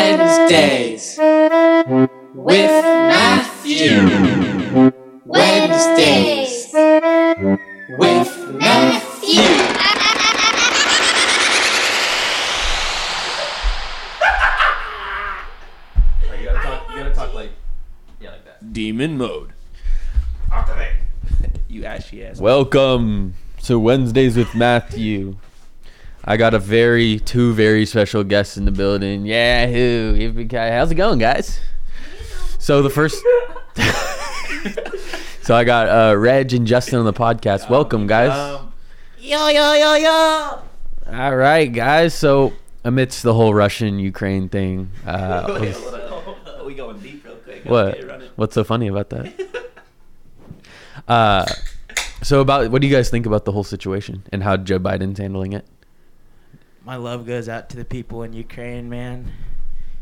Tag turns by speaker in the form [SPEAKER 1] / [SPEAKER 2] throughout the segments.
[SPEAKER 1] Wednesdays with Matthew. Wednesdays with Matthew.
[SPEAKER 2] Right, you gotta talk. You gotta talk like, yeah, like that.
[SPEAKER 3] Demon mode.
[SPEAKER 2] You actually asked.
[SPEAKER 3] Welcome to Wednesdays with Matthew. I got a very two very special guests in the building. Yahoo! Yippee-ki-yay. How's it going, guys? So the first, so I got uh, Reg and Justin on the podcast. Welcome, guys.
[SPEAKER 2] yo, yo, yo, yo.
[SPEAKER 3] All right, guys. So amidst the whole Russian Ukraine thing, uh,
[SPEAKER 2] we going deep real quick.
[SPEAKER 3] what what's so funny about that? Uh, so about what do you guys think about the whole situation and how Joe Biden's handling it?
[SPEAKER 4] My love goes out to the people in Ukraine, man.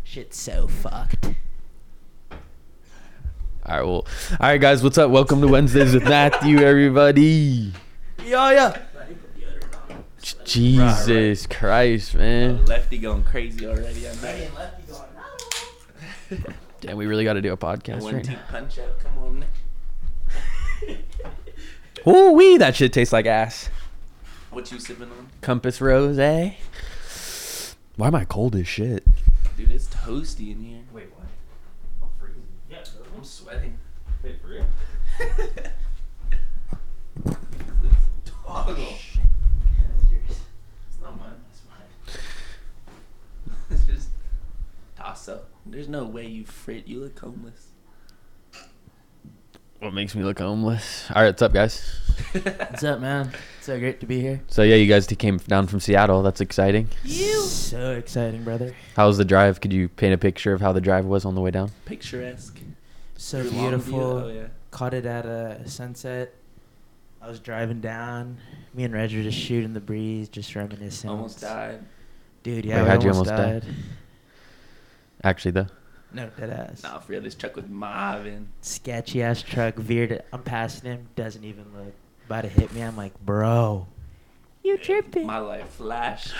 [SPEAKER 4] Shit's so fucked.
[SPEAKER 3] All right, well, all right, guys, what's up? Welcome to Wednesdays with Matthew, everybody.
[SPEAKER 4] Yeah, yeah.
[SPEAKER 3] Jesus Christ, man!
[SPEAKER 2] Lefty going crazy already. I'm ready.
[SPEAKER 3] Damn, we really got to do a podcast
[SPEAKER 2] One
[SPEAKER 3] right
[SPEAKER 2] two
[SPEAKER 3] now.
[SPEAKER 2] punch out. Come on.
[SPEAKER 3] Ooh wee, that shit tastes like ass.
[SPEAKER 2] What you sipping on,
[SPEAKER 3] Compass Rose, eh? Why am I cold as shit?
[SPEAKER 2] dude? It's toasty in here. Wait, what? I'm freezing. Yeah, I'm sweating. Wait, for real? oh, shit. It's not mine. It's mine. it's just toss up. There's no way you frit. You look homeless.
[SPEAKER 3] What makes me look homeless? All right, what's up, guys?
[SPEAKER 4] What's up, man? So great to be here.
[SPEAKER 3] So yeah, you guys came down from Seattle. That's exciting.
[SPEAKER 4] You. So exciting, brother.
[SPEAKER 3] How was the drive? Could you paint a picture of how the drive was on the way down?
[SPEAKER 2] Picturesque.
[SPEAKER 4] So
[SPEAKER 2] Your long view-
[SPEAKER 4] beautiful.
[SPEAKER 2] Oh yeah.
[SPEAKER 4] Caught it at a sunset. I was driving down. Me and Reg were just shooting the breeze, just reminiscing.
[SPEAKER 2] Almost died.
[SPEAKER 4] Dude,
[SPEAKER 3] Wait,
[SPEAKER 4] yeah, we
[SPEAKER 3] how'd
[SPEAKER 4] almost,
[SPEAKER 3] you almost
[SPEAKER 4] died.
[SPEAKER 3] die? Actually, though,
[SPEAKER 4] No, dead ass.
[SPEAKER 2] Nah, for real. This truck with Marvin.
[SPEAKER 4] Sketchy ass truck veered. It. I'm passing him. Doesn't even look. About to hit me. I'm like, bro. You tripping?
[SPEAKER 2] My life flash.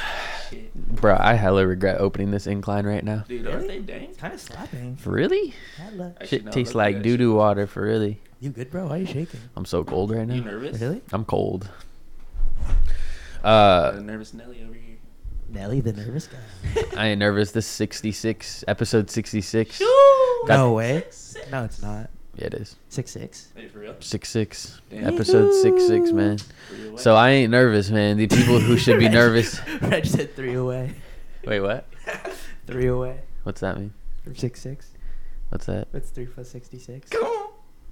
[SPEAKER 2] Shit.
[SPEAKER 3] bro, I hella regret opening this incline right now.
[SPEAKER 2] Dude, aren't they dank?
[SPEAKER 4] Kind of slapping.
[SPEAKER 3] Really?
[SPEAKER 4] Hello.
[SPEAKER 2] Actually,
[SPEAKER 3] Shit
[SPEAKER 2] no,
[SPEAKER 3] tastes
[SPEAKER 2] look at
[SPEAKER 3] like
[SPEAKER 2] that
[SPEAKER 3] doo doo water for really.
[SPEAKER 4] You good, bro? Why are you shaking?
[SPEAKER 3] I'm so cold right now.
[SPEAKER 2] You nervous?
[SPEAKER 4] Really?
[SPEAKER 3] I'm cold.
[SPEAKER 2] Uh,
[SPEAKER 3] Uh,
[SPEAKER 2] nervous Nelly over here.
[SPEAKER 4] Nelly, the nervous guy.
[SPEAKER 3] I ain't nervous. This 66 episode 66. Got-
[SPEAKER 4] no way. No, it's not.
[SPEAKER 3] Yeah, it is
[SPEAKER 4] Six six.
[SPEAKER 2] Wait, for real?
[SPEAKER 3] six six
[SPEAKER 2] Damn.
[SPEAKER 3] episode six six man.
[SPEAKER 2] For real, what?
[SPEAKER 3] So I ain't nervous, man. The people who should be
[SPEAKER 4] Reg-
[SPEAKER 3] nervous.
[SPEAKER 4] Reg said three away.
[SPEAKER 3] Wait, what?
[SPEAKER 4] Three away
[SPEAKER 3] What's that mean?
[SPEAKER 4] from six six.
[SPEAKER 3] What's that?
[SPEAKER 4] That's three plus sixty six.
[SPEAKER 2] Come on.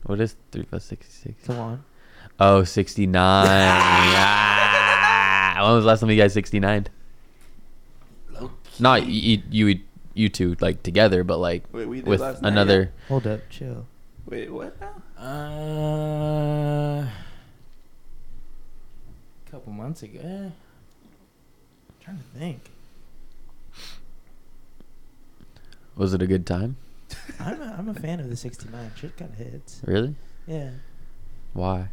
[SPEAKER 3] What is three plus 66?
[SPEAKER 4] Come on.
[SPEAKER 3] Oh, 69. ah, when was the last time you guys 69?
[SPEAKER 2] Low-key.
[SPEAKER 3] Not you, you, you, you two like together, but like
[SPEAKER 2] Wait, we did
[SPEAKER 3] with
[SPEAKER 2] last night,
[SPEAKER 3] another.
[SPEAKER 4] Hold up, chill.
[SPEAKER 2] yeah? Wait, what now?
[SPEAKER 4] Uh, couple months ago. trying to think.
[SPEAKER 3] Was it a good time?
[SPEAKER 4] I'm a, I'm a fan of the sixty nine. Shit kind of hits.
[SPEAKER 3] Really?
[SPEAKER 4] Yeah.
[SPEAKER 3] Why?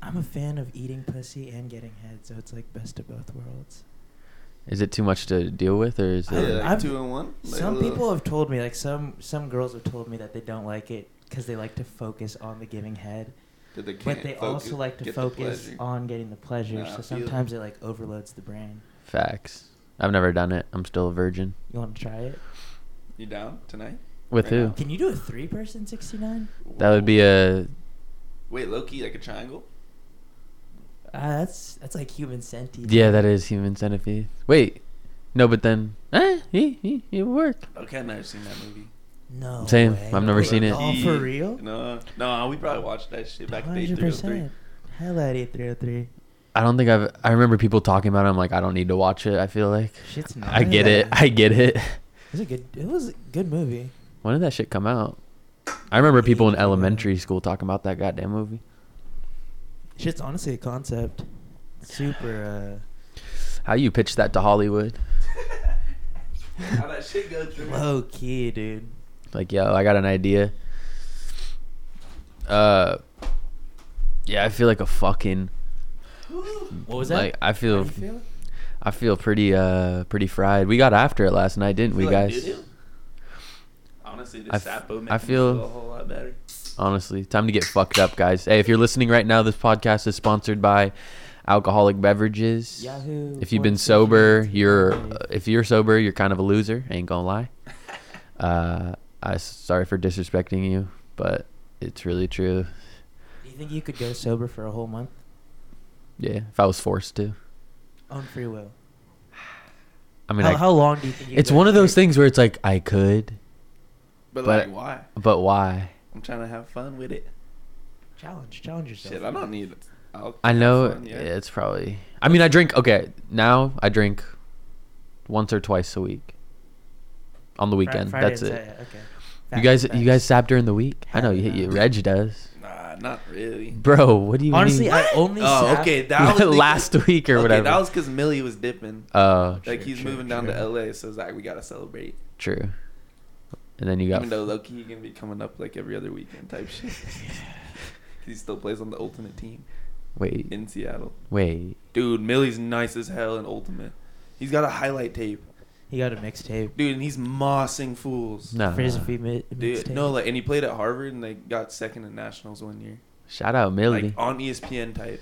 [SPEAKER 4] I'm a fan of eating pussy and getting head, so it's like best of both worlds.
[SPEAKER 3] Is it too much to deal with, or is
[SPEAKER 4] I-
[SPEAKER 3] it?
[SPEAKER 2] Yeah, like
[SPEAKER 4] I've-
[SPEAKER 2] two and one. Like a
[SPEAKER 4] Some
[SPEAKER 2] little-
[SPEAKER 4] people have told me, like some some girls have told me that they don't like it because they like to focus on the giving head,
[SPEAKER 2] that they
[SPEAKER 4] but
[SPEAKER 2] can't
[SPEAKER 4] they
[SPEAKER 2] focus-
[SPEAKER 4] also like to
[SPEAKER 2] get the
[SPEAKER 4] focus
[SPEAKER 2] pleasure.
[SPEAKER 4] on getting the pleasure.
[SPEAKER 2] Nah, I
[SPEAKER 4] so
[SPEAKER 2] feel-
[SPEAKER 4] sometimes it like overloads the brain.
[SPEAKER 3] Facts. I've never done it. I'm still a virgin.
[SPEAKER 4] You want to try it?
[SPEAKER 2] You down tonight?
[SPEAKER 3] With
[SPEAKER 2] Right
[SPEAKER 3] who?
[SPEAKER 2] now?
[SPEAKER 4] Can you do a three person sixty nine?
[SPEAKER 3] That would be a.
[SPEAKER 2] Wait, Loki, like a triangle?
[SPEAKER 4] Uh, that's that's like human centipede.
[SPEAKER 3] Yeah, that is human centipede. Wait, no, but then, eh, he, he, it would work.
[SPEAKER 2] Okay, I've never seen that movie.
[SPEAKER 4] No.
[SPEAKER 3] Same.
[SPEAKER 4] way.
[SPEAKER 3] I've never seen it.
[SPEAKER 4] Oh,
[SPEAKER 2] Low-key.
[SPEAKER 4] for real?
[SPEAKER 2] No, no, we probably watched that shit back in day
[SPEAKER 4] Hundred
[SPEAKER 2] 303.
[SPEAKER 4] percent. Hell at eight three hundred three.
[SPEAKER 3] I don't think I've. I remember people talking about it. I'm like, I don't need to watch it. I feel like.
[SPEAKER 4] Shit's not.
[SPEAKER 3] I get it. I get it.
[SPEAKER 4] It was a good. It was a good movie.
[SPEAKER 3] When did that shit come out? I remember people in elementary school talking about that goddamn movie.
[SPEAKER 4] Shit's honestly a concept. Super
[SPEAKER 3] How you pitched that to Hollywood?
[SPEAKER 2] How that shit go
[SPEAKER 4] uh,
[SPEAKER 2] through?
[SPEAKER 4] low key, dude.
[SPEAKER 3] Like, yo, I got an idea. Uh, yeah, I feel like a fucking.
[SPEAKER 4] What
[SPEAKER 3] Like, I feel.
[SPEAKER 4] feel?
[SPEAKER 3] I I feel pretty uh pretty fried. We got after it last night, didn't we,
[SPEAKER 2] Feel like
[SPEAKER 3] guys?
[SPEAKER 2] doo-doo. Honestly, this
[SPEAKER 3] I f-
[SPEAKER 2] Sapo makes
[SPEAKER 3] I
[SPEAKER 2] me
[SPEAKER 3] feel-
[SPEAKER 2] feel a whole lot better.
[SPEAKER 3] Honestly, time to get fucked up, guys. Hey, if you're listening right now, this podcast is sponsored by alcoholic beverages.
[SPEAKER 4] Yahoo.
[SPEAKER 3] If you've been sober, you're uh, if you're sober, you're kind of a loser. Ain't gonna lie. Uh, I sorry for disrespecting you, but it's really true.
[SPEAKER 4] Do you think you could go sober for a whole month
[SPEAKER 3] Yeah, if I was forced to,
[SPEAKER 4] on free will?
[SPEAKER 3] I mean,
[SPEAKER 4] how,
[SPEAKER 3] I,
[SPEAKER 4] how long do you think? You
[SPEAKER 3] it's
[SPEAKER 4] go
[SPEAKER 3] one of those
[SPEAKER 4] straight?
[SPEAKER 3] things where it's like I could,
[SPEAKER 2] But,
[SPEAKER 3] But-
[SPEAKER 2] like, why?
[SPEAKER 3] but why?
[SPEAKER 2] I'm trying to have fun with it.
[SPEAKER 4] Challenge, challenge yourself.
[SPEAKER 2] Shit, I don't need. I'll
[SPEAKER 3] I
[SPEAKER 2] have
[SPEAKER 3] know
[SPEAKER 2] fun, yeah.
[SPEAKER 3] it's probably. I mean, I drink. Okay, now I drink once or twice a week. On the
[SPEAKER 4] Fri-
[SPEAKER 3] weekend,
[SPEAKER 4] Friday
[SPEAKER 3] that's
[SPEAKER 4] and
[SPEAKER 3] it.
[SPEAKER 4] Saturday, Okay.
[SPEAKER 3] You
[SPEAKER 4] Facts,
[SPEAKER 3] guys,
[SPEAKER 4] facts.
[SPEAKER 3] you guys sap during the week. I know
[SPEAKER 4] Hell
[SPEAKER 3] you, you.
[SPEAKER 4] no.
[SPEAKER 3] Reg does,
[SPEAKER 2] Nah, not really.
[SPEAKER 3] bro. What do you
[SPEAKER 4] Honestly,
[SPEAKER 3] mean?
[SPEAKER 4] I only.
[SPEAKER 2] Oh,
[SPEAKER 4] sap-
[SPEAKER 2] okay. That was
[SPEAKER 3] last week or
[SPEAKER 2] okay,
[SPEAKER 3] whatever.
[SPEAKER 2] That was because Millie was dipping.
[SPEAKER 3] Oh,
[SPEAKER 2] Like
[SPEAKER 4] Sure,
[SPEAKER 2] he's
[SPEAKER 4] sure,
[SPEAKER 2] moving down to
[SPEAKER 4] sure.
[SPEAKER 2] LA, so it's like we gotta celebrate.
[SPEAKER 3] true. And then you got
[SPEAKER 2] Even though Loki he gonna be coming up like every other weekend type shit. 'Cause he still plays on the Ultimate team
[SPEAKER 3] wait,
[SPEAKER 2] in Seattle.
[SPEAKER 3] wait.
[SPEAKER 2] Dude, Millie's nice as hell in Ultimate. He's got a highlight tape,
[SPEAKER 4] He got a mixtape.
[SPEAKER 2] dude, and he's mossing fools.
[SPEAKER 3] No.
[SPEAKER 4] Frizz a few mi-
[SPEAKER 2] Dude,
[SPEAKER 4] mixtape.
[SPEAKER 2] no, like, and he played at Harvard and like got second in nationals one year,
[SPEAKER 3] Shout out Millie.
[SPEAKER 2] like on E ESPN type.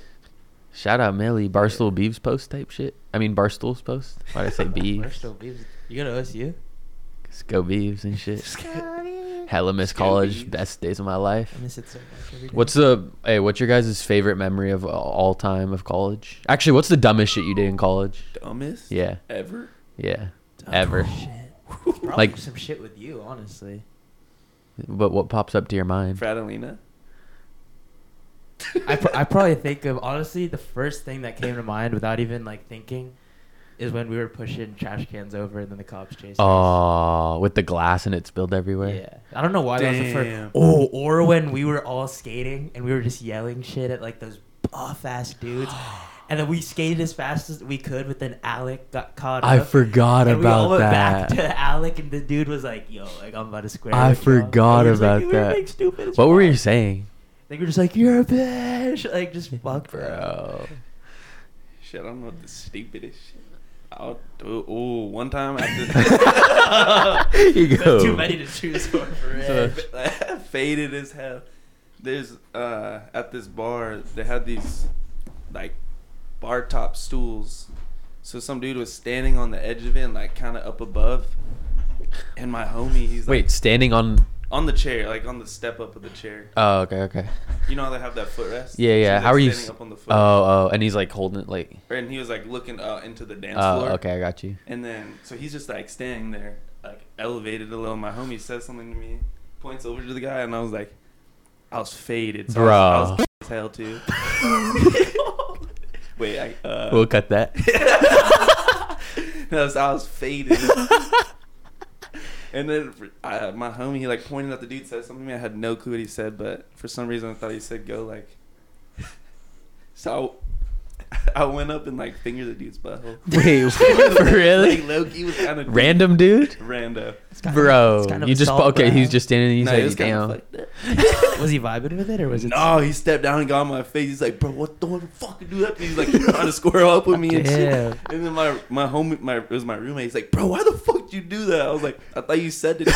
[SPEAKER 3] Shout out Millie. Barstool Beeves post type shit. I mean Barstool's post. Why did I say
[SPEAKER 4] We're
[SPEAKER 3] Beeves?
[SPEAKER 4] still beefs. You go to OSU?
[SPEAKER 3] Let's go Beeves and shit.
[SPEAKER 4] I
[SPEAKER 3] Hella miss
[SPEAKER 2] Let's go
[SPEAKER 3] college.
[SPEAKER 2] Beavs.
[SPEAKER 3] Best days of my life.
[SPEAKER 4] miss it so much every day.
[SPEAKER 3] What's the hey? What's your guys' favorite memory of uh, all time of college? Actually, what's the dumbest shit you did in college?
[SPEAKER 2] Dumbest
[SPEAKER 3] Yeah,
[SPEAKER 2] ever.
[SPEAKER 3] yeah, ever.
[SPEAKER 4] Oh, Shit. Probably
[SPEAKER 3] Like-
[SPEAKER 4] some shit with you, honestly.
[SPEAKER 3] But what pops up to your mind?
[SPEAKER 2] Fratellina.
[SPEAKER 4] I, pr- I probably think of honestly the first thing that came to mind without even like thinking is when we were pushing trash cans over and then the cops chased us.
[SPEAKER 3] Oh, with the glass and it spilled everywhere.
[SPEAKER 4] Yeah, I don't know why that was the
[SPEAKER 2] Damn.
[SPEAKER 4] first. Oh, or when we were all skating and we were just yelling shit at like those buff ass dudes, and then we skated as fast as we could, but then Alec got caught.
[SPEAKER 3] I
[SPEAKER 4] up.
[SPEAKER 3] forgot
[SPEAKER 4] and we all
[SPEAKER 3] about
[SPEAKER 4] went
[SPEAKER 3] that.
[SPEAKER 4] back to Alec, and the dude was like, "Yo, like I'm about to square."
[SPEAKER 3] I
[SPEAKER 4] with y'all."
[SPEAKER 3] forgot
[SPEAKER 4] And we was like,
[SPEAKER 3] about
[SPEAKER 4] "You
[SPEAKER 3] that.
[SPEAKER 4] Were being stupid as
[SPEAKER 3] What were
[SPEAKER 4] fuck."
[SPEAKER 3] you saying,
[SPEAKER 4] They were just like, "You're a bitch," like just fuck,
[SPEAKER 3] bro?
[SPEAKER 2] Shit, I don't know what the stupidest shit. I'll do. Ooh, one time
[SPEAKER 4] That's
[SPEAKER 2] after
[SPEAKER 3] you go.
[SPEAKER 4] There's too many to choose from.
[SPEAKER 2] Red, faded as hell. There's uh at this bar they had these like bar top stools. So some dude was standing on the edge of it, and, like kind of up above. And my homie, he's like,
[SPEAKER 3] Wait, standing on.
[SPEAKER 2] on the chair, like on the step up of the chair.
[SPEAKER 3] Oh, okay, okay.
[SPEAKER 2] You know how they have that footrest?
[SPEAKER 3] Yeah,
[SPEAKER 2] So
[SPEAKER 3] yeah.
[SPEAKER 2] he's,
[SPEAKER 3] How
[SPEAKER 2] like,
[SPEAKER 3] are you?
[SPEAKER 2] Standing
[SPEAKER 3] s-
[SPEAKER 2] up on the foot.
[SPEAKER 3] Oh, oh, and he's like holding it like.
[SPEAKER 2] And he was like looking out into the dance
[SPEAKER 3] Oh,
[SPEAKER 2] floor.
[SPEAKER 3] okay, I got you.
[SPEAKER 2] And then, so he's just like standing there, like elevated a little. My homie says something to me, points over to the guy, and I was like, I was faded. So I was,
[SPEAKER 3] Bro.
[SPEAKER 2] I was as hell too. Wait, I, uh,
[SPEAKER 3] We'll cut that.
[SPEAKER 2] no, so I was faded. and then I, my homie, he like pointed at the dude, said something to me. I had no clue what he said, but for some reason I thought he said go like. So I, I went up and like fingered the dude's butthole.
[SPEAKER 3] Wait, really?
[SPEAKER 2] Like, Loki was kind of
[SPEAKER 3] Random dude,
[SPEAKER 2] Rando.
[SPEAKER 3] bro.
[SPEAKER 4] it's kind of
[SPEAKER 3] you just
[SPEAKER 4] assault, uh,
[SPEAKER 3] okay.
[SPEAKER 4] bro.
[SPEAKER 3] He's just standing. and He's
[SPEAKER 2] No, it was
[SPEAKER 3] like,
[SPEAKER 2] kinda
[SPEAKER 3] damn.
[SPEAKER 2] fucked up.
[SPEAKER 4] Was he vibing with it or was it?
[SPEAKER 2] No, he stepped down and got on my face. He's like, bro, what the fuck do that? He's like trying to square up with me and shit.
[SPEAKER 4] Damn.
[SPEAKER 2] And then my my homie, my it was my roommate. He's like, bro, why the fuck did you do that? I was like, I thought you said it.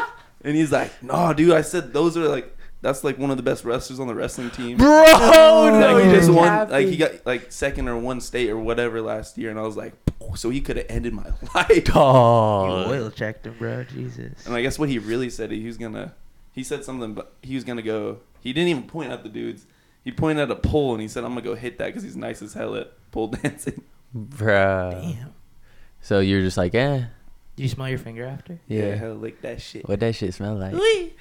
[SPEAKER 2] and he's like, no, dude, I said those are like that's like one of the best wrestlers on the wrestling team.
[SPEAKER 3] Bro,
[SPEAKER 2] like
[SPEAKER 3] no,
[SPEAKER 2] he
[SPEAKER 3] you
[SPEAKER 2] just
[SPEAKER 3] just
[SPEAKER 2] won,
[SPEAKER 3] one.
[SPEAKER 2] like he got like second or one state or whatever last year, and I was like, so he could have ended my life.
[SPEAKER 4] You
[SPEAKER 3] Dog.
[SPEAKER 4] oil checked him, bro. Jesus.
[SPEAKER 2] And I guess what he really said, he was gonna, he said something, but he was gonna go. He didn't even point at the dudes. He pointed at a pole and he said, "I'm gonna go hit that because he's nice as hell at pole dancing."
[SPEAKER 3] bro.
[SPEAKER 4] Damn.
[SPEAKER 3] So you're just like, eh,
[SPEAKER 4] Did you smell your finger after?
[SPEAKER 3] yeah.
[SPEAKER 2] hell, lick that shit.
[SPEAKER 3] What that shit smell like?
[SPEAKER 2] Wee.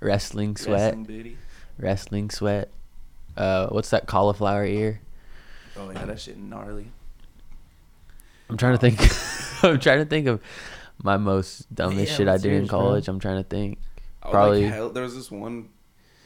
[SPEAKER 3] Wrestling sweat.
[SPEAKER 2] Wrestling booty.
[SPEAKER 3] Wrestling sweat. Uh, what's that cauliflower ear?
[SPEAKER 2] Oh yeah, that shit gnarly.
[SPEAKER 3] I'm trying to
[SPEAKER 4] Oh.
[SPEAKER 3] think. I'm trying to think of my most dumbest
[SPEAKER 4] Yeah,
[SPEAKER 3] shit I
[SPEAKER 4] what's
[SPEAKER 3] did in
[SPEAKER 4] yours, bro?
[SPEAKER 3] college. I'm trying to think.
[SPEAKER 2] I would,
[SPEAKER 3] Probably-
[SPEAKER 2] Like, hell, there was this one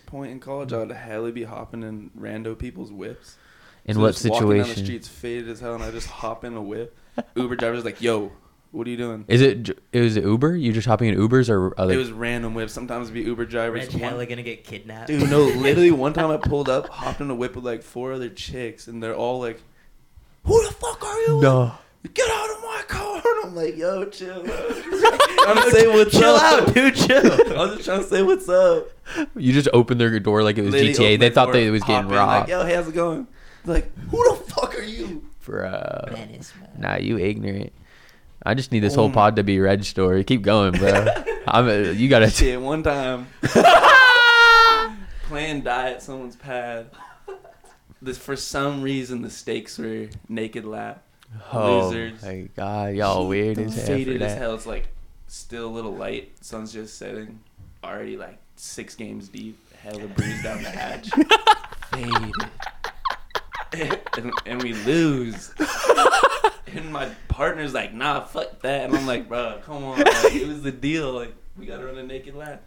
[SPEAKER 2] point in college I would hella be hopping in rando people's whips.
[SPEAKER 3] In
[SPEAKER 2] So
[SPEAKER 3] what
[SPEAKER 2] just Walking down the
[SPEAKER 3] situation?
[SPEAKER 2] streets faded as hell, and I just hop in a whip. Uber driver's like, "Yo, what are you doing?"
[SPEAKER 3] Is it? j- Is it Uber? You just hopping in Ubers or uh, other?
[SPEAKER 2] It was random whips. Sometimes it'd be Uber drivers.
[SPEAKER 4] Reg
[SPEAKER 2] One-
[SPEAKER 4] hella gonna get kidnapped.
[SPEAKER 2] Dude, no, literally one time I pulled up, hopped in a whip with like four other chicks, and they're all like, "Who the fuck are you?"
[SPEAKER 3] no.
[SPEAKER 2] get out of my car. And I'm like, yo, chill. I'm just saying what's
[SPEAKER 4] chill
[SPEAKER 2] up.
[SPEAKER 4] out, dude.
[SPEAKER 2] I
[SPEAKER 4] Chill.
[SPEAKER 2] was just trying to say what's up.
[SPEAKER 3] You just opened their door like it was
[SPEAKER 2] Lady
[SPEAKER 3] GTA.
[SPEAKER 2] opened
[SPEAKER 3] They
[SPEAKER 2] the
[SPEAKER 3] thought
[SPEAKER 2] door,
[SPEAKER 3] they was getting
[SPEAKER 2] hop in, like,
[SPEAKER 3] robbed.
[SPEAKER 2] yo, hey, how's it going? Like, who the fuck are you?
[SPEAKER 3] Bro.
[SPEAKER 4] Menace, man.
[SPEAKER 3] uh, Nah, you ignorant. I just need this
[SPEAKER 2] Oh
[SPEAKER 3] whole
[SPEAKER 2] my-
[SPEAKER 3] pod to be red story. Keep going, bro. I'm a, you gotta
[SPEAKER 2] Shit, one time playing die at someone's pad. This for some reason the stakes were naked lap.
[SPEAKER 3] Oh
[SPEAKER 2] Lizards.
[SPEAKER 3] my god, y'all weird as hell. For
[SPEAKER 2] Faded as
[SPEAKER 3] that.
[SPEAKER 2] hell. It's like still a little light. Sun's just setting. Already like six games deep. Hella breeze down the hatch. Faded. and, and we lose. And my partner's like, nah, fuck that. And I'm like, bro, come on. Like, it was the deal. Like, we gotta run a naked lap.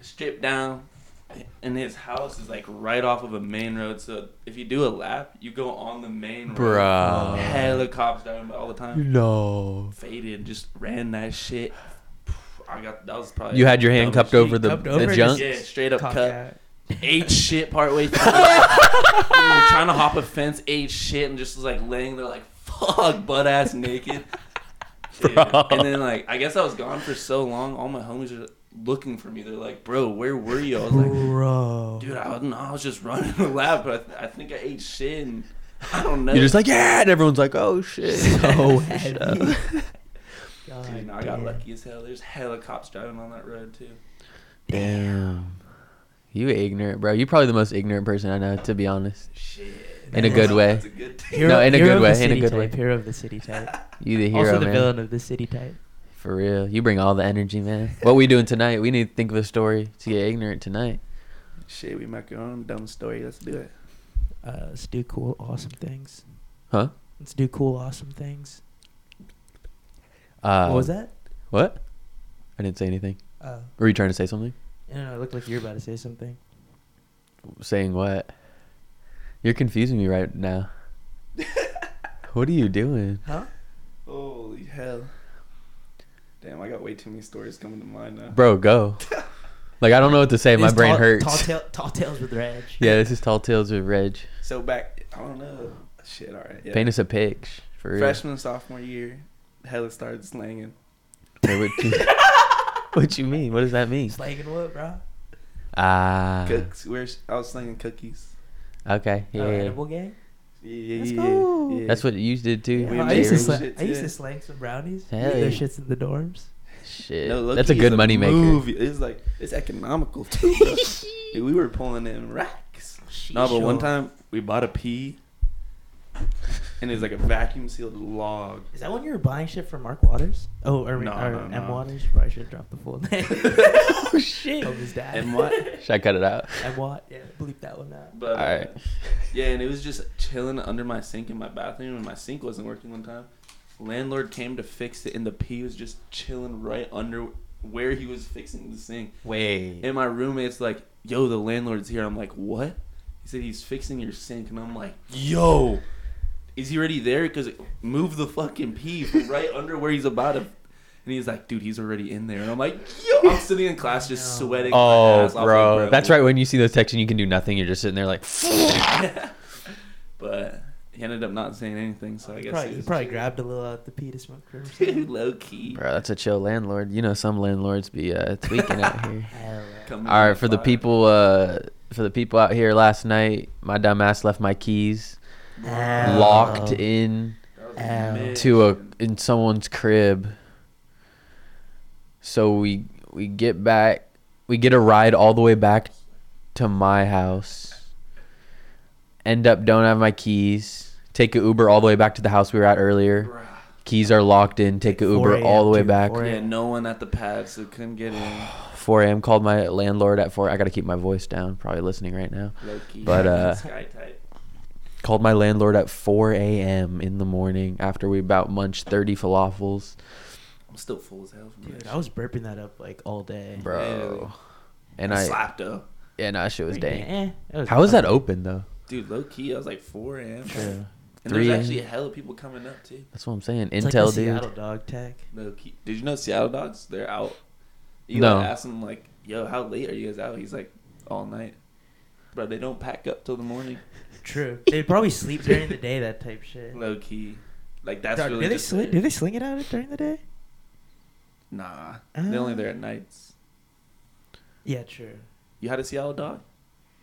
[SPEAKER 2] Strip down. And his house is like right off of a main road. So if you do a lap, you go on the main road.
[SPEAKER 3] Bruh.
[SPEAKER 2] Hella cops driving by all the time
[SPEAKER 3] No.
[SPEAKER 2] faded, just ran that shit. I got that was probably
[SPEAKER 3] You had your hand cupped over the,
[SPEAKER 4] Cupped
[SPEAKER 3] the
[SPEAKER 4] over,
[SPEAKER 3] junk.
[SPEAKER 2] Yeah, straight up
[SPEAKER 4] Cock
[SPEAKER 2] cut.
[SPEAKER 4] out.
[SPEAKER 2] Ate shit partway through. we were trying to hop a fence, ate shit, and just was like laying there like fuck, butt ass naked. Dude.
[SPEAKER 3] Bro.
[SPEAKER 2] And then like I guess I was gone for so long, all my homies are looking for me. They're like, bro, where were you? I was like,
[SPEAKER 4] Bro.
[SPEAKER 2] dude, I, don't know. I was just running the lab, but I, th- I think I ate shit. And I don't know.
[SPEAKER 3] You're just like, yeah, and everyone's like, oh shit.
[SPEAKER 4] So
[SPEAKER 3] Shut
[SPEAKER 4] heavy.
[SPEAKER 3] up.
[SPEAKER 4] God
[SPEAKER 2] Dude, no, I got
[SPEAKER 4] damn.
[SPEAKER 2] lucky as hell. There's hella cops driving on that road too.
[SPEAKER 3] Damn. You ignorant, bro. You're probably the most ignorant person I know, to be honest.
[SPEAKER 2] Shit.
[SPEAKER 3] In a good way.
[SPEAKER 2] That's a good thing.
[SPEAKER 4] Hero,
[SPEAKER 3] No, in a
[SPEAKER 4] hero
[SPEAKER 3] good
[SPEAKER 4] of
[SPEAKER 3] way,
[SPEAKER 4] The
[SPEAKER 3] in a
[SPEAKER 4] city
[SPEAKER 3] good way.
[SPEAKER 4] type, Hero of the city type.
[SPEAKER 3] You the hero,
[SPEAKER 4] also the
[SPEAKER 3] man.
[SPEAKER 4] villain of the city type.
[SPEAKER 3] For real. You bring all the energy, man. What we doing tonight? We need to think of a story to get ignorant tonight.
[SPEAKER 2] Shit, we make our own dumb story. Let's do it.
[SPEAKER 4] Uh, let's do cool, awesome things.
[SPEAKER 3] Huh?
[SPEAKER 4] Let's do cool, awesome things.
[SPEAKER 3] Uh,
[SPEAKER 4] what was that?
[SPEAKER 3] Um, What? I didn't say anything.
[SPEAKER 4] Oh,
[SPEAKER 3] Were you trying to say something?
[SPEAKER 4] I don't know. It looked like you were about to say something.
[SPEAKER 3] Saying what? You're confusing me right now. what are you doing?
[SPEAKER 4] Huh?
[SPEAKER 2] Holy hell. Damn, I got way too many stories coming to mind now.
[SPEAKER 3] Bro, go. Like, I don't know what to say. My
[SPEAKER 4] It's
[SPEAKER 3] brain
[SPEAKER 4] tall,
[SPEAKER 3] hurts.
[SPEAKER 4] Tall, tail, tall tales with Reg.
[SPEAKER 3] yeah, this is Tall Tales with Reg.
[SPEAKER 2] So back, I don't know. Shit, all right. Yeah.
[SPEAKER 3] Paint us a picture. For real.
[SPEAKER 2] Freshman, sophomore year, hella started slanging.
[SPEAKER 3] Wait, what, you, what you mean? What does that mean?
[SPEAKER 4] Slanging what, bro?
[SPEAKER 3] Ah.
[SPEAKER 2] Cooks, where sh- I was slanging cookies.
[SPEAKER 3] Okay. Yeah.
[SPEAKER 4] Oh,
[SPEAKER 3] yeah.
[SPEAKER 4] edible gang?
[SPEAKER 2] Yeah,
[SPEAKER 4] Let's
[SPEAKER 2] yeah,
[SPEAKER 4] go.
[SPEAKER 2] yeah.
[SPEAKER 3] That's what you did too.
[SPEAKER 2] We
[SPEAKER 4] Yeah, I,
[SPEAKER 2] made
[SPEAKER 4] used to
[SPEAKER 2] those
[SPEAKER 4] slang,
[SPEAKER 2] shits,
[SPEAKER 4] I used
[SPEAKER 2] yeah.
[SPEAKER 4] to slang some brownies.
[SPEAKER 3] Hell
[SPEAKER 4] Leave
[SPEAKER 3] yeah.
[SPEAKER 4] Those shits in the dorms.
[SPEAKER 3] Shit.
[SPEAKER 2] No, low-key
[SPEAKER 3] That's a
[SPEAKER 2] is
[SPEAKER 3] good money maker.
[SPEAKER 2] move. It's like it's economical too. bro. Dude, we were pulling in racks. No, but one
[SPEAKER 4] Sheesh.
[SPEAKER 2] time we bought a pea, and it was like a vacuum sealed log.
[SPEAKER 4] Is that when you were buying shit from Mark Waters? Oh, or,
[SPEAKER 2] No,
[SPEAKER 4] or
[SPEAKER 2] no, no.
[SPEAKER 4] M Waters? Probably should have dropped the full name.
[SPEAKER 2] Oh,
[SPEAKER 4] shit! Of his dad.
[SPEAKER 2] And what?
[SPEAKER 3] Should I cut it out?
[SPEAKER 4] M Watt. Yeah, bleep that one out.
[SPEAKER 2] But uh,
[SPEAKER 3] Alright.
[SPEAKER 2] yeah, and it was just chilling under my sink in my bathroom, and my sink wasn't working one time. Landlord came to fix it, and the pee was just chilling right under where he was fixing the sink.
[SPEAKER 3] Wait.
[SPEAKER 2] And my roommate's like, "Yo, the landlord's here." I'm like, "What?" He said he's fixing your sink, and I'm like, "Yo, is he already there? Because move the fucking pee from right under where he's about to." And he's like, "Dude, he's already in there." And I'm like, "Yo, I'm sitting in class just
[SPEAKER 4] No.
[SPEAKER 2] sweating." my
[SPEAKER 3] Oh,
[SPEAKER 2] ass off, like,
[SPEAKER 3] bro. That's right. When you see those texts and you can do nothing, you're just sitting there like,
[SPEAKER 2] but he ended up not saying anything, so I
[SPEAKER 4] He
[SPEAKER 2] guess
[SPEAKER 4] probably,
[SPEAKER 2] he
[SPEAKER 4] he
[SPEAKER 2] was
[SPEAKER 4] probably grabbed a little out the pee to smoke for
[SPEAKER 2] too
[SPEAKER 4] himself.
[SPEAKER 2] low key.
[SPEAKER 3] bro, that's a chill landlord. You know, some landlords be uh, tweaking out here.
[SPEAKER 4] Hell yeah.
[SPEAKER 2] Coming
[SPEAKER 3] All
[SPEAKER 2] in
[SPEAKER 3] right, for the
[SPEAKER 2] fire.
[SPEAKER 3] people, uh, for the people out here last night, my dumb ass left my keys
[SPEAKER 4] Ow.
[SPEAKER 3] locked in
[SPEAKER 2] That was a
[SPEAKER 4] Ow.
[SPEAKER 2] mission.
[SPEAKER 3] to a in someone's crib. So we we get back, we get a ride all the way back to my house. End up don't have my keys. Take a Uber all the way back to the house we were at earlier.
[SPEAKER 2] Bruh.
[SPEAKER 3] Keys are locked in. Take a
[SPEAKER 4] 4
[SPEAKER 3] Uber
[SPEAKER 4] a.m.,
[SPEAKER 3] all the way
[SPEAKER 4] dude,
[SPEAKER 3] back.
[SPEAKER 4] 4
[SPEAKER 2] Yeah, no one at the pad, so couldn't get in.
[SPEAKER 3] 4 a.m. Called my landlord at 4. I gotta keep my voice down. Probably listening right now.
[SPEAKER 2] Low key.
[SPEAKER 3] But, uh,
[SPEAKER 2] Sky type.
[SPEAKER 3] Called my landlord at 4 a.m. in the morning after we about munched 30 falafels.
[SPEAKER 2] I'm still full as hell from
[SPEAKER 4] Dude,
[SPEAKER 2] that.
[SPEAKER 4] I was burping that up like all day.
[SPEAKER 3] Bro.
[SPEAKER 2] and
[SPEAKER 3] And I
[SPEAKER 2] slapped up,
[SPEAKER 3] and I shit was
[SPEAKER 4] Freaking
[SPEAKER 3] dang.
[SPEAKER 4] eh, it was
[SPEAKER 3] How is that
[SPEAKER 4] fun.
[SPEAKER 3] open though?
[SPEAKER 2] dude. Low key, I was like 4 a.m. And
[SPEAKER 3] Three
[SPEAKER 2] there's
[SPEAKER 3] a.m.
[SPEAKER 2] actually a hell of people coming up too.
[SPEAKER 3] That's what I'm saying.
[SPEAKER 4] It's
[SPEAKER 3] Intel,
[SPEAKER 4] like the
[SPEAKER 3] dude.
[SPEAKER 4] Seattle dog tag.
[SPEAKER 2] Low key, did you know Seattle dogs? They're out. You
[SPEAKER 3] No.
[SPEAKER 2] asked him like, "Yo, how late are you guys out?" He's like, "All night." Bro, they don't pack up till the morning.
[SPEAKER 4] True. They probably sleep during the day. That type shit.
[SPEAKER 2] Low key. Like that's
[SPEAKER 4] Dog,
[SPEAKER 2] really
[SPEAKER 4] do they
[SPEAKER 2] just
[SPEAKER 4] sling?
[SPEAKER 2] it.
[SPEAKER 4] Do they sling it out during the day?
[SPEAKER 2] Nah,
[SPEAKER 4] Uh.
[SPEAKER 2] they're only there at nights.
[SPEAKER 4] Yeah, true.
[SPEAKER 2] You had a Seattle dog?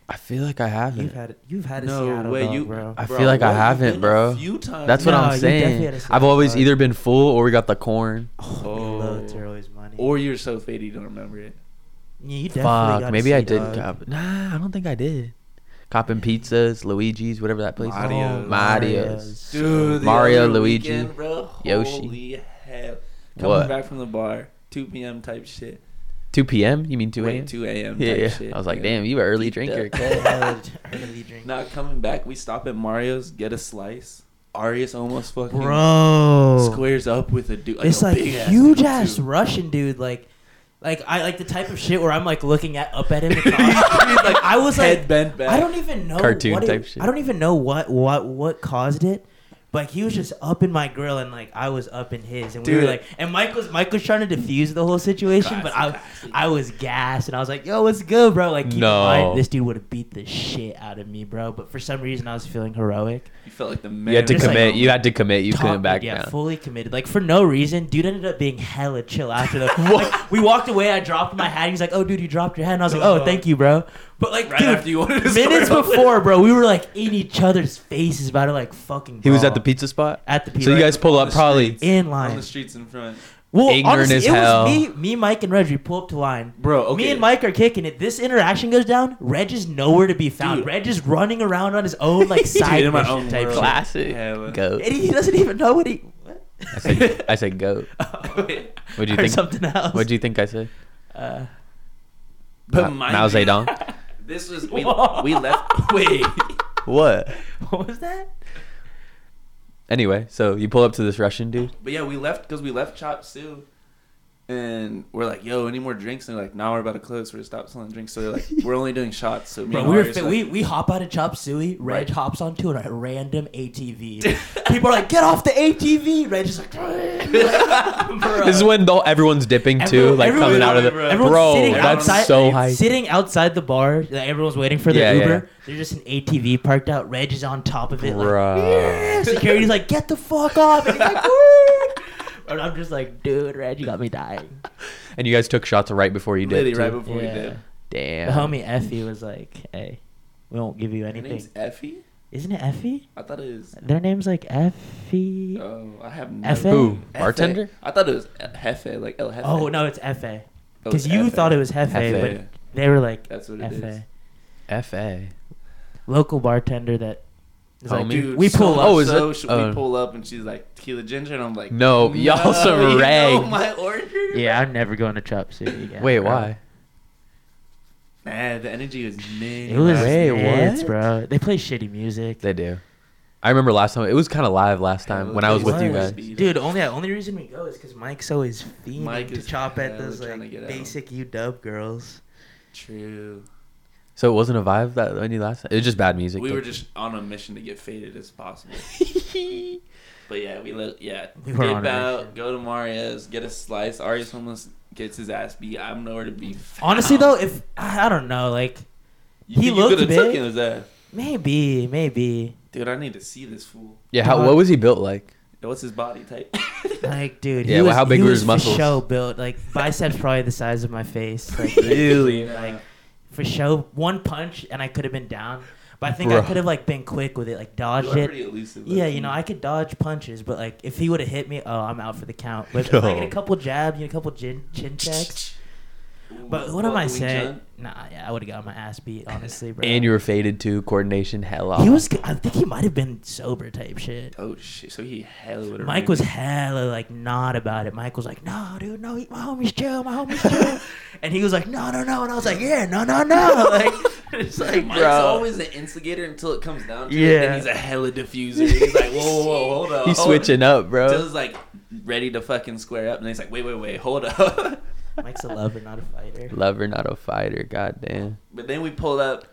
[SPEAKER 3] I feel like I haven't.
[SPEAKER 4] You've had it. You've had a
[SPEAKER 2] No
[SPEAKER 4] Seattle
[SPEAKER 2] way,
[SPEAKER 4] dog,
[SPEAKER 2] you-
[SPEAKER 4] bro.
[SPEAKER 3] I feel like I
[SPEAKER 2] what? You've
[SPEAKER 3] haven't,
[SPEAKER 2] been a
[SPEAKER 3] bro.
[SPEAKER 2] few times.
[SPEAKER 3] That's what
[SPEAKER 4] No,
[SPEAKER 3] I'm
[SPEAKER 4] you definitely had
[SPEAKER 3] saying.
[SPEAKER 4] a
[SPEAKER 3] I've always
[SPEAKER 4] Seahawks.
[SPEAKER 3] either been full or we got the corn.
[SPEAKER 4] Oh,
[SPEAKER 2] Oh.
[SPEAKER 4] loads are always money.
[SPEAKER 2] Or you're so faded you don't remember it.
[SPEAKER 4] yeah, you definitely got
[SPEAKER 3] Fuck,
[SPEAKER 4] a
[SPEAKER 3] maybe I
[SPEAKER 4] sea
[SPEAKER 3] did.
[SPEAKER 4] dog.
[SPEAKER 3] Cop. Nah, I don't think I did. Copping pizzas, Luigi's, whatever that place is.
[SPEAKER 2] Mario's.
[SPEAKER 3] Mario's.
[SPEAKER 2] Dude, the
[SPEAKER 3] Mario,
[SPEAKER 2] other
[SPEAKER 3] Luigi,
[SPEAKER 2] weekend, bro,
[SPEAKER 3] Yoshi.
[SPEAKER 2] Holy hell. Coming
[SPEAKER 3] What?
[SPEAKER 2] back from the bar, 2 p.m. type shit.
[SPEAKER 3] 2 p.m. You mean 2
[SPEAKER 2] Wait,
[SPEAKER 3] a.m.?
[SPEAKER 2] 2 a.m.
[SPEAKER 3] Yeah,
[SPEAKER 2] type
[SPEAKER 3] yeah.
[SPEAKER 2] shit.
[SPEAKER 3] I was like,
[SPEAKER 2] Yeah.
[SPEAKER 3] damn, you an early drinker.
[SPEAKER 2] Geeked
[SPEAKER 3] kid.
[SPEAKER 2] up.
[SPEAKER 4] Early drink.
[SPEAKER 2] Not coming back. We stop at Mario's, get a slice. Arius almost fucking
[SPEAKER 4] bro.
[SPEAKER 2] squares up with a dude.
[SPEAKER 4] it's
[SPEAKER 2] a
[SPEAKER 4] like
[SPEAKER 2] big-ass
[SPEAKER 4] huge
[SPEAKER 2] dude,
[SPEAKER 4] ass
[SPEAKER 2] too.
[SPEAKER 4] Russian dude, like, like I like the type of shit where I'm like looking at up at him. and-
[SPEAKER 2] like,
[SPEAKER 4] I was
[SPEAKER 2] head
[SPEAKER 4] like,
[SPEAKER 2] bent back.
[SPEAKER 4] I don't even know
[SPEAKER 3] Cartoon
[SPEAKER 4] what it-
[SPEAKER 3] type shit.
[SPEAKER 4] I don't even know what what what caused it. But he was just up in my grill and like I was up in his and we were
[SPEAKER 2] Dude.
[SPEAKER 4] like and Mike was Mike was trying to defuse the whole situation but I
[SPEAKER 2] Classy, classy.
[SPEAKER 4] I was gassed and I was like yo what's good bro like keep in
[SPEAKER 3] No.
[SPEAKER 4] mind, this dude would have beat the shit out of me bro but for some reason I was feeling heroic
[SPEAKER 2] You felt like the man.
[SPEAKER 3] You had to
[SPEAKER 4] Just like-
[SPEAKER 3] commit. you had to commit. You couldn't
[SPEAKER 4] Talk-
[SPEAKER 3] back
[SPEAKER 4] yeah,
[SPEAKER 3] down.
[SPEAKER 4] fully committed. Like for no reason, dude ended up being hella chill after the. like, we walked away. I dropped my hat. He was like, "Oh, dude, you dropped your hat," and I was like,
[SPEAKER 3] Uh-huh.
[SPEAKER 4] "Oh, thank you, bro." But like,
[SPEAKER 2] Right
[SPEAKER 4] dude,
[SPEAKER 2] after you wanted to start
[SPEAKER 4] minutes
[SPEAKER 2] off with-
[SPEAKER 4] before, bro, we were like in each other's faces about to like fucking.
[SPEAKER 3] he was
[SPEAKER 4] brawl.
[SPEAKER 3] at the pizza spot.
[SPEAKER 4] At the
[SPEAKER 3] So
[SPEAKER 4] pizza.
[SPEAKER 3] you guys pull
[SPEAKER 2] On
[SPEAKER 3] up
[SPEAKER 2] the
[SPEAKER 3] probably.
[SPEAKER 2] streets.
[SPEAKER 4] in
[SPEAKER 2] on the
[SPEAKER 4] line.
[SPEAKER 2] streets in front.
[SPEAKER 4] Well,
[SPEAKER 3] Ignorant
[SPEAKER 4] honestly,
[SPEAKER 3] as
[SPEAKER 4] it
[SPEAKER 3] hell.
[SPEAKER 4] was me, me, Mike, and Reg. We pull up to line.
[SPEAKER 2] Bro, okay.
[SPEAKER 4] Me and Mike are kicking it. This interaction goes down. Reg is nowhere to be found.
[SPEAKER 2] Dude.
[SPEAKER 4] Reg is running around on his own, like side
[SPEAKER 2] in my
[SPEAKER 4] mission
[SPEAKER 2] own
[SPEAKER 4] type
[SPEAKER 2] world.
[SPEAKER 4] shit.
[SPEAKER 3] Classic.
[SPEAKER 2] Hell.
[SPEAKER 3] Goat.
[SPEAKER 4] And he doesn't even know what he. What?
[SPEAKER 3] I said, I said goat. What'd you
[SPEAKER 4] or
[SPEAKER 3] think?
[SPEAKER 4] Something else.
[SPEAKER 3] What'd you think I said?
[SPEAKER 4] Uh,
[SPEAKER 3] Ma-
[SPEAKER 2] mind
[SPEAKER 3] Mao
[SPEAKER 2] you,
[SPEAKER 3] Zedong?
[SPEAKER 2] This was we, we left. Wait.
[SPEAKER 3] What?
[SPEAKER 4] what was that?
[SPEAKER 3] Anyway, so you pull up to this Russian dude.
[SPEAKER 2] But yeah, we left because we left Chop Sue, and we're like, "Yo, any more drinks?" And they're like, "Now we're about to close. We're gonna stop selling drinks." So they're like, "We're only doing shots." So me
[SPEAKER 4] Bro,
[SPEAKER 2] and
[SPEAKER 4] we, were
[SPEAKER 2] Arius
[SPEAKER 4] fit,
[SPEAKER 2] like,
[SPEAKER 4] we we hop out of Chop Suey. Reg
[SPEAKER 2] Right.
[SPEAKER 4] hops onto a random ATV. People are like, "Get off the ATV!" Reg is like, Bro.
[SPEAKER 3] This is when the, everyone's dipping too,
[SPEAKER 4] Everyone-
[SPEAKER 3] like
[SPEAKER 4] everyone-
[SPEAKER 3] coming out of the.
[SPEAKER 2] everyone's
[SPEAKER 3] Bro,
[SPEAKER 4] sitting
[SPEAKER 3] that's
[SPEAKER 4] outside-
[SPEAKER 3] so high.
[SPEAKER 4] Sitting outside the bar, like, everyone's waiting for their
[SPEAKER 3] Yeah, yeah.
[SPEAKER 4] Uber. There's just an ATV parked out. Reg is on top of it. Like,
[SPEAKER 3] Bro.
[SPEAKER 4] security's like, "Get the fuck off!" And he's like, "Woo!" And I'm just like, "Dude, Reg, you got me dying."
[SPEAKER 3] And you guys took shots right before you did.
[SPEAKER 2] literally
[SPEAKER 3] too.
[SPEAKER 2] right before
[SPEAKER 4] Yeah.
[SPEAKER 2] we did.
[SPEAKER 3] Damn.
[SPEAKER 4] The homie Effie was like, "Hey, we won't give you
[SPEAKER 2] Her
[SPEAKER 4] anything."
[SPEAKER 2] name's Effie.
[SPEAKER 4] Isn't it Effie?
[SPEAKER 2] I thought it was.
[SPEAKER 4] Their name's like Effie.
[SPEAKER 2] Oh, I have no.
[SPEAKER 4] Effe?
[SPEAKER 3] Who?
[SPEAKER 2] Effe.
[SPEAKER 3] Bartender?
[SPEAKER 2] I thought it was Hefe, like El Hefe.
[SPEAKER 4] Oh no, it's Fa.
[SPEAKER 2] Oh,
[SPEAKER 4] Because
[SPEAKER 2] it's
[SPEAKER 4] you
[SPEAKER 2] Effe.
[SPEAKER 4] thought it was Hefe,
[SPEAKER 3] Hefe.
[SPEAKER 4] but they were like
[SPEAKER 2] That's what it is.
[SPEAKER 4] Fa.
[SPEAKER 3] Fa.
[SPEAKER 4] Local bartender that is like,
[SPEAKER 3] Homie.
[SPEAKER 4] dude, we pull
[SPEAKER 2] so,
[SPEAKER 4] up.
[SPEAKER 3] Oh, is
[SPEAKER 2] so
[SPEAKER 3] it?
[SPEAKER 2] sh-
[SPEAKER 3] Oh.
[SPEAKER 2] We pull up and she's like tequila ginger, and I'm like,
[SPEAKER 3] No, y'all some
[SPEAKER 2] you
[SPEAKER 3] rags.
[SPEAKER 2] know my order.
[SPEAKER 4] Yeah, I'm never going to Chop Suey again.
[SPEAKER 3] Wait,
[SPEAKER 4] bro.
[SPEAKER 3] why?
[SPEAKER 2] Nah, the energy was mean.
[SPEAKER 4] It was
[SPEAKER 3] Wait,
[SPEAKER 4] nuts,
[SPEAKER 3] what?
[SPEAKER 4] bro. They play shitty music.
[SPEAKER 3] They do. I remember last time. It was kind of live last time when I was with you guys.
[SPEAKER 4] Dude, only the only reason we go is because Mike's always fiending
[SPEAKER 2] Mike
[SPEAKER 4] to
[SPEAKER 2] is
[SPEAKER 4] chop at
[SPEAKER 2] hella
[SPEAKER 4] those
[SPEAKER 2] trying
[SPEAKER 4] like
[SPEAKER 2] to get out.
[SPEAKER 4] basic UW girls.
[SPEAKER 2] True.
[SPEAKER 3] So it wasn't a vibe that any last time. It was just bad music.
[SPEAKER 2] We
[SPEAKER 3] though.
[SPEAKER 2] were just on a mission to get faded as possible. but yeah, we let yeah
[SPEAKER 4] We were on
[SPEAKER 2] dip
[SPEAKER 4] a
[SPEAKER 2] out,
[SPEAKER 4] mission.
[SPEAKER 2] go to Mario's, get a slice. Arius almost gets his ass beat. I'm nowhere to be. Found.
[SPEAKER 4] Honestly, though, if I I don't know, like he
[SPEAKER 2] You think you
[SPEAKER 4] looked
[SPEAKER 2] coulda
[SPEAKER 4] big.
[SPEAKER 2] taken his ass.
[SPEAKER 4] maybe, maybe,
[SPEAKER 2] Dude, I need to see this fool.
[SPEAKER 3] yeah. How, what was he built like?
[SPEAKER 2] What's his body type?
[SPEAKER 4] like, dude,
[SPEAKER 3] Yeah,
[SPEAKER 4] he
[SPEAKER 3] well,
[SPEAKER 4] was,
[SPEAKER 3] how big
[SPEAKER 4] he
[SPEAKER 3] were
[SPEAKER 4] was
[SPEAKER 3] his
[SPEAKER 4] for
[SPEAKER 3] muscles?
[SPEAKER 4] Show built like biceps, probably the size of my face. Like,
[SPEAKER 2] Really?
[SPEAKER 4] like for show, one punch and I could have been down, but I think I
[SPEAKER 3] Bro.
[SPEAKER 4] could have like been quick with it, like
[SPEAKER 2] You
[SPEAKER 4] dodged
[SPEAKER 2] are
[SPEAKER 4] it.
[SPEAKER 2] pretty elusive.
[SPEAKER 4] Yeah,
[SPEAKER 2] low-key.
[SPEAKER 4] you know, I could dodge punches, but like if he would have hit me, oh, I'm out for the count. But if I
[SPEAKER 3] No.
[SPEAKER 4] get a couple jabs, you know, a couple chin chin checks.
[SPEAKER 2] Ooh,
[SPEAKER 4] But what am I
[SPEAKER 2] Wing
[SPEAKER 4] saying?
[SPEAKER 2] Chun?
[SPEAKER 4] Nah, yeah, I would have got my ass beat, honestly, bro.
[SPEAKER 3] And you were faded too. Coordination hell off.
[SPEAKER 4] he was. I think he might have been sober type shit.
[SPEAKER 2] Oh shit! So he hell would.
[SPEAKER 4] Mike was hella like not about it. Mike was like, "No, dude, no, he, my homie's chill, my homie's chill," and he was like, "No, no, no," and I was like, "Yeah, no, no, no." Like, it's like,
[SPEAKER 2] Mike's
[SPEAKER 4] bro,
[SPEAKER 2] always an instigator until it comes down to it.
[SPEAKER 4] Yeah.
[SPEAKER 2] Then he's a hella diffuser. He's like, whoa, whoa, whoa, hold up.
[SPEAKER 3] He's
[SPEAKER 2] hold up.
[SPEAKER 3] switching up, bro.
[SPEAKER 2] Dylan's like ready to fucking square up, and he's like, wait, wait, wait, hold up.
[SPEAKER 4] Mike's a lover, not a fighter.
[SPEAKER 3] Lover, not a fighter. Goddamn,
[SPEAKER 2] but then we pull up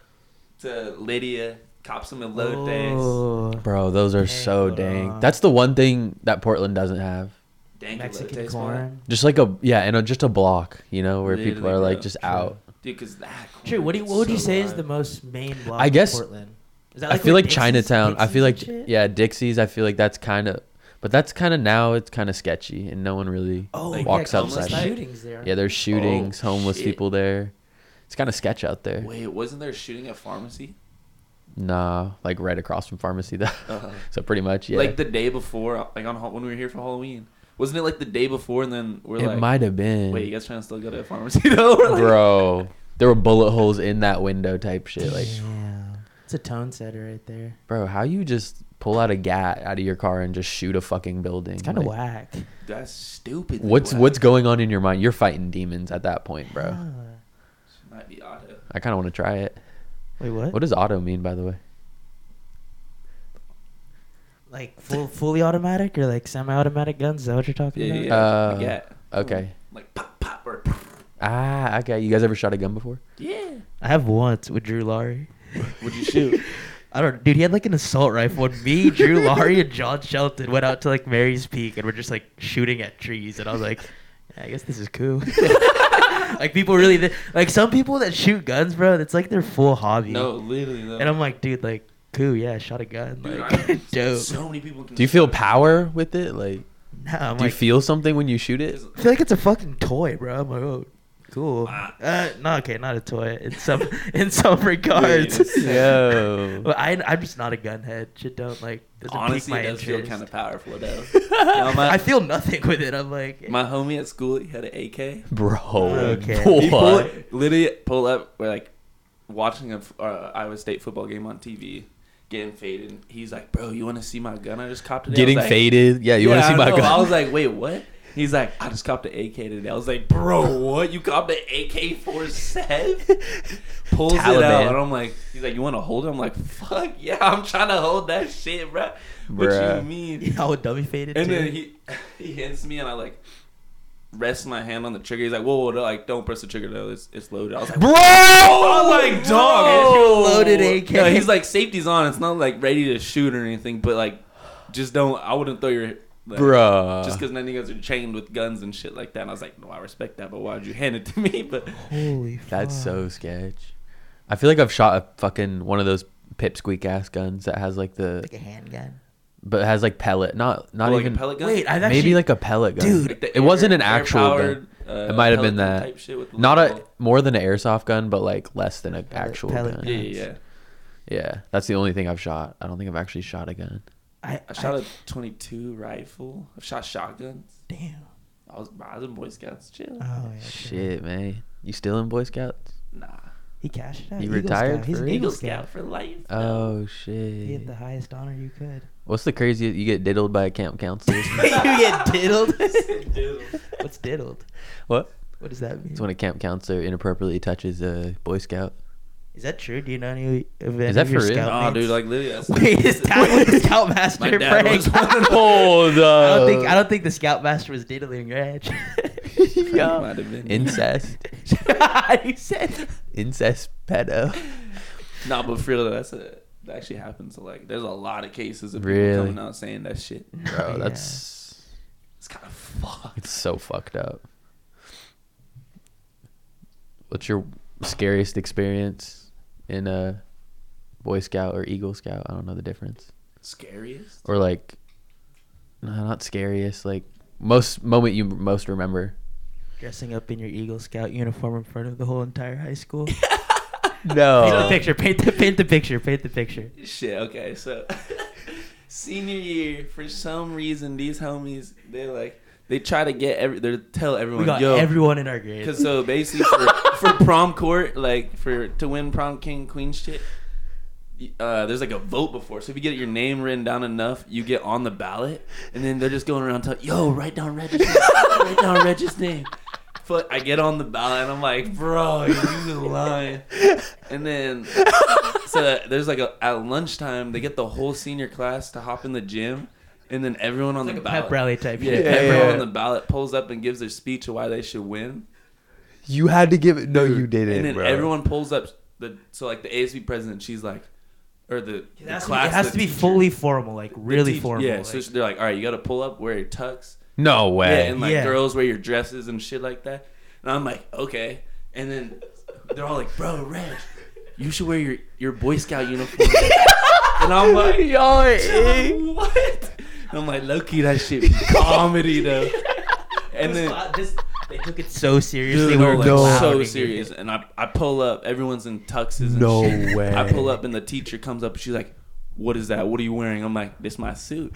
[SPEAKER 2] to Lydia, cop some elotes,
[SPEAKER 4] Oh,
[SPEAKER 3] bro. Those are so
[SPEAKER 4] Dang,
[SPEAKER 3] dang.
[SPEAKER 4] bro.
[SPEAKER 3] That's the one thing that Portland doesn't have.
[SPEAKER 2] dank
[SPEAKER 4] Mexican
[SPEAKER 2] elotes,
[SPEAKER 4] corn.
[SPEAKER 3] Just like a yeah, and a, just a block, you know, where people
[SPEAKER 2] Literally,
[SPEAKER 3] are like
[SPEAKER 2] bro.
[SPEAKER 3] just
[SPEAKER 4] True.
[SPEAKER 3] out.
[SPEAKER 2] dude. Because that. corn
[SPEAKER 4] True. What do you,
[SPEAKER 2] is
[SPEAKER 4] what would you
[SPEAKER 2] so
[SPEAKER 4] say is
[SPEAKER 2] live.
[SPEAKER 4] the most main block?
[SPEAKER 3] I
[SPEAKER 4] in
[SPEAKER 3] guess-
[SPEAKER 4] Portland. Is that
[SPEAKER 3] I feel
[SPEAKER 4] where
[SPEAKER 3] like
[SPEAKER 4] Dixie's-
[SPEAKER 3] Chinatown. I
[SPEAKER 4] Dixie's
[SPEAKER 3] feel
[SPEAKER 4] and
[SPEAKER 3] like
[SPEAKER 4] shit?
[SPEAKER 3] yeah, Dixie's. I feel like that's kind of But that's kind of now it's kind of sketchy and no one really
[SPEAKER 4] Oh,
[SPEAKER 2] Like,
[SPEAKER 3] walks
[SPEAKER 2] yeah,
[SPEAKER 3] outside.
[SPEAKER 2] homeless
[SPEAKER 3] Yeah,
[SPEAKER 2] night?
[SPEAKER 4] shootings there.
[SPEAKER 3] there's shootings,
[SPEAKER 2] Oh,
[SPEAKER 3] homeless
[SPEAKER 2] shit.
[SPEAKER 3] people there. It's kind of sketch out there.
[SPEAKER 2] Wait, wasn't there a shooting at pharmacy?
[SPEAKER 3] Nah, like right across from pharmacy though.
[SPEAKER 2] Uh-huh.
[SPEAKER 3] so pretty much, yeah.
[SPEAKER 2] Like the day before, like on Hall- when we were here for Halloween, wasn't it like the day before? And then we're
[SPEAKER 3] it
[SPEAKER 2] like,
[SPEAKER 3] might have been.
[SPEAKER 2] wait, you guys trying to still go to a pharmacy though? We're like-
[SPEAKER 3] bro. There were bullet holes in that window type shit. Like,
[SPEAKER 4] Damn. it's a tone setter right there.
[SPEAKER 3] bro, how you just pull out a gat out of your car and just shoot a fucking building?
[SPEAKER 4] It's kind of
[SPEAKER 3] Like,
[SPEAKER 4] whack,
[SPEAKER 2] that's stupid.
[SPEAKER 3] What's
[SPEAKER 2] Wow.
[SPEAKER 3] what's going on in your mind? You're fighting demons at that point, bro.
[SPEAKER 4] Yeah.
[SPEAKER 2] Might be auto.
[SPEAKER 3] I kind of want to try it.
[SPEAKER 4] Wait, what?
[SPEAKER 3] What does auto mean, by the way?
[SPEAKER 4] Like full, fully automatic or like semi-automatic guns? Is that what you're talking
[SPEAKER 2] Yeah,
[SPEAKER 4] about?
[SPEAKER 2] yeah.
[SPEAKER 3] Uh,
[SPEAKER 2] like, yeah.
[SPEAKER 3] Okay.
[SPEAKER 2] Like pop, pop, or
[SPEAKER 3] Ah, okay. You guys ever shot a gun before?
[SPEAKER 2] yeah.
[SPEAKER 4] I have once with Drew Laurie.
[SPEAKER 2] Would you shoot?
[SPEAKER 4] I don't, dude. He had like an assault rifle. And me, Drew Laurie, and John Shelton went out to like Mary's Peak, and we're just like shooting at trees. And I was like, yeah, I guess this is cool. like people really, thi- like some people that shoot guns, bro. That's like their full hobby.
[SPEAKER 2] no, literally though.
[SPEAKER 4] And I'm like, dude, like, cool, yeah, I shot a gun,
[SPEAKER 2] Dude, I-
[SPEAKER 4] like, dope.
[SPEAKER 2] So many people. Can
[SPEAKER 3] Do you feel power with it? Like,
[SPEAKER 4] Nah, I'm
[SPEAKER 3] do you
[SPEAKER 4] like,
[SPEAKER 3] feel something when you shoot it?
[SPEAKER 4] I feel like it's a fucking toy, bro. I'm like, oh, cool.
[SPEAKER 2] Ah.
[SPEAKER 4] Uh, no, okay, not a toy. In some, in some regards.
[SPEAKER 2] Wait a second.
[SPEAKER 3] Yo.
[SPEAKER 4] Well, I, I'm just not a gunhead. Shit, don't like. Doesn't
[SPEAKER 2] Honestly,
[SPEAKER 4] pique
[SPEAKER 2] it
[SPEAKER 4] my
[SPEAKER 2] does feel
[SPEAKER 4] interest.
[SPEAKER 2] kind of powerful though. No, my-
[SPEAKER 4] I feel nothing with it. I'm like,
[SPEAKER 2] My homie at school, he had an AK.
[SPEAKER 3] Bro.
[SPEAKER 4] Okay.
[SPEAKER 3] What?
[SPEAKER 2] He pull, literally pull up. We're like watching a f- uh, Iowa State football game on TV, getting faded. And he's like, "Bro, you want to see my gun? I just copped it."
[SPEAKER 3] Getting
[SPEAKER 2] I was like,
[SPEAKER 3] faded. Yeah, you
[SPEAKER 2] "Yeah,
[SPEAKER 3] want to
[SPEAKER 2] I
[SPEAKER 3] see my
[SPEAKER 2] know."
[SPEAKER 3] gun?
[SPEAKER 2] I was like, "Wait, what?" He's like, "I just copped an AK today." I was like, "Bro, what? You copped an AK four seven? Pulls it
[SPEAKER 3] Taliban.
[SPEAKER 2] out, and I'm like, "He's like, you want to hold it?" I'm like, "Fuck yeah, I'm trying to hold that shit, bro." What you
[SPEAKER 3] Bruh.
[SPEAKER 2] mean?
[SPEAKER 4] yeah, all dummy faded.
[SPEAKER 2] And
[SPEAKER 4] too.
[SPEAKER 2] then he he hits me, and I like rest my hand on the trigger. He's like, "Whoa, whoa, no, like don't press the trigger though. It's it's loaded." I was like,
[SPEAKER 3] Bro!
[SPEAKER 2] "I was like, dog,
[SPEAKER 4] Bro!
[SPEAKER 2] it's
[SPEAKER 4] Loaded AK.
[SPEAKER 2] No, he's like, "Safety's on. It's not like ready to shoot or anything, but like, just don't. I wouldn't throw your." Like,
[SPEAKER 3] Bruh.
[SPEAKER 2] Just because none of you guys are chained with guns and shit like that, and I was like, "No, I respect that, but why'd you hand it to me?" But
[SPEAKER 4] holy. Fuck.
[SPEAKER 3] That's so sketch. I feel like I've shot a fucking one of those pipsqueak ass guns that has like the
[SPEAKER 4] like a handgun.
[SPEAKER 3] but has like pellet. Not not
[SPEAKER 2] Or, Oh, like
[SPEAKER 3] even
[SPEAKER 2] a pellet gun,
[SPEAKER 4] Wait, I've actually
[SPEAKER 3] maybe like a pellet gun.
[SPEAKER 4] Dude.
[SPEAKER 2] Like the
[SPEAKER 3] it wasn't
[SPEAKER 2] air-
[SPEAKER 3] an actual gun.
[SPEAKER 2] air-powered, uh,
[SPEAKER 3] It might have been
[SPEAKER 2] pellet gun
[SPEAKER 3] that.
[SPEAKER 2] type shit with the
[SPEAKER 3] Not
[SPEAKER 2] little-
[SPEAKER 3] a more than an airsoft gun, but like less than an actual
[SPEAKER 4] pellet
[SPEAKER 3] gun.
[SPEAKER 2] yeah,
[SPEAKER 4] gun.
[SPEAKER 2] yeah. yeah.
[SPEAKER 3] Yeah, that's the only thing I've shot. I don't think I've actually shot a gun.
[SPEAKER 4] I,
[SPEAKER 2] I shot a 22 rifle. I shot shotguns.
[SPEAKER 4] Damn.
[SPEAKER 2] I was, I was in Boy Scouts. Chill.
[SPEAKER 4] Oh yeah. okay.
[SPEAKER 3] Shit, man, you still in Boy Scouts?
[SPEAKER 2] Nah.
[SPEAKER 4] He cashed it out.
[SPEAKER 3] You
[SPEAKER 4] Eagle
[SPEAKER 3] retired
[SPEAKER 4] Scout. He's
[SPEAKER 3] for
[SPEAKER 4] an
[SPEAKER 3] real?
[SPEAKER 4] Eagle
[SPEAKER 2] Eagle
[SPEAKER 4] Scout.
[SPEAKER 2] Scout for life.
[SPEAKER 3] Oh
[SPEAKER 4] You get
[SPEAKER 3] shit!
[SPEAKER 4] the highest honor you could.
[SPEAKER 3] What's the craziest? You get diddled by a camp counselor?
[SPEAKER 4] you get diddled.
[SPEAKER 2] Diddled.
[SPEAKER 4] What's diddled?
[SPEAKER 3] what?
[SPEAKER 4] What does that mean?
[SPEAKER 3] It's when a camp counselor inappropriately touches a Boy Scout.
[SPEAKER 4] Is that true? Do you know any of any
[SPEAKER 3] that
[SPEAKER 4] of your
[SPEAKER 3] for real?
[SPEAKER 4] scout
[SPEAKER 2] Oh,
[SPEAKER 4] mates?
[SPEAKER 2] dude, like literally. That's
[SPEAKER 4] Wait, his dad was the scoutmaster.
[SPEAKER 2] My dad
[SPEAKER 4] Frank.
[SPEAKER 2] was one of
[SPEAKER 4] I
[SPEAKER 3] Hold up.
[SPEAKER 4] don't think
[SPEAKER 2] Uh,
[SPEAKER 4] I don't think the scoutmaster was diddling Reg.
[SPEAKER 3] Yeah.
[SPEAKER 2] might have been.
[SPEAKER 3] Incest.
[SPEAKER 4] you said
[SPEAKER 3] Incest pedo.
[SPEAKER 2] Nah, but for real, though, that's a, that actually happens. To, like, there's a lot of cases of
[SPEAKER 3] Really?
[SPEAKER 2] people coming out saying that shit.
[SPEAKER 3] Bro,
[SPEAKER 4] Yeah.
[SPEAKER 3] that's
[SPEAKER 2] It's kind of fucked.
[SPEAKER 3] it's so fucked up. What's your scariest experience in a Boy Scout or Eagle Scout? I don't know the difference.
[SPEAKER 2] Scariest?
[SPEAKER 3] Or like no, not scariest, like most moment you most remember.
[SPEAKER 4] dressing up in your Eagle Scout uniform in front of the whole entire high school. paint the
[SPEAKER 2] Uh,
[SPEAKER 3] No.
[SPEAKER 4] picture. Paint the paint the picture. Paint the picture.
[SPEAKER 2] Shit, okay, so senior year, for some reason, these homies, they like, they try to get every, they tell everyone,
[SPEAKER 4] We got
[SPEAKER 2] yo,
[SPEAKER 4] everyone in our grade.
[SPEAKER 2] Cause so basically for, for prom court, like for to win prom king queen shit, y- uh, there's like a vote before. So if you get your name written down enough, you get on the ballot, and then they're just going around telling, "Yo, write down Reg's, name. write down Reg's name." But I get on the ballot, and I'm like, "Bro, you lying." And then so there's like a at lunchtime they get the whole senior class to hop in the gym, and then everyone on
[SPEAKER 4] like
[SPEAKER 2] the
[SPEAKER 4] a
[SPEAKER 2] ballot.
[SPEAKER 4] pep rally type.
[SPEAKER 2] Yeah,
[SPEAKER 4] shit.
[SPEAKER 2] everyone
[SPEAKER 3] yeah.
[SPEAKER 2] on the ballot pulls up and gives their speech of why they should win.
[SPEAKER 3] You had to give it no you
[SPEAKER 2] And then everyone pulls up the so like the ASB president, she's like, or the,
[SPEAKER 4] It
[SPEAKER 2] the
[SPEAKER 4] has, to be,
[SPEAKER 2] class,
[SPEAKER 4] it has
[SPEAKER 2] the
[SPEAKER 4] to be
[SPEAKER 2] teacher,
[SPEAKER 4] fully formal, like
[SPEAKER 2] the
[SPEAKER 4] really
[SPEAKER 2] teach-
[SPEAKER 4] formal.
[SPEAKER 2] Yeah,
[SPEAKER 4] like,
[SPEAKER 2] so they're like, all right, you got to pull up, wear your tux,
[SPEAKER 3] No way.
[SPEAKER 2] yeah, and like
[SPEAKER 4] Yeah.
[SPEAKER 2] girls wear your dresses and shit like that. And I'm like, okay. And then they're all like, bro, Reg, you should wear your your Boy Scout uniform. and I'm like,
[SPEAKER 3] Y'all are
[SPEAKER 2] what? I'm like, low key, that shit be comedy though. And
[SPEAKER 4] It was
[SPEAKER 2] then-
[SPEAKER 4] lo- just they took it so seriously.
[SPEAKER 2] Dude,
[SPEAKER 4] we
[SPEAKER 2] we're
[SPEAKER 4] were
[SPEAKER 2] like
[SPEAKER 3] no.
[SPEAKER 2] so
[SPEAKER 4] clowning
[SPEAKER 2] serious.
[SPEAKER 4] it.
[SPEAKER 2] And I, I pull up, everyone's in tuxes. And
[SPEAKER 3] No
[SPEAKER 2] shit.
[SPEAKER 3] way.
[SPEAKER 2] I pull up, and the teacher comes up, and she's like, "What is that? What are you wearing?" I'm like, "This my suit."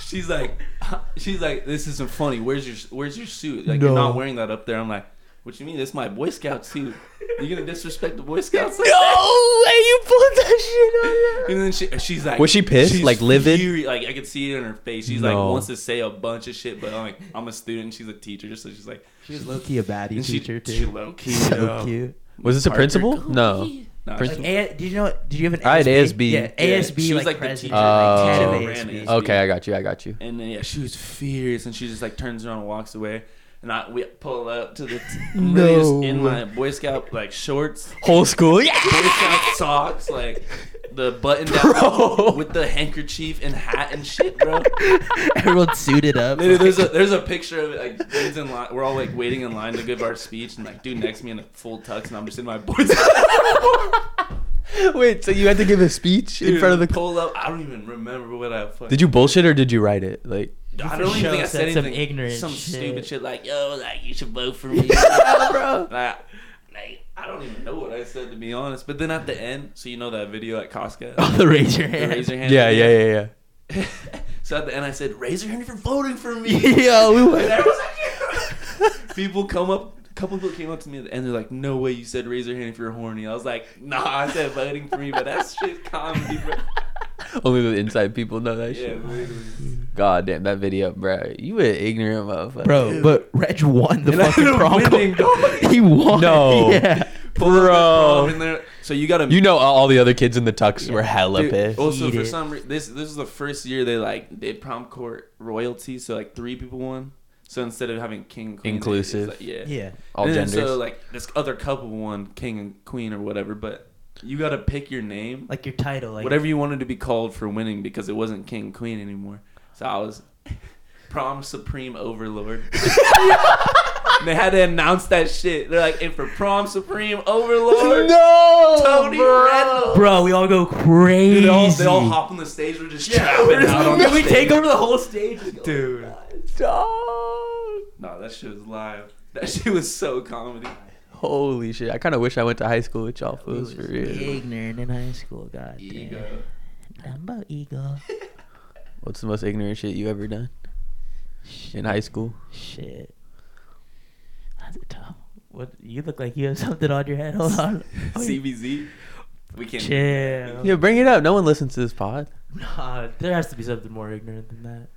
[SPEAKER 2] she's like, "She's like, this isn't funny. Where's your Where's your suit? Like, you're
[SPEAKER 3] No.
[SPEAKER 2] not wearing that up there." I'm like, "What you mean? This my Boy Scout suit? You gonna disrespect the Boy Scouts?" Like that?"
[SPEAKER 3] way you pulled that
[SPEAKER 2] And then she, she's like,
[SPEAKER 3] Was she pissed?
[SPEAKER 2] she's
[SPEAKER 3] Like, livid?
[SPEAKER 2] furi- Like I could see it in her face. She's
[SPEAKER 3] No.
[SPEAKER 2] like wants to say a bunch of shit, but I'm like, I'm a student. She's a teacher, so she's like,
[SPEAKER 4] She was low key a baddie
[SPEAKER 2] and she,
[SPEAKER 4] teacher too.
[SPEAKER 2] she low key.
[SPEAKER 4] so cute.
[SPEAKER 3] Was this a
[SPEAKER 2] Parker,
[SPEAKER 3] principal?
[SPEAKER 2] go
[SPEAKER 3] No.
[SPEAKER 2] away. Nah,
[SPEAKER 3] Principal.
[SPEAKER 4] Like, a, did you know? Did you have an? ASB?
[SPEAKER 3] I had ASB.
[SPEAKER 4] Yeah,
[SPEAKER 2] Yeah,
[SPEAKER 4] ASB.
[SPEAKER 2] she was
[SPEAKER 4] like,
[SPEAKER 2] like the
[SPEAKER 4] president,
[SPEAKER 2] teacher,
[SPEAKER 4] like, head
[SPEAKER 3] Oh.
[SPEAKER 4] of
[SPEAKER 2] Ran
[SPEAKER 4] ASB.
[SPEAKER 2] it.
[SPEAKER 3] Okay, I got you. I got you.
[SPEAKER 2] And then yeah, she was fierce, and she just like turns around and walks away. And I we pull up to the t- I'm really just
[SPEAKER 3] No.
[SPEAKER 2] in my Boy Scout like shorts,
[SPEAKER 3] Whole school, yeah.
[SPEAKER 2] Boy Scout socks, like the button
[SPEAKER 3] Bro.
[SPEAKER 2] down with the handkerchief and hat and shit, bro.
[SPEAKER 4] Everyone suited up.
[SPEAKER 2] Dude, there's a there's a picture of it, like dudes in line. We're all like waiting in line to give our speech, and like dude next to me in a full tux, and I'm just in my Boy Scout.
[SPEAKER 3] Wait, so you had to give a speech in
[SPEAKER 2] Dude,
[SPEAKER 3] front of the.
[SPEAKER 2] pull up. I don't even remember what I fucking.
[SPEAKER 3] Did you bullshit or did you write it? Like,
[SPEAKER 2] I
[SPEAKER 4] for
[SPEAKER 2] don't even
[SPEAKER 4] sure
[SPEAKER 2] think I
[SPEAKER 4] said
[SPEAKER 2] said
[SPEAKER 4] some
[SPEAKER 2] anything.
[SPEAKER 4] ignorant
[SPEAKER 2] some
[SPEAKER 4] shit.
[SPEAKER 2] stupid shit like, yo, like you should vote for me.
[SPEAKER 3] bro.
[SPEAKER 2] like, like, I don't even know what I said to be honest. But then at the end, so you know that video at Costco,
[SPEAKER 4] the raise your
[SPEAKER 2] the
[SPEAKER 4] hand.
[SPEAKER 2] raise your hand.
[SPEAKER 3] Yeah, yeah, yeah, yeah.
[SPEAKER 2] yeah. so at the end, I said, raise your hand for voting for me.
[SPEAKER 4] yeah, we
[SPEAKER 2] And
[SPEAKER 4] went.
[SPEAKER 2] everyone's like, people come up. A couple people came up to me at the end. They're like, "No way, you said raise your hand if you're horny." I was like, "Nah, I said voting for me, but that's just comedy, bro."
[SPEAKER 3] Only the inside people know that
[SPEAKER 2] Yeah,
[SPEAKER 3] shit.
[SPEAKER 2] literally.
[SPEAKER 3] God damn, that video, bro. You an ignorant motherfucker.
[SPEAKER 4] Bro, but Reg won the
[SPEAKER 2] And I
[SPEAKER 4] fucking
[SPEAKER 2] ended up
[SPEAKER 4] prom.
[SPEAKER 2] winning, dog.
[SPEAKER 4] he won.
[SPEAKER 3] No.
[SPEAKER 4] Yeah.
[SPEAKER 2] Pull up the
[SPEAKER 3] Bro.
[SPEAKER 2] prom in there. So you got to
[SPEAKER 3] You know all all the other kids in the tux were hella
[SPEAKER 2] Dude,
[SPEAKER 3] pissed.
[SPEAKER 2] Also,
[SPEAKER 4] Heated.
[SPEAKER 2] for some reason, this this is the first year they like did prom court royalty, so like three people won. So instead of having king and queen, it- it's
[SPEAKER 3] Inclusive.
[SPEAKER 2] like- yeah,
[SPEAKER 4] Yeah.
[SPEAKER 3] all
[SPEAKER 2] And then
[SPEAKER 3] genders.
[SPEAKER 2] So like this other couple won king and queen or whatever, but you got to pick your name,
[SPEAKER 4] Like your title, like
[SPEAKER 2] whatever you wanted to be called for winning, because it wasn't king queen anymore. So I was prom supreme overlord. And they had to announce that shit. They're like, and for prom supreme overlord,
[SPEAKER 3] no,
[SPEAKER 2] Tony Reynolds.
[SPEAKER 4] Bro, we all go crazy.
[SPEAKER 2] They all, they all hop on the stage. We're just
[SPEAKER 4] We're
[SPEAKER 2] chapping
[SPEAKER 4] just-
[SPEAKER 2] out on the
[SPEAKER 4] we
[SPEAKER 2] stage.
[SPEAKER 4] take over the whole stage,
[SPEAKER 2] Dude.
[SPEAKER 3] Dog.
[SPEAKER 2] No, that shit was live. That shit was so comedy.
[SPEAKER 3] Holy shit! I kind of wish I went to high school with y'all
[SPEAKER 4] We
[SPEAKER 3] fools
[SPEAKER 4] was
[SPEAKER 3] for real.
[SPEAKER 4] Ignorant in high school, god damn.
[SPEAKER 2] Ego.
[SPEAKER 4] Number ego.
[SPEAKER 3] What's the most ignorant shit you ever done in high school?
[SPEAKER 4] Shit. That's a tough. What you look like you have something on your head. Hold on.
[SPEAKER 2] CBZ. We can't.
[SPEAKER 4] Chill.
[SPEAKER 3] Yeah, bring it up. No one listens to this pod.
[SPEAKER 4] Nah, there has to be something more ignorant than that.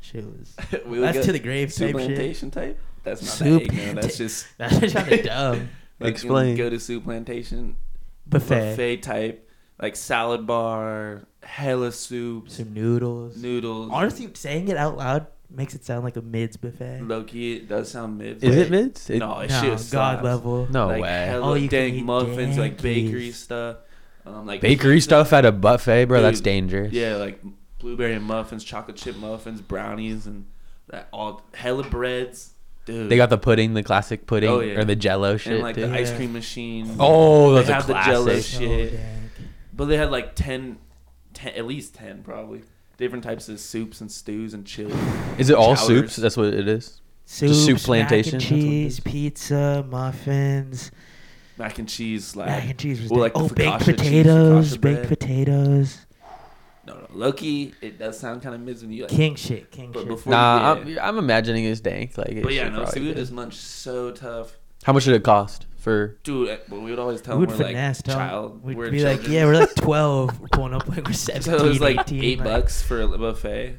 [SPEAKER 4] Shit was.
[SPEAKER 2] We would
[SPEAKER 4] that's
[SPEAKER 2] go
[SPEAKER 4] to the grave type shit.
[SPEAKER 2] Supplantation type? That's not
[SPEAKER 4] Soup-
[SPEAKER 2] that ignorant. That's just.
[SPEAKER 4] That's kind of dumb.
[SPEAKER 2] Like,
[SPEAKER 3] Explain.
[SPEAKER 2] Go to soup plantation.
[SPEAKER 4] Buffet.
[SPEAKER 2] Buffet type. Like salad bar, hella soups,
[SPEAKER 4] Some noodles.
[SPEAKER 2] noodles.
[SPEAKER 4] Honestly, saying it out loud makes it sound like a mids buffet.
[SPEAKER 2] low key, it does sound mid.
[SPEAKER 3] Is it
[SPEAKER 2] but-
[SPEAKER 3] mids? It-
[SPEAKER 2] No, it
[SPEAKER 4] No,
[SPEAKER 2] shit
[SPEAKER 4] god
[SPEAKER 2] slaps.
[SPEAKER 4] level.
[SPEAKER 3] No
[SPEAKER 2] like
[SPEAKER 3] way.
[SPEAKER 2] Hella
[SPEAKER 4] Oh, you can
[SPEAKER 2] dank
[SPEAKER 4] eat
[SPEAKER 2] muffins, like
[SPEAKER 4] dankies.
[SPEAKER 2] bakery stuff. Um, like
[SPEAKER 3] Bakery
[SPEAKER 2] pizza.
[SPEAKER 3] stuff at a buffet, bro. that's
[SPEAKER 2] Dude,
[SPEAKER 3] dangerous.
[SPEAKER 2] Yeah, like blueberry muffins, chocolate chip muffins, brownies, and that all hella breads, dude.
[SPEAKER 3] They got the pudding, the classic pudding,
[SPEAKER 2] Oh, yeah.
[SPEAKER 3] or the Jello shit.
[SPEAKER 2] and like the
[SPEAKER 3] dude.
[SPEAKER 4] dude.
[SPEAKER 2] ice
[SPEAKER 4] Yeah.
[SPEAKER 2] cream machine.
[SPEAKER 3] oh,
[SPEAKER 2] They
[SPEAKER 3] that's a
[SPEAKER 2] have the Jell-O
[SPEAKER 3] classic.
[SPEAKER 4] So
[SPEAKER 2] shit.
[SPEAKER 4] dank.
[SPEAKER 2] but they had like 10, 10 at least ten probably different types of soups and stews and chili.
[SPEAKER 3] Is it all
[SPEAKER 2] Chowders.
[SPEAKER 3] soups? That's what it is.
[SPEAKER 4] Soup,
[SPEAKER 3] soup
[SPEAKER 4] plantation,
[SPEAKER 3] plantation, that's what it
[SPEAKER 4] cheese,
[SPEAKER 3] is.
[SPEAKER 4] pizza, muffins,
[SPEAKER 2] Mac and cheese, slab.
[SPEAKER 4] mac and cheese. Was
[SPEAKER 2] Well,
[SPEAKER 4] dank.
[SPEAKER 2] like
[SPEAKER 4] oh,
[SPEAKER 2] the
[SPEAKER 4] baked
[SPEAKER 2] focaccia cheese,
[SPEAKER 4] potatoes,
[SPEAKER 2] focaccia
[SPEAKER 4] baked
[SPEAKER 2] bread.
[SPEAKER 4] potatoes,
[SPEAKER 2] No, no, Loki. It does sound kind of mids when you like.
[SPEAKER 4] king shit, king
[SPEAKER 2] But
[SPEAKER 4] shit.
[SPEAKER 2] before,
[SPEAKER 3] Nah,
[SPEAKER 2] yeah.
[SPEAKER 3] I'm, I'm imagining it's dank. Like,
[SPEAKER 2] but
[SPEAKER 3] it's
[SPEAKER 2] yeah, no, see, we
[SPEAKER 3] probably
[SPEAKER 2] would
[SPEAKER 3] good.
[SPEAKER 2] just munch so tough,
[SPEAKER 3] How much did it cost for?
[SPEAKER 2] dude. uh, But we would always tell
[SPEAKER 4] we would
[SPEAKER 2] them we're like
[SPEAKER 4] finesse, tell 'em.
[SPEAKER 2] child.
[SPEAKER 4] We'd
[SPEAKER 2] we're
[SPEAKER 4] be like,
[SPEAKER 2] children.
[SPEAKER 4] yeah, we're like twelve, we're pulling up like we're
[SPEAKER 2] So
[SPEAKER 4] seventeen,
[SPEAKER 2] it was like
[SPEAKER 4] 18,
[SPEAKER 2] eight
[SPEAKER 4] like-
[SPEAKER 2] bucks for a buffet.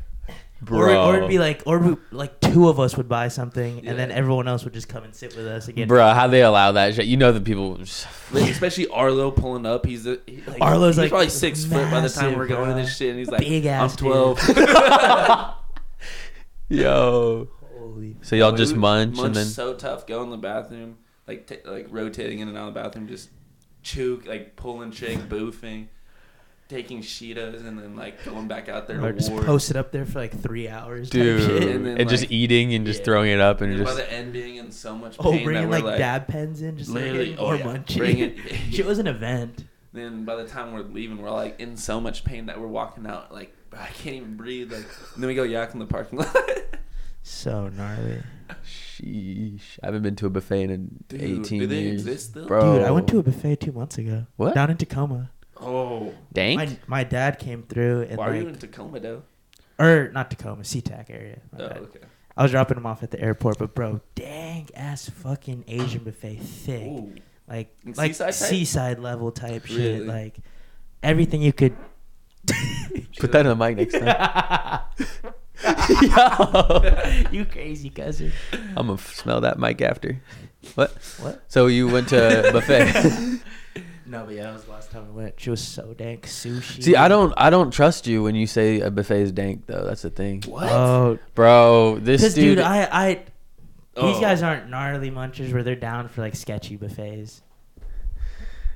[SPEAKER 4] Or,
[SPEAKER 3] Bro,
[SPEAKER 4] or it'd be like, or we, like two of us would buy something, and then
[SPEAKER 2] Yeah.
[SPEAKER 4] everyone else would just come and sit with us again.
[SPEAKER 3] bro, how they allow that shit? You know the people.
[SPEAKER 2] Like, especially Arlo pulling up. He's a, he, like,
[SPEAKER 4] Arlo's,
[SPEAKER 2] he's
[SPEAKER 4] like,
[SPEAKER 2] probably six foot by the time
[SPEAKER 4] massive,
[SPEAKER 2] we're going to
[SPEAKER 4] bro.
[SPEAKER 2] this shit, and he's like,
[SPEAKER 4] Big
[SPEAKER 2] I'm
[SPEAKER 4] ass dude.
[SPEAKER 2] twelve.
[SPEAKER 3] Yo,
[SPEAKER 4] Holy
[SPEAKER 3] so y'all just
[SPEAKER 2] We would
[SPEAKER 3] munch, and then
[SPEAKER 2] so tough. Go in the bathroom, like t- like rotating in and out of the bathroom, just chew, like pulling chick, boofing, taking Cheetos, and then like going back out there
[SPEAKER 4] Or
[SPEAKER 2] to
[SPEAKER 4] just
[SPEAKER 2] ward.
[SPEAKER 4] post it up there for like three hours. type
[SPEAKER 3] dude,
[SPEAKER 4] shit.
[SPEAKER 3] and,
[SPEAKER 2] And then,
[SPEAKER 3] just
[SPEAKER 2] like-
[SPEAKER 3] eating and just
[SPEAKER 2] Yeah.
[SPEAKER 3] throwing it up
[SPEAKER 2] and
[SPEAKER 3] and,
[SPEAKER 2] by
[SPEAKER 3] just
[SPEAKER 2] the end being in so much
[SPEAKER 4] Oh,
[SPEAKER 2] pain that
[SPEAKER 4] bringing
[SPEAKER 2] we're
[SPEAKER 4] like,
[SPEAKER 2] like.
[SPEAKER 4] dab pens in, just
[SPEAKER 2] Literally,
[SPEAKER 4] like,
[SPEAKER 2] oh,
[SPEAKER 4] or
[SPEAKER 2] yeah,
[SPEAKER 4] munching.
[SPEAKER 2] bring it.
[SPEAKER 4] Shit was an event.
[SPEAKER 2] Then by the time we're leaving, we're like in so much pain that we're walking out like, I can't even breathe. Like, and then we go yak in the parking lot.
[SPEAKER 4] So gnarly.
[SPEAKER 3] Sheesh. I haven't been to a buffet in
[SPEAKER 2] Dude,
[SPEAKER 3] 18
[SPEAKER 2] do they
[SPEAKER 3] years.
[SPEAKER 2] exist still?
[SPEAKER 3] Bro.
[SPEAKER 4] Dude, I went to a buffet two months ago.
[SPEAKER 3] What?
[SPEAKER 4] Down in Tacoma.
[SPEAKER 2] oh,
[SPEAKER 3] Dank?
[SPEAKER 4] My, my dad came through and
[SPEAKER 2] why are you
[SPEAKER 4] like-
[SPEAKER 2] in Tacoma though?
[SPEAKER 4] or not Tacoma, SeaTac area. my
[SPEAKER 2] Oh,
[SPEAKER 4] bad.
[SPEAKER 2] okay.
[SPEAKER 4] I was dropping him off at the airport, but bro, dang ass fucking Asian buffet, thick,
[SPEAKER 2] Ooh.
[SPEAKER 4] like
[SPEAKER 2] And
[SPEAKER 4] like
[SPEAKER 2] seaside
[SPEAKER 4] seaside,
[SPEAKER 2] type?
[SPEAKER 4] level type
[SPEAKER 2] Really?
[SPEAKER 4] shit, like everything you could.
[SPEAKER 3] Put that in the mic next time.
[SPEAKER 4] Yo, you crazy cousin.
[SPEAKER 3] I'm going to smell that mic after. What?
[SPEAKER 4] What?
[SPEAKER 3] So you went to a buffet.
[SPEAKER 4] No, but yeah, that was the last time I went. She was so dank sushi.
[SPEAKER 3] See, I don't I don't trust you when you say a buffet is dank though. That's the thing.
[SPEAKER 2] What?
[SPEAKER 4] Oh,
[SPEAKER 3] Bro, this
[SPEAKER 4] because
[SPEAKER 3] dude,
[SPEAKER 4] dude, I I
[SPEAKER 2] Oh.
[SPEAKER 4] these guys aren't gnarly munchers where they're down for like sketchy buffets.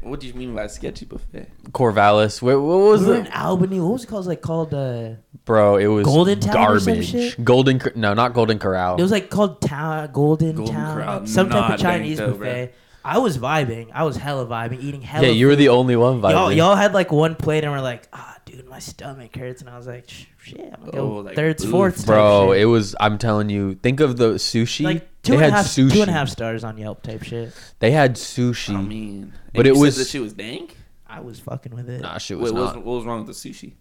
[SPEAKER 2] What do you mean by sketchy buffet?
[SPEAKER 3] Corvallis. What, what was
[SPEAKER 4] we were in
[SPEAKER 3] it?
[SPEAKER 4] Albany. What was it called? It was, like called uh,
[SPEAKER 3] Bro, it was
[SPEAKER 4] Golden Town or
[SPEAKER 3] garbage.
[SPEAKER 4] some shit?
[SPEAKER 3] Golden Cor- No, not Golden Corral.
[SPEAKER 4] It was like called Town Golden,
[SPEAKER 2] Golden
[SPEAKER 4] Town,
[SPEAKER 2] Corral.
[SPEAKER 4] some type
[SPEAKER 2] Not
[SPEAKER 4] of Chinese
[SPEAKER 2] Bangkok,
[SPEAKER 4] buffet. I was vibing. I was hella vibing, eating hella.
[SPEAKER 3] yeah, you were the only one
[SPEAKER 4] food. y'all,
[SPEAKER 3] vibing.
[SPEAKER 4] y'all had like one plate and were like, ah, dude, my stomach hurts, and I was like, "Sh- shit, I'm gonna go
[SPEAKER 2] Oh, like,
[SPEAKER 4] thirds,
[SPEAKER 2] oof,
[SPEAKER 4] fourths,
[SPEAKER 3] Bro,
[SPEAKER 4] type shit.
[SPEAKER 3] it was. I'm telling you. Think of the sushi.
[SPEAKER 4] like two
[SPEAKER 3] they
[SPEAKER 4] and a
[SPEAKER 3] had
[SPEAKER 4] half,
[SPEAKER 3] sushi.
[SPEAKER 4] two and a half stars on Yelp type shit.
[SPEAKER 3] They had sushi.
[SPEAKER 4] Mm.
[SPEAKER 2] I mean,
[SPEAKER 3] But
[SPEAKER 2] and
[SPEAKER 3] it
[SPEAKER 2] you said
[SPEAKER 3] was-
[SPEAKER 2] that she was dank.
[SPEAKER 4] I was fucking with it.
[SPEAKER 3] nah, shit
[SPEAKER 2] Wait,
[SPEAKER 3] was
[SPEAKER 2] what, was,
[SPEAKER 3] not,
[SPEAKER 2] what was wrong with the sushi?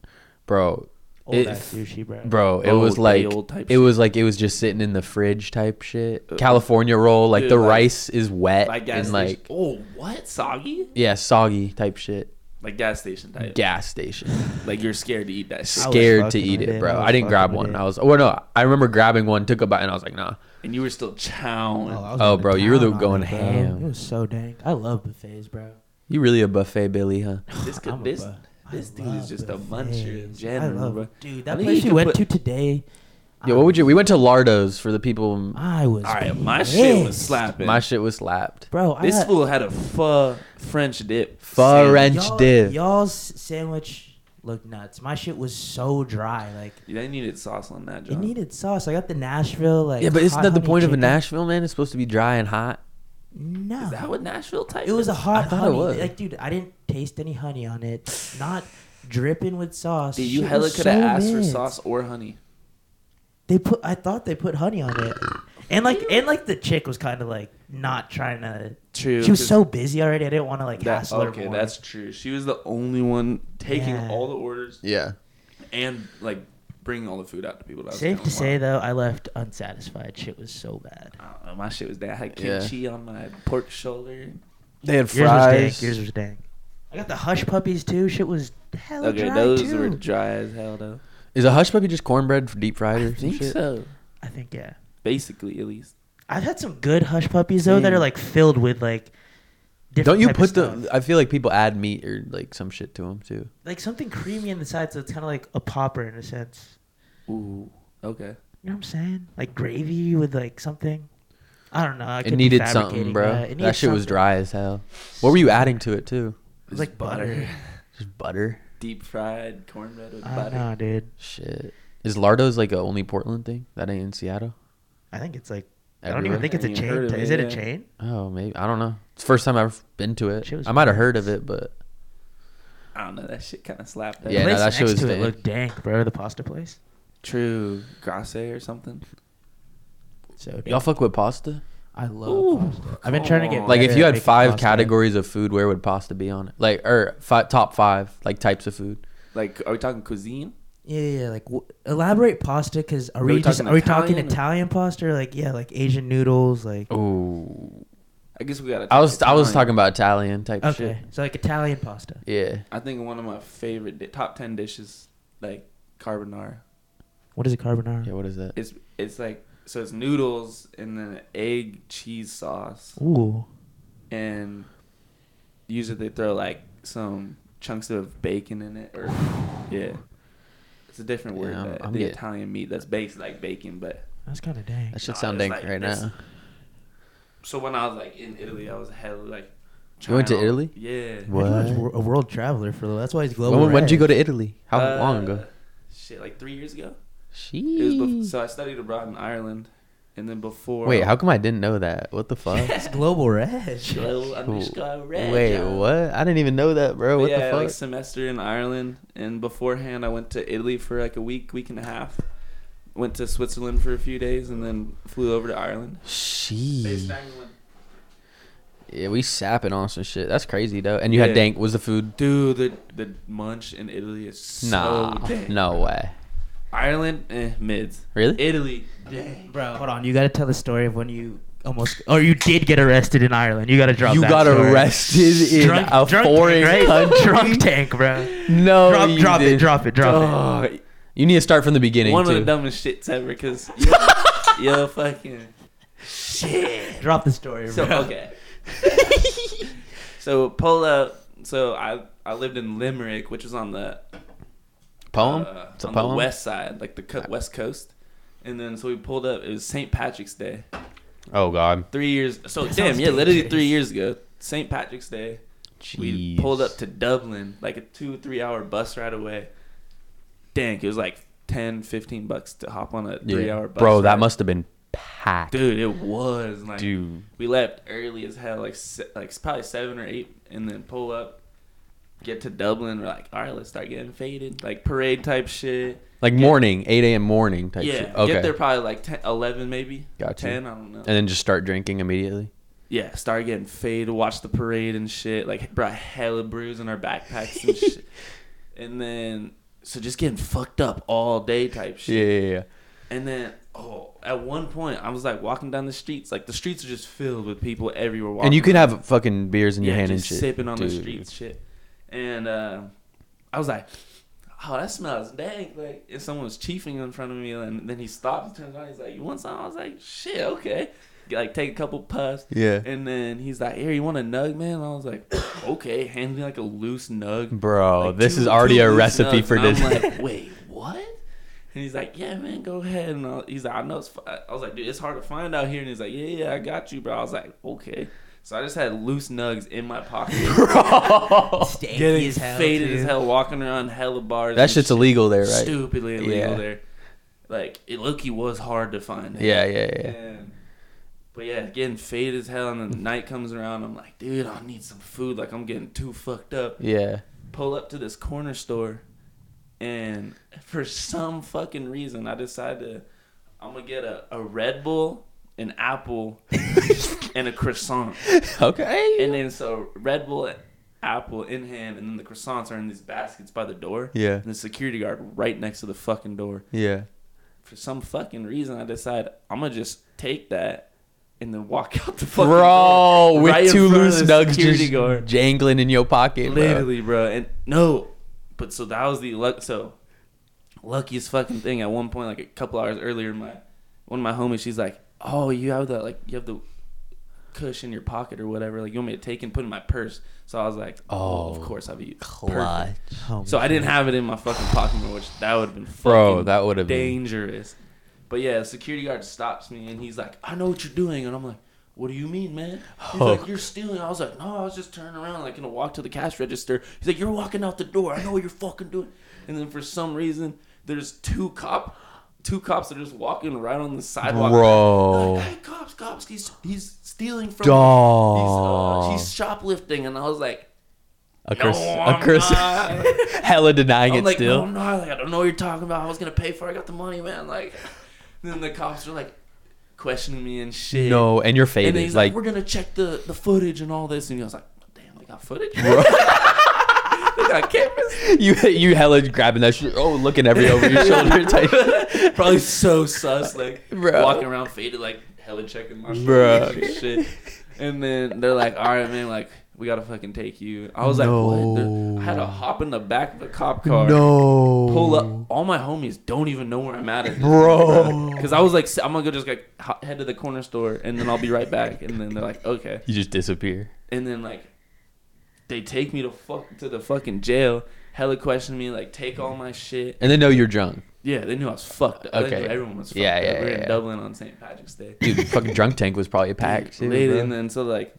[SPEAKER 3] bro.
[SPEAKER 4] Old
[SPEAKER 3] it-
[SPEAKER 4] ass sushi, bro.
[SPEAKER 3] Bro, it
[SPEAKER 2] Old,
[SPEAKER 3] was
[SPEAKER 2] the
[SPEAKER 3] like
[SPEAKER 2] old type
[SPEAKER 3] it
[SPEAKER 2] shit.
[SPEAKER 3] was like it was just sitting in the fridge type shit.
[SPEAKER 2] Uh,
[SPEAKER 3] California roll, like
[SPEAKER 2] dude,
[SPEAKER 3] the
[SPEAKER 2] like-
[SPEAKER 3] rice is wet
[SPEAKER 2] Like gas
[SPEAKER 3] and
[SPEAKER 2] station.
[SPEAKER 3] like
[SPEAKER 2] oh, what soggy?
[SPEAKER 3] yeah, soggy type shit.
[SPEAKER 2] Like gas station type.
[SPEAKER 3] Gas station,
[SPEAKER 2] Like you're scared to eat that shit,
[SPEAKER 4] was
[SPEAKER 3] scared to
[SPEAKER 4] fucking
[SPEAKER 3] eat
[SPEAKER 4] with
[SPEAKER 3] it,
[SPEAKER 4] it,
[SPEAKER 3] bro.
[SPEAKER 4] I
[SPEAKER 3] I,
[SPEAKER 4] was
[SPEAKER 3] didn't grab
[SPEAKER 4] fucking with
[SPEAKER 3] one.
[SPEAKER 4] it.
[SPEAKER 3] I was oh no, I remember grabbing one, took a bite, and I was like, nah.
[SPEAKER 2] and you were still chowing.
[SPEAKER 4] I was
[SPEAKER 3] Oh,
[SPEAKER 4] going
[SPEAKER 3] bro,
[SPEAKER 4] to
[SPEAKER 3] you were the-
[SPEAKER 4] town on
[SPEAKER 3] going
[SPEAKER 4] it, bro.
[SPEAKER 3] ham.
[SPEAKER 4] It was so dank. I love buffets, bro.
[SPEAKER 3] You really a buffet Billy, huh?
[SPEAKER 2] This
[SPEAKER 4] I'm
[SPEAKER 2] could,
[SPEAKER 4] a
[SPEAKER 2] this
[SPEAKER 4] bu- I
[SPEAKER 2] this dude
[SPEAKER 4] love
[SPEAKER 2] is just a
[SPEAKER 4] buffets.
[SPEAKER 2] muncher in
[SPEAKER 4] I
[SPEAKER 2] general,
[SPEAKER 4] love,
[SPEAKER 2] bro.
[SPEAKER 4] dude. That
[SPEAKER 2] think
[SPEAKER 4] place
[SPEAKER 2] you
[SPEAKER 4] we
[SPEAKER 2] could
[SPEAKER 4] went
[SPEAKER 2] put-
[SPEAKER 4] to today.
[SPEAKER 3] Yeah, what would you? We went to Lardo's for the people.
[SPEAKER 4] I was.
[SPEAKER 2] All right, my shit was
[SPEAKER 4] pissed.
[SPEAKER 2] slapping.
[SPEAKER 3] My shit was slapped.
[SPEAKER 4] bro. I
[SPEAKER 2] this
[SPEAKER 4] got-
[SPEAKER 2] fool had a pho French dip.
[SPEAKER 3] Pho
[SPEAKER 2] sandwich.
[SPEAKER 3] French dip.
[SPEAKER 4] Y'all's sandwich looked nuts. My shit was so dry. Like
[SPEAKER 2] They needed sauce on that.
[SPEAKER 4] it
[SPEAKER 2] John.
[SPEAKER 4] needed sauce. I got the Nashville. Like
[SPEAKER 3] Yeah, but isn't
[SPEAKER 4] hot
[SPEAKER 3] that the
[SPEAKER 4] honey
[SPEAKER 3] point of a
[SPEAKER 4] chicken.
[SPEAKER 3] Nashville man? It's supposed to be dry and hot.
[SPEAKER 4] No,
[SPEAKER 2] Is that what Nashville type?
[SPEAKER 4] it was a
[SPEAKER 2] is?
[SPEAKER 4] hot
[SPEAKER 3] I thought it
[SPEAKER 4] honey.
[SPEAKER 3] was.
[SPEAKER 4] Like, dude, I didn't taste any honey on it. Not dripping with sauce.
[SPEAKER 2] Dude, you
[SPEAKER 4] Shit
[SPEAKER 2] hella
[SPEAKER 4] was
[SPEAKER 2] could
[SPEAKER 4] so
[SPEAKER 2] have asked for
[SPEAKER 4] mid.
[SPEAKER 2] sauce or honey.
[SPEAKER 4] They put. I thought they put honey on it. And like, and like, the chick was kind of like not trying to.
[SPEAKER 2] True.
[SPEAKER 4] She was so busy already. I didn't want to like
[SPEAKER 2] That,
[SPEAKER 4] hassle her.
[SPEAKER 2] okay,
[SPEAKER 4] more.
[SPEAKER 2] that's true. She was the only one taking
[SPEAKER 4] Yeah.
[SPEAKER 2] all the orders
[SPEAKER 3] Yeah.
[SPEAKER 2] and like bringing all the food out to people. That was
[SPEAKER 4] Safe
[SPEAKER 2] kinda
[SPEAKER 4] to say
[SPEAKER 2] wild.
[SPEAKER 4] though, I left unsatisfied. Shit was so bad.
[SPEAKER 2] I don't know, my shit was down. I had
[SPEAKER 3] Yeah.
[SPEAKER 2] kimchi on my pork shoulder.
[SPEAKER 3] They had
[SPEAKER 4] Yours was dank.
[SPEAKER 3] fries.
[SPEAKER 4] Yours was dank. I got the hush puppies too. Shit was hell
[SPEAKER 2] Okay,
[SPEAKER 4] dry
[SPEAKER 2] those
[SPEAKER 4] too.
[SPEAKER 2] were dry as hell though.
[SPEAKER 3] Is a hush puppy just cornbread for deep fried or some shit?
[SPEAKER 2] so.
[SPEAKER 4] I think yeah.
[SPEAKER 2] Basically, at least.
[SPEAKER 4] I've had some good hush puppies though that
[SPEAKER 2] Yeah.
[SPEAKER 4] are like filled with like.
[SPEAKER 3] Don't
[SPEAKER 4] different
[SPEAKER 3] you
[SPEAKER 4] type of
[SPEAKER 3] put the?
[SPEAKER 4] stuff.
[SPEAKER 3] I feel like people add meat or like some shit to them too.
[SPEAKER 4] like something creamy in the side, so it's kind of like a popper in a sense.
[SPEAKER 2] Ooh. Okay.
[SPEAKER 4] You know what I'm saying? Like gravy with like something. I don't know. I could
[SPEAKER 3] it
[SPEAKER 4] be
[SPEAKER 3] needed
[SPEAKER 4] fabricating
[SPEAKER 3] something, bro.
[SPEAKER 4] That, It needed
[SPEAKER 3] that shit was
[SPEAKER 4] something.
[SPEAKER 3] dry as hell. What were you adding to it too?
[SPEAKER 4] It was like butter.
[SPEAKER 3] Just butter.
[SPEAKER 2] Deep fried cornbread with
[SPEAKER 4] I don't
[SPEAKER 2] butter.
[SPEAKER 4] know, dude.
[SPEAKER 3] Shit. Is Lardo's like a only Portland thing? That ain't in Seattle.
[SPEAKER 4] I think it's like. I don't
[SPEAKER 3] Everywhere?
[SPEAKER 4] even think it's a
[SPEAKER 2] Haven't even heard
[SPEAKER 4] chain.
[SPEAKER 2] of
[SPEAKER 4] Is
[SPEAKER 2] it,
[SPEAKER 4] it
[SPEAKER 2] yeah.
[SPEAKER 4] a chain?
[SPEAKER 3] Oh, maybe I don't know. It's the first time I've been to it.
[SPEAKER 4] Shit was
[SPEAKER 3] I might have
[SPEAKER 4] nice.
[SPEAKER 3] heard of it, but
[SPEAKER 2] I don't know. That shit kind of slapped.
[SPEAKER 4] The
[SPEAKER 3] Yeah, no,
[SPEAKER 4] place
[SPEAKER 3] that shit
[SPEAKER 4] next
[SPEAKER 3] was
[SPEAKER 4] to it
[SPEAKER 3] dank.
[SPEAKER 4] looked dank, bro. The pasta place.
[SPEAKER 2] True. Grasse or something.
[SPEAKER 4] So dank.
[SPEAKER 3] y'all fuck with pasta.
[SPEAKER 4] I love
[SPEAKER 2] Ooh,
[SPEAKER 4] pasta. I've been trying to
[SPEAKER 2] come
[SPEAKER 4] get
[SPEAKER 2] on.
[SPEAKER 3] Like if
[SPEAKER 4] better
[SPEAKER 3] you
[SPEAKER 4] at
[SPEAKER 3] had
[SPEAKER 4] making
[SPEAKER 3] five
[SPEAKER 4] pasta.
[SPEAKER 3] categories of food, where would pasta be on it? Like or five, top five like types of food.
[SPEAKER 2] Like, are we talking cuisine?
[SPEAKER 4] Yeah, yeah. yeah, Like w- elaborate pasta because are,
[SPEAKER 2] Are
[SPEAKER 4] we,
[SPEAKER 2] we
[SPEAKER 4] just
[SPEAKER 2] talking
[SPEAKER 4] are we talking
[SPEAKER 2] Italian?
[SPEAKER 4] Italian pasta? Or like yeah, like Asian noodles. Like
[SPEAKER 3] Oh,
[SPEAKER 2] I guess we got.
[SPEAKER 3] I was I was talking about Italian type
[SPEAKER 4] okay, so like Italian pasta.
[SPEAKER 3] shit. Yeah,
[SPEAKER 2] I think one of my favorite di- top ten dishes, like carbonara.
[SPEAKER 4] What is a carbonara?
[SPEAKER 3] yeah. What is that?
[SPEAKER 2] It's it's like so it's noodles and then egg cheese sauce
[SPEAKER 4] Ooh,
[SPEAKER 2] and usually they throw like some chunks of bacon in it or yeah. It's a different word.
[SPEAKER 3] Yeah, I'm-
[SPEAKER 2] that-
[SPEAKER 3] I'm
[SPEAKER 2] the
[SPEAKER 3] getting-
[SPEAKER 2] Italian meat that's based like bacon, but
[SPEAKER 4] that's kind of dang.
[SPEAKER 3] That should
[SPEAKER 2] No,
[SPEAKER 3] sound
[SPEAKER 2] it's
[SPEAKER 3] dank
[SPEAKER 2] like
[SPEAKER 3] right
[SPEAKER 2] this.
[SPEAKER 3] now.
[SPEAKER 2] so when I was like in Italy, I was hella like.
[SPEAKER 3] You went to
[SPEAKER 2] trying all-
[SPEAKER 3] Italy?
[SPEAKER 2] Yeah.
[SPEAKER 3] What?
[SPEAKER 4] He was wor- a world traveler for that's why he's global.
[SPEAKER 3] When, when did you
[SPEAKER 4] red.
[SPEAKER 3] go to Italy? How
[SPEAKER 2] Uh,
[SPEAKER 3] long ago?
[SPEAKER 2] Shit, like three years ago.
[SPEAKER 3] She.
[SPEAKER 2] It was bef- so I studied abroad in Ireland, and then before
[SPEAKER 3] Wait, how come I didn't know that? What the fuck?
[SPEAKER 5] It's global red.
[SPEAKER 1] Glow underscore red.
[SPEAKER 3] Wait, what? I didn't even know that, bro. What
[SPEAKER 2] yeah,
[SPEAKER 3] the fuck?
[SPEAKER 2] like semester in Ireland, and beforehand I went to Italy for like a week, week and a half. Went to Switzerland for a few days, and then flew over to Ireland.
[SPEAKER 3] She. Yeah, we sapping on some shit. That's crazy though. And you
[SPEAKER 2] Yeah.
[SPEAKER 3] had dank. Was the food?
[SPEAKER 2] Dude, the the munch in Italy is so
[SPEAKER 3] Nah,
[SPEAKER 2] dang.
[SPEAKER 3] no way.
[SPEAKER 2] Ireland, eh, mids.
[SPEAKER 3] Really?
[SPEAKER 2] Italy, dang.
[SPEAKER 5] Bro,
[SPEAKER 4] Hold on, you gotta tell the story of when you almost, or you did get arrested in Ireland. You gotta drop.
[SPEAKER 3] you
[SPEAKER 4] that
[SPEAKER 3] got
[SPEAKER 4] story.
[SPEAKER 3] arrested in
[SPEAKER 4] Drunk-
[SPEAKER 3] a
[SPEAKER 4] drunk
[SPEAKER 3] foreign
[SPEAKER 4] tank, right?
[SPEAKER 3] country.
[SPEAKER 4] drunk tank, bro.
[SPEAKER 3] No,
[SPEAKER 4] drop,
[SPEAKER 3] you
[SPEAKER 4] drop it,
[SPEAKER 3] didn't.
[SPEAKER 4] drop it, drop
[SPEAKER 2] Oh,
[SPEAKER 3] You need to start from the beginning
[SPEAKER 2] one
[SPEAKER 3] too.
[SPEAKER 2] of the dumbest shits ever, cause you you're fucking
[SPEAKER 4] it. Drop the story, bro.
[SPEAKER 2] So okay. so Polo. So I I lived in Limerick, which is on the
[SPEAKER 3] poem.
[SPEAKER 2] uh,
[SPEAKER 3] it's a
[SPEAKER 2] on
[SPEAKER 3] poem.
[SPEAKER 2] the west side, like the co- west coast. And then so we pulled up. It was St. Patrick's Day.
[SPEAKER 3] Oh God.
[SPEAKER 2] Three years. So
[SPEAKER 4] That
[SPEAKER 2] damn,
[SPEAKER 4] sounds
[SPEAKER 2] yeah, literally
[SPEAKER 4] dangerous.
[SPEAKER 2] three years ago, St. Patrick's Day. We
[SPEAKER 3] Jeez.
[SPEAKER 2] pulled up to Dublin, like a two three hour bus ride away. Dang, it was like 10, 15 bucks to hop on a
[SPEAKER 3] Yeah.
[SPEAKER 2] three hour bus.
[SPEAKER 3] Bro, that
[SPEAKER 2] ride.
[SPEAKER 3] must have been packed.
[SPEAKER 2] Dude, it was like
[SPEAKER 3] Dude.
[SPEAKER 2] we left early as hell, like se- like probably seven or eight, and then pull up, get to Dublin. We're like, all right, let's start getting faded, like parade type shit.
[SPEAKER 3] Like
[SPEAKER 2] Get-
[SPEAKER 3] morning, 8 a.m. morning type
[SPEAKER 2] yeah,
[SPEAKER 3] shit. Okay.
[SPEAKER 2] get there probably like 10, 11 maybe.
[SPEAKER 3] Gotcha.
[SPEAKER 2] Ten, I don't know.
[SPEAKER 3] and then just start drinking immediately.
[SPEAKER 2] yeah, start getting faded, watch the parade and shit. Like brought hella brews in our backpacks and shit, and then so just getting fucked up all day type shit.
[SPEAKER 3] Yeah, yeah, yeah.
[SPEAKER 2] And then, oh, at one point, I was like walking down the streets. Like the streets are just filled with people everywhere. Walking
[SPEAKER 3] And you could
[SPEAKER 2] around.
[SPEAKER 3] have fucking beers in your hand
[SPEAKER 2] just
[SPEAKER 3] and shit.
[SPEAKER 2] sipping on the
[SPEAKER 3] Dude.
[SPEAKER 2] streets, shit. And uh, I was like, "Oh, that smells dank!" Like, if someone was chiefing in front of me, and then he stops, turns around, he's like, "You want some?" I was like, "Shit, okay." Like, take a couple puffs,
[SPEAKER 3] Yeah.
[SPEAKER 2] and then he's like, "Here, you want a nug, man?" And I was like, "Okay." Hands me like a loose nug.
[SPEAKER 3] Bro,
[SPEAKER 2] Like,
[SPEAKER 3] Oh, this
[SPEAKER 2] two-
[SPEAKER 3] is already
[SPEAKER 2] two
[SPEAKER 3] a
[SPEAKER 2] loose
[SPEAKER 3] recipe
[SPEAKER 2] nugs.
[SPEAKER 3] for
[SPEAKER 2] And
[SPEAKER 3] this.
[SPEAKER 2] I'm like, wait, what? And he's like, yeah, man, go ahead. And I, he's like, I know. It's fi-. I was like, dude, it's hard to find out here. And he's like, yeah, yeah, I got you, bro. I was like, okay. So I just had loose nugs in my pocket,
[SPEAKER 3] Bro.
[SPEAKER 4] Stanky
[SPEAKER 2] getting
[SPEAKER 4] as hell,
[SPEAKER 2] faded
[SPEAKER 4] dude.
[SPEAKER 2] as hell, walking around hella bars.
[SPEAKER 3] that
[SPEAKER 2] and
[SPEAKER 3] shit's
[SPEAKER 2] shit.
[SPEAKER 3] illegal there, right?
[SPEAKER 2] Stupidly illegal
[SPEAKER 3] Yeah.
[SPEAKER 2] there. Like it, Loki was hard to find.
[SPEAKER 3] Yeah, yeah, yeah.
[SPEAKER 2] And- but yeah, getting faded as hell, and then night comes around. I'm like, dude, I need some food. Like I'm getting too fucked up
[SPEAKER 3] Yeah.
[SPEAKER 2] pull up to this corner store and for some fucking reason I decided to I'm gonna get a, a Red Bull, an apple, and a croissant.
[SPEAKER 3] Okay.
[SPEAKER 2] And then so Red Bull apple in hand and then the croissants are in these baskets by the door.
[SPEAKER 3] Yeah.
[SPEAKER 2] And the security guard right next to the fucking door.
[SPEAKER 3] yeah.
[SPEAKER 2] For some fucking reason I decide I'm gonna just take that and then walk out the fucking
[SPEAKER 3] Bro,
[SPEAKER 2] door,
[SPEAKER 3] with
[SPEAKER 2] right in
[SPEAKER 3] two
[SPEAKER 2] front of
[SPEAKER 3] loose
[SPEAKER 2] the
[SPEAKER 3] nugs
[SPEAKER 2] security
[SPEAKER 3] just jangling in your pocket, bro.
[SPEAKER 2] Literally, bro. And no, but so that was the luck. So luckiest fucking thing. At one point, like a couple hours earlier, my one of my homies, she's like, "Oh, you have the like you have the cush in your pocket or whatever. Like you want me to take and put in my purse." So I was like, "Oh,
[SPEAKER 3] Oh,
[SPEAKER 2] of course I've used."
[SPEAKER 3] Clutch.
[SPEAKER 4] Oh,
[SPEAKER 2] So I didn't have it in my fucking pocket, which that would have been fucking
[SPEAKER 3] Bro, that would have been.
[SPEAKER 2] dangerous. But yeah, the security guard stops me and he's like, I know what you're doing. And I'm like, what do you mean, man? He's
[SPEAKER 3] Oh.
[SPEAKER 2] like, you're stealing. I was like, no, I was just turning around, like, gonna walk to the cash register. He's like, you're walking out the door. I know what you're fucking doing. And then for some reason, there's two cop, two cops that are just walking right on the sidewalk.
[SPEAKER 3] Bro.
[SPEAKER 2] Like, hey, cops, cops, he's he's stealing from.
[SPEAKER 3] Dog.
[SPEAKER 2] He's, uh, he's shoplifting, and I was like,
[SPEAKER 3] A
[SPEAKER 2] No,
[SPEAKER 3] curse. a
[SPEAKER 2] I'm
[SPEAKER 3] curse.
[SPEAKER 2] not.
[SPEAKER 3] Hella denying
[SPEAKER 2] I'm
[SPEAKER 3] it
[SPEAKER 2] like,
[SPEAKER 3] still.
[SPEAKER 2] no, no, like, I don't know what you're talking about. I was gonna pay for. it. I got the money, man. Like, then the cops are like questioning me and shit.
[SPEAKER 3] No, and you're faded.
[SPEAKER 2] and then he's like,
[SPEAKER 3] like,
[SPEAKER 2] we're gonna check the the footage and all this. And I was like, damn, they got footage.
[SPEAKER 3] Bro.
[SPEAKER 2] they got cameras.
[SPEAKER 3] you you hella grabbing that shit. Oh, looking every over your shoulder type.
[SPEAKER 2] Probably so sus, like
[SPEAKER 3] Bro.
[SPEAKER 2] walking around faded, like hella checking my
[SPEAKER 3] Bro.
[SPEAKER 2] footage and shit. And then they're like, all right, man, like. We gotta fucking take you. I was like, what? They're- I had to hop in the back of the cop car.
[SPEAKER 3] No.
[SPEAKER 2] pull up. All my homies don't even know where I'm at, at this
[SPEAKER 3] Bro.
[SPEAKER 2] Because I was like, I'm gonna go just like ho- head to the corner store, and then I'll be right back. And then they're like, okay.
[SPEAKER 3] You just disappear.
[SPEAKER 2] And then like, they take me to fuck to the fucking jail. Hella question me, like, take all my shit.
[SPEAKER 3] And they know you're drunk.
[SPEAKER 2] Yeah, they knew I was fucked. up. They
[SPEAKER 3] Okay.
[SPEAKER 2] knew everyone was fucked.
[SPEAKER 3] Yeah,
[SPEAKER 2] up.
[SPEAKER 3] yeah,
[SPEAKER 2] We We're
[SPEAKER 3] yeah,
[SPEAKER 2] in
[SPEAKER 3] yeah.
[SPEAKER 2] Dublin on St. Patrick's Day.
[SPEAKER 3] Dude, fucking drunk tank was probably packed. too,
[SPEAKER 2] Later,
[SPEAKER 3] bro.
[SPEAKER 2] and then so like,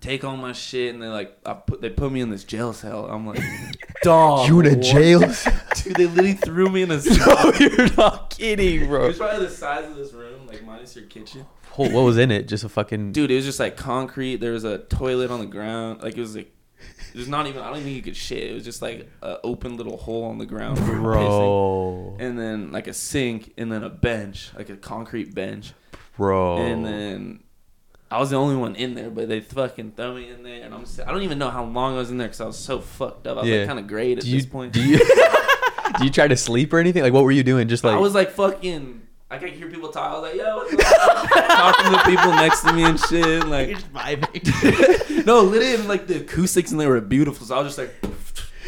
[SPEAKER 2] take all my shit, and they like, I put they put me in this jail cell. I'm like, dog.
[SPEAKER 3] you in a
[SPEAKER 2] what?"
[SPEAKER 3] jail?
[SPEAKER 2] Dude, they literally threw me in a cell.
[SPEAKER 3] no, you're not kidding, bro.
[SPEAKER 2] It's probably the size of this room, like my minus your kitchen?
[SPEAKER 3] Whole- What was in it? Just a fucking
[SPEAKER 2] Dude, it was just like concrete. There was a toilet on the ground. Like it was like there's not even I don't even think you could shit. It was just like an open little hole on the ground. for pissing.
[SPEAKER 3] bro,
[SPEAKER 2] And then like a sink and then a bench, like a concrete bench.
[SPEAKER 3] bro.
[SPEAKER 2] And then I was the only one in there, but they fucking throw me in there, and I'm si I don't even know how long I was in there because I was so fucked up. I was
[SPEAKER 3] Yeah.
[SPEAKER 2] like kind of grayed at
[SPEAKER 3] do you
[SPEAKER 2] this point.
[SPEAKER 3] do you do you try to sleep or anything? Like, what were you doing? Just like
[SPEAKER 2] I was like fucking. I could hear people talk. I was like, yo, what's up? talking to people next to me and shit. Like,
[SPEAKER 4] Just vibing.
[SPEAKER 2] no, literally, and, like the acoustics and they were beautiful. So I was just like,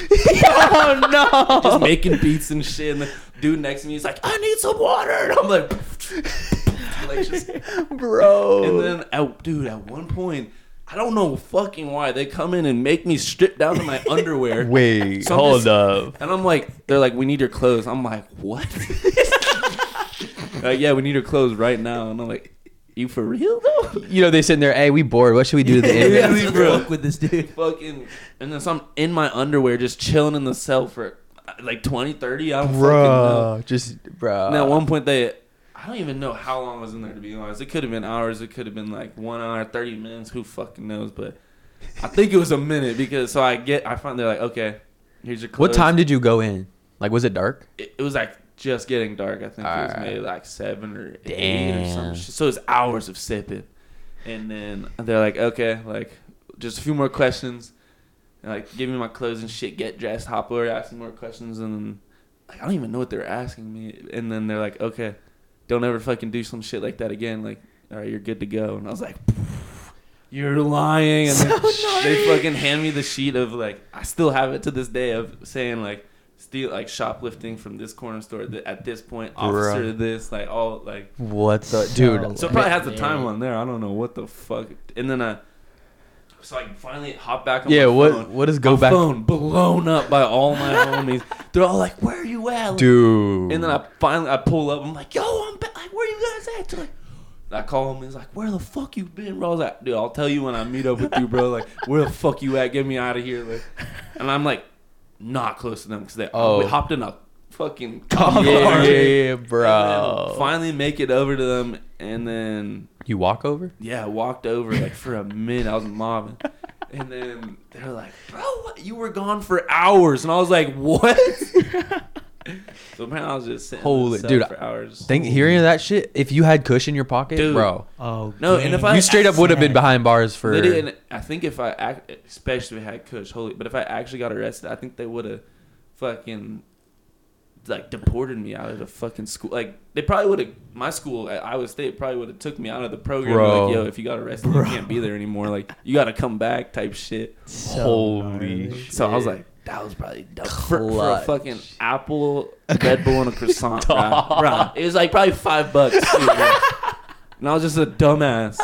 [SPEAKER 3] oh no,
[SPEAKER 2] just making beats and shit. And the dude next to me is like, I need some water. And I'm like, like just
[SPEAKER 3] bro.
[SPEAKER 2] And then, at, dude, at one point, I don't know fucking why they come in and make me strip down to my underwear.
[SPEAKER 3] wait,
[SPEAKER 2] So I'm
[SPEAKER 3] hold
[SPEAKER 2] just-
[SPEAKER 3] up.
[SPEAKER 2] And I'm like, they're like, we need your clothes. I'm like, what? like, yeah, we need your clothes right now. And I'm like, you for real though?
[SPEAKER 3] You know they sitting there. Hey, we bored. What should we do to the end?
[SPEAKER 2] Yeah,
[SPEAKER 4] Really,
[SPEAKER 2] bro.
[SPEAKER 4] Fuck with this dude.
[SPEAKER 2] Fucking. And then so I'm in my underwear, just chilling in the cell for uh, like 20, 30. I don't fucking know.
[SPEAKER 3] bro, just bro.
[SPEAKER 2] And at one point, they. Uh, I don't even know how long I was in there to be honest. It could have been hours. It could have been like one hour, thirty minutes. Who fucking knows? But I think it was a minute because so I get. I find they're like, okay, here's your. Clothes.
[SPEAKER 3] what time did you go in? Like, was it dark?
[SPEAKER 2] it, it was like just getting dark. I think it was
[SPEAKER 3] Alright.
[SPEAKER 2] maybe like seven or eight or
[SPEAKER 3] Damn.
[SPEAKER 2] something. So it was hours of sipping, and then they're like, okay, like just a few more questions, and like give me my clothes and shit, get dressed, hop over, ask me more questions, and then like I don't even know what they're asking me, and then they're like, okay, don't ever fucking do some shit like that again, like. All right, you're good to go, and I was like, "You're lying!" And then they fucking hand me the sheet of like, I still have it to this day of saying like, steal like shoplifting from this corner store th- at this point, officer
[SPEAKER 3] Bruh.
[SPEAKER 2] this, like all like.
[SPEAKER 3] What the
[SPEAKER 4] So
[SPEAKER 3] dude?
[SPEAKER 2] So it probably has the timeline there. I don't know what the fuck. And then I, so I finally hop back. on
[SPEAKER 3] Yeah.
[SPEAKER 2] my
[SPEAKER 3] What?
[SPEAKER 2] Phone.
[SPEAKER 3] What does go
[SPEAKER 2] my
[SPEAKER 3] back?
[SPEAKER 2] phone blown up by all my homies. They're all like, "Where are you at?" Like,
[SPEAKER 3] Dude.
[SPEAKER 2] and then I finally I pull up. I'm like, yo, I'm back. Like, where you guys at? They're Like, I call him. He's like, where the fuck you been, bro? I was like, dude, I'll tell you when I meet up with you, bro. Like, where the fuck you at? Get me out of here. Like, and I'm like, not close to them because they
[SPEAKER 3] Oh.
[SPEAKER 2] we hopped in a fucking
[SPEAKER 3] yeah,
[SPEAKER 2] car.
[SPEAKER 3] yeah,
[SPEAKER 2] And then
[SPEAKER 3] yeah, bro.
[SPEAKER 2] Finally make it over to them, and then
[SPEAKER 3] You walk over?
[SPEAKER 2] yeah, I walked over like for a minute. I was mobbing. And then they're like, bro, what? you were gone for hours. And I was like, what? so apparently I was just sitting in
[SPEAKER 3] Holy-
[SPEAKER 2] the cell
[SPEAKER 3] dude,
[SPEAKER 2] for hours.
[SPEAKER 3] Think hearing that shit. If you had Kush in your pocket,
[SPEAKER 2] Dude.
[SPEAKER 3] bro,
[SPEAKER 4] Oh
[SPEAKER 2] No, and if
[SPEAKER 4] dang.
[SPEAKER 2] I-
[SPEAKER 3] you straight up would have been behind bars for.
[SPEAKER 2] They didn't. I think if I, act, especially if I had Kush, holy, but if I actually got arrested, I think they would have fucking like deported me out of the fucking school. Like they probably would have. My school at Iowa State probably would have took me out of the program.
[SPEAKER 3] Bro.
[SPEAKER 2] Like yo, if you got arrested,
[SPEAKER 4] Bro.
[SPEAKER 2] you can't be there anymore. Like you got to come back, type shit.
[SPEAKER 4] So
[SPEAKER 3] Holy
[SPEAKER 4] gnarly.
[SPEAKER 2] So I was like, that was probably dumb. For, for a
[SPEAKER 3] Clutch.
[SPEAKER 2] fucking apple, Red Bull, and a croissant. bruh. Bruh. It was like probably five bucks. too, bruh. and I was just a dumbass.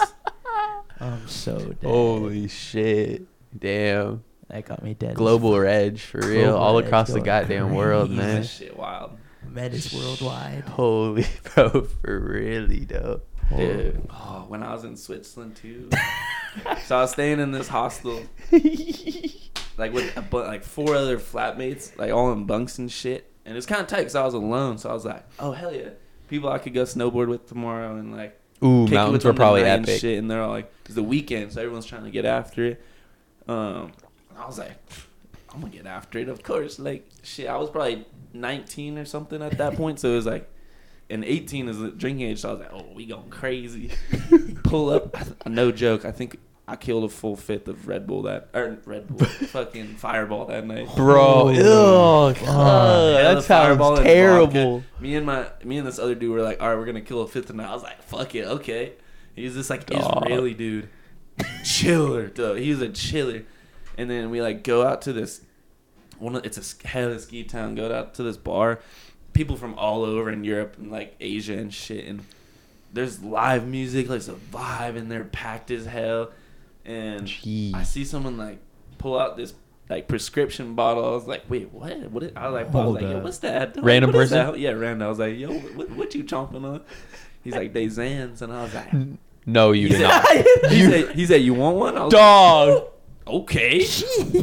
[SPEAKER 4] I'm so dead.
[SPEAKER 2] Oh.
[SPEAKER 3] Holy shit! Damn.
[SPEAKER 4] that got me dead.
[SPEAKER 3] Global edge for real,
[SPEAKER 4] Global
[SPEAKER 3] all
[SPEAKER 4] Edge
[SPEAKER 3] across the
[SPEAKER 4] going
[SPEAKER 3] goddamn world,
[SPEAKER 4] crazy.
[SPEAKER 3] man.
[SPEAKER 2] That shit wild.
[SPEAKER 4] med is worldwide.
[SPEAKER 3] Holy bro, for really though.
[SPEAKER 2] Dude, oh, when I was in Switzerland too. so I was staying in this hostel, like with a bu- like four other flatmates, like all in bunks and shit. And it's kind of tight because I was alone. So I was like, oh hell yeah, people I could go snowboard with tomorrow and like
[SPEAKER 3] Ooh,
[SPEAKER 2] kick it
[SPEAKER 3] mountains
[SPEAKER 2] with
[SPEAKER 3] were
[SPEAKER 2] them
[SPEAKER 3] probably
[SPEAKER 2] tonight and
[SPEAKER 3] epic.
[SPEAKER 2] shit. And they're all like, it's the weekend, so everyone's trying to get after it. Um, I was like, I'm gonna get after it, of course. Like shit, I was probably 19 or something at that point, so it was like. And 18 is the drinking age, so I was like, oh, we going crazy. Pull up, no joke. I think I killed a full fifth of Red Bull that, or Red Bull, fucking Fireball that night.
[SPEAKER 3] Bro,
[SPEAKER 4] Holy
[SPEAKER 3] ugh,
[SPEAKER 4] fuck.
[SPEAKER 3] ugh,
[SPEAKER 2] Yeah, the
[SPEAKER 3] Oh, that
[SPEAKER 2] Fireball
[SPEAKER 3] sounds
[SPEAKER 2] and
[SPEAKER 3] terrible.
[SPEAKER 2] vodka. Me and my me and this other dude were like, all right, we're gonna kill a fifth tonight. I was like, fuck it, okay. He's this like
[SPEAKER 3] Dog.
[SPEAKER 2] Israeli dude, chiller though. He was a chiller, and then we like go out to this one. of- It's a s- hell of a ski town. Go out to this bar, people from all over in Europe and like Asia and shit. And there's live music, like it's a vibe, and they're packed as hell. And I
[SPEAKER 3] Jeez.
[SPEAKER 2] see someone like pull out this like prescription bottle. I was like, wait, what? What? Is, I was like, I was
[SPEAKER 4] Hold
[SPEAKER 2] like, yo,
[SPEAKER 4] up.
[SPEAKER 2] what's that? They're
[SPEAKER 3] Random
[SPEAKER 2] like, "What is
[SPEAKER 3] person?
[SPEAKER 2] that?" Yeah, random. I was like, yo, what, what you chomping on? He's like, they Zans, and I was like,
[SPEAKER 3] No, you
[SPEAKER 2] he
[SPEAKER 3] did
[SPEAKER 2] said,
[SPEAKER 3] not.
[SPEAKER 2] he,
[SPEAKER 3] You-
[SPEAKER 2] said, he said, you want one? I was
[SPEAKER 3] Dog.
[SPEAKER 2] like, okay.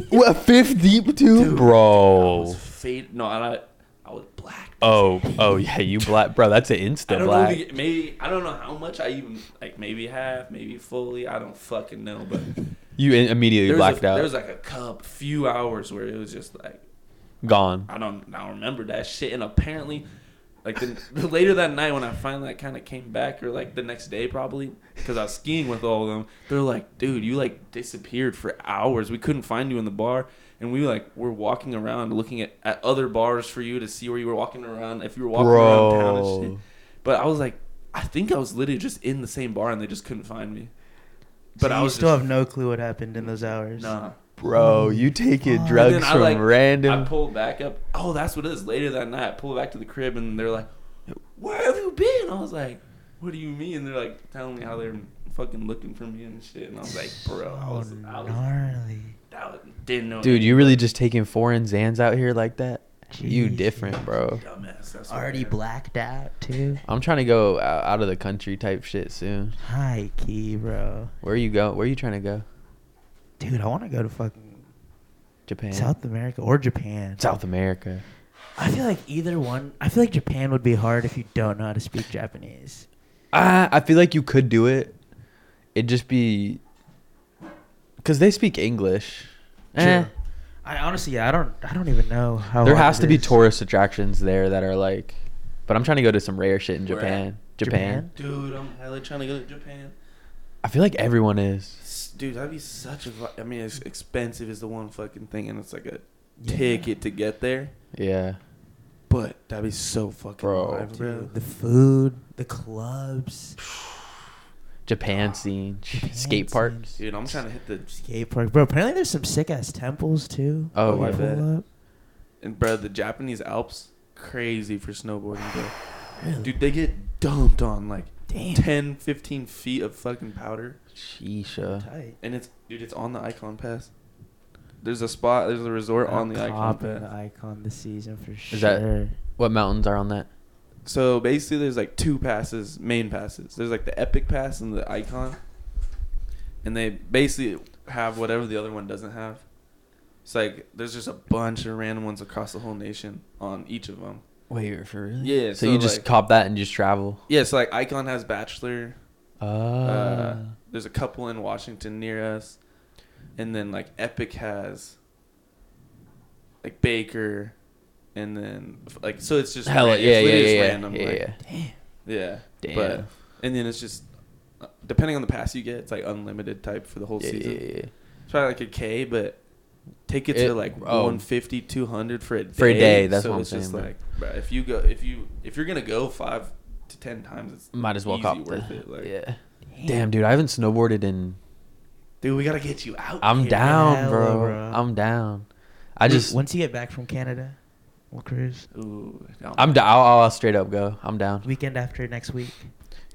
[SPEAKER 3] What, fifth deep too,
[SPEAKER 2] Dude, I
[SPEAKER 3] bro?
[SPEAKER 2] was fade. No, and I, I I was black.
[SPEAKER 3] Oh, oh yeah, you black, bro. That's an
[SPEAKER 2] I
[SPEAKER 3] insta
[SPEAKER 2] don't
[SPEAKER 3] black.
[SPEAKER 2] know. the- Maybe I don't know how much I even like. Maybe half, maybe fully. I don't fucking know. But
[SPEAKER 3] you in- immediately
[SPEAKER 2] there was,
[SPEAKER 3] blacked
[SPEAKER 2] a,
[SPEAKER 3] out.
[SPEAKER 2] there was like a cup, few hours where it was just like
[SPEAKER 3] Gone.
[SPEAKER 2] I don't. I don't remember that shit. And apparently, like the, the later that night when I finally like, kind of came back, or like the next day probably, because I was skiing with all of them. They're like, dude, you like disappeared for hours. We couldn't find you in the bar, and we like were walking around looking at, at other bars for you to see where you were walking around, if you were walking around town and shit.
[SPEAKER 3] Bro.
[SPEAKER 2] But I was like, I think I was literally just in the same bar and they just couldn't find me. But
[SPEAKER 4] But
[SPEAKER 2] I
[SPEAKER 4] I
[SPEAKER 2] was
[SPEAKER 4] still
[SPEAKER 2] just,
[SPEAKER 4] have no clue what happened in those hours.
[SPEAKER 2] nah.
[SPEAKER 3] Bro, you taking
[SPEAKER 4] Fuck.
[SPEAKER 3] drugs
[SPEAKER 2] And then I,
[SPEAKER 3] from
[SPEAKER 2] like, I
[SPEAKER 3] random.
[SPEAKER 2] pulled back up. Oh, that's what it is. Later that night, I pulled back to the crib and they're like, "Where have you been?" I was like, "What do you mean?" And they're like telling me how they're fucking looking for me and shit. And I was like, "Bro, I was, I was,
[SPEAKER 4] Oh, gnarly.
[SPEAKER 2] I was didn't know."
[SPEAKER 3] Dude, you really just taking foreign Zans out here like that? You
[SPEAKER 4] Jeez.
[SPEAKER 3] different, bro.
[SPEAKER 2] dumbass. That's what I
[SPEAKER 4] Already
[SPEAKER 2] am.
[SPEAKER 4] blacked out too.
[SPEAKER 3] I'm trying to go o- out of the country type shit soon.
[SPEAKER 4] Hi, key, bro.
[SPEAKER 3] Where you go? Where you trying to go?
[SPEAKER 4] Dude, I want to go to fucking
[SPEAKER 3] Japan.
[SPEAKER 4] South America or Japan.
[SPEAKER 3] South America.
[SPEAKER 4] I feel like either one. I feel like Japan would be hard if you don't know how to speak Japanese.
[SPEAKER 3] I Ah, I feel like you could do it. It'd just be because they speak English. Eh,
[SPEAKER 4] True. I honestly, yeah, I don't, I don't even know how.
[SPEAKER 3] there
[SPEAKER 4] hard
[SPEAKER 3] has
[SPEAKER 4] it
[SPEAKER 3] to be
[SPEAKER 4] is.
[SPEAKER 3] tourist attractions there that are like. But I'm trying to go to some rare shit in
[SPEAKER 2] Where at?
[SPEAKER 3] Japan. Japan.
[SPEAKER 4] Japan?
[SPEAKER 2] Dude, I'm hella trying to go to Japan.
[SPEAKER 3] I feel like everyone is.
[SPEAKER 2] S- Dude, that'd be such a. vi- I mean, it's expensive is the one fucking thing, and it's like a
[SPEAKER 4] Yeah.
[SPEAKER 2] ticket to get there.
[SPEAKER 3] Yeah.
[SPEAKER 2] But that'd be so fucking
[SPEAKER 3] Bro.
[SPEAKER 2] live, bro.
[SPEAKER 4] Dude, the food, the clubs,
[SPEAKER 3] Japan scene.
[SPEAKER 4] Japan
[SPEAKER 3] Skate
[SPEAKER 4] scene.
[SPEAKER 3] parks.
[SPEAKER 2] Dude, I'm trying to hit the
[SPEAKER 4] skate park, bro. Apparently, there's some sick ass temples too.
[SPEAKER 3] Oh,
[SPEAKER 4] You
[SPEAKER 3] I
[SPEAKER 4] pull
[SPEAKER 2] bet.
[SPEAKER 4] up.
[SPEAKER 2] and bro, the Japanese Alps crazy for snowboarding, bro.
[SPEAKER 4] Really?
[SPEAKER 2] Dude, they get dumped on like
[SPEAKER 4] damn.
[SPEAKER 2] 10, 15 feet of fucking powder,
[SPEAKER 3] Sheesha.
[SPEAKER 4] Tight.
[SPEAKER 2] and it's dude, it's on the Icon Pass. There's a spot, there's a resort on the Icon
[SPEAKER 4] Copping the
[SPEAKER 2] Pass.
[SPEAKER 4] icon this season for sure.
[SPEAKER 3] Is that- What mountains are on that?
[SPEAKER 2] So basically, there's like two passes, main passes. There's like the Epic Pass and the Icon, and they basically have whatever the other one doesn't have. It's like there's just a bunch of random ones across the whole nation on each of them.
[SPEAKER 3] Wait, for real?
[SPEAKER 2] Yeah,
[SPEAKER 3] So,
[SPEAKER 2] so,
[SPEAKER 3] you just
[SPEAKER 2] like-
[SPEAKER 3] cop that and just travel.
[SPEAKER 2] Yeah, so like Icon has Bachelor,
[SPEAKER 3] Uh,
[SPEAKER 2] Uh, there's a couple in Washington near us, and then like Epic has like Baker, and then like so it's just
[SPEAKER 3] hella,
[SPEAKER 2] ran- it's
[SPEAKER 3] yeah, yeah,
[SPEAKER 2] literally
[SPEAKER 3] yeah,
[SPEAKER 2] just
[SPEAKER 3] yeah,
[SPEAKER 2] random,
[SPEAKER 3] yeah,
[SPEAKER 2] like,
[SPEAKER 3] yeah.
[SPEAKER 2] yeah.
[SPEAKER 3] Damn.
[SPEAKER 2] But and then it's just uh, depending on the pass you get, it's like unlimited type for the whole
[SPEAKER 3] yeah,
[SPEAKER 2] season.
[SPEAKER 3] yeah, yeah, yeah.
[SPEAKER 2] It's probably like a K, but tickets
[SPEAKER 3] It-
[SPEAKER 2] are like
[SPEAKER 3] oh.
[SPEAKER 2] 150, 200 for a day.
[SPEAKER 3] For a day, that's
[SPEAKER 2] so
[SPEAKER 3] what I'm
[SPEAKER 2] it's
[SPEAKER 3] saying,
[SPEAKER 2] just
[SPEAKER 3] bro.
[SPEAKER 2] like bro, if you go if you if you're gonna go five to ten times, it's
[SPEAKER 3] Might as well
[SPEAKER 2] easy
[SPEAKER 3] cop
[SPEAKER 2] worth
[SPEAKER 3] the,
[SPEAKER 2] it. Like,
[SPEAKER 3] Yeah. Damn, dude, I haven't snowboarded in.
[SPEAKER 2] dude, we gotta get you out.
[SPEAKER 3] I'm
[SPEAKER 2] here.
[SPEAKER 3] down,
[SPEAKER 4] hella,
[SPEAKER 3] bro.
[SPEAKER 4] bro.
[SPEAKER 3] I'm down. I
[SPEAKER 4] Wait,
[SPEAKER 3] just,
[SPEAKER 4] once you get back from Canada, we'll cruise
[SPEAKER 2] Ooh, no.
[SPEAKER 3] I'm down. I'll, I'll straight up go. I'm down.
[SPEAKER 4] weekend after next week.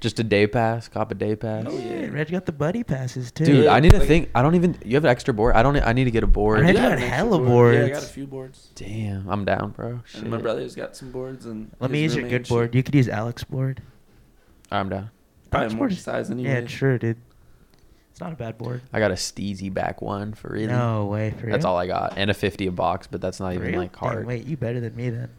[SPEAKER 3] Just a day pass, cop a day pass.
[SPEAKER 2] Oh, yeah.
[SPEAKER 4] Reg got the buddy passes too.
[SPEAKER 3] Dude,
[SPEAKER 2] Yeah,
[SPEAKER 3] I need to
[SPEAKER 2] like-
[SPEAKER 3] think. I don't even. You have an extra board. I don't. I need to get a board.
[SPEAKER 4] I
[SPEAKER 2] You
[SPEAKER 4] do
[SPEAKER 2] got
[SPEAKER 4] have
[SPEAKER 2] an
[SPEAKER 4] hella
[SPEAKER 2] extra board. Yeah, I
[SPEAKER 4] boards.
[SPEAKER 2] got a few boards.
[SPEAKER 3] Damn, I'm down, bro. Shit.
[SPEAKER 2] And my brother's got some boards. And
[SPEAKER 4] Let me
[SPEAKER 2] his
[SPEAKER 4] use your
[SPEAKER 2] roommate and
[SPEAKER 4] good
[SPEAKER 2] shit.
[SPEAKER 4] board. You could use Alex board.
[SPEAKER 3] I'm down.
[SPEAKER 2] Probably
[SPEAKER 4] Alex
[SPEAKER 2] more
[SPEAKER 4] board is-
[SPEAKER 2] size anyway.
[SPEAKER 4] Yeah, sure, dude. It's not a bad board.
[SPEAKER 3] I got a steezy back one for really.
[SPEAKER 4] No way. For
[SPEAKER 3] that's
[SPEAKER 4] real?
[SPEAKER 3] all I got, and a fifty a box, but that's not
[SPEAKER 4] For
[SPEAKER 3] even
[SPEAKER 4] real?
[SPEAKER 3] like
[SPEAKER 4] Dang,
[SPEAKER 3] hard.
[SPEAKER 4] wait, you better than me then.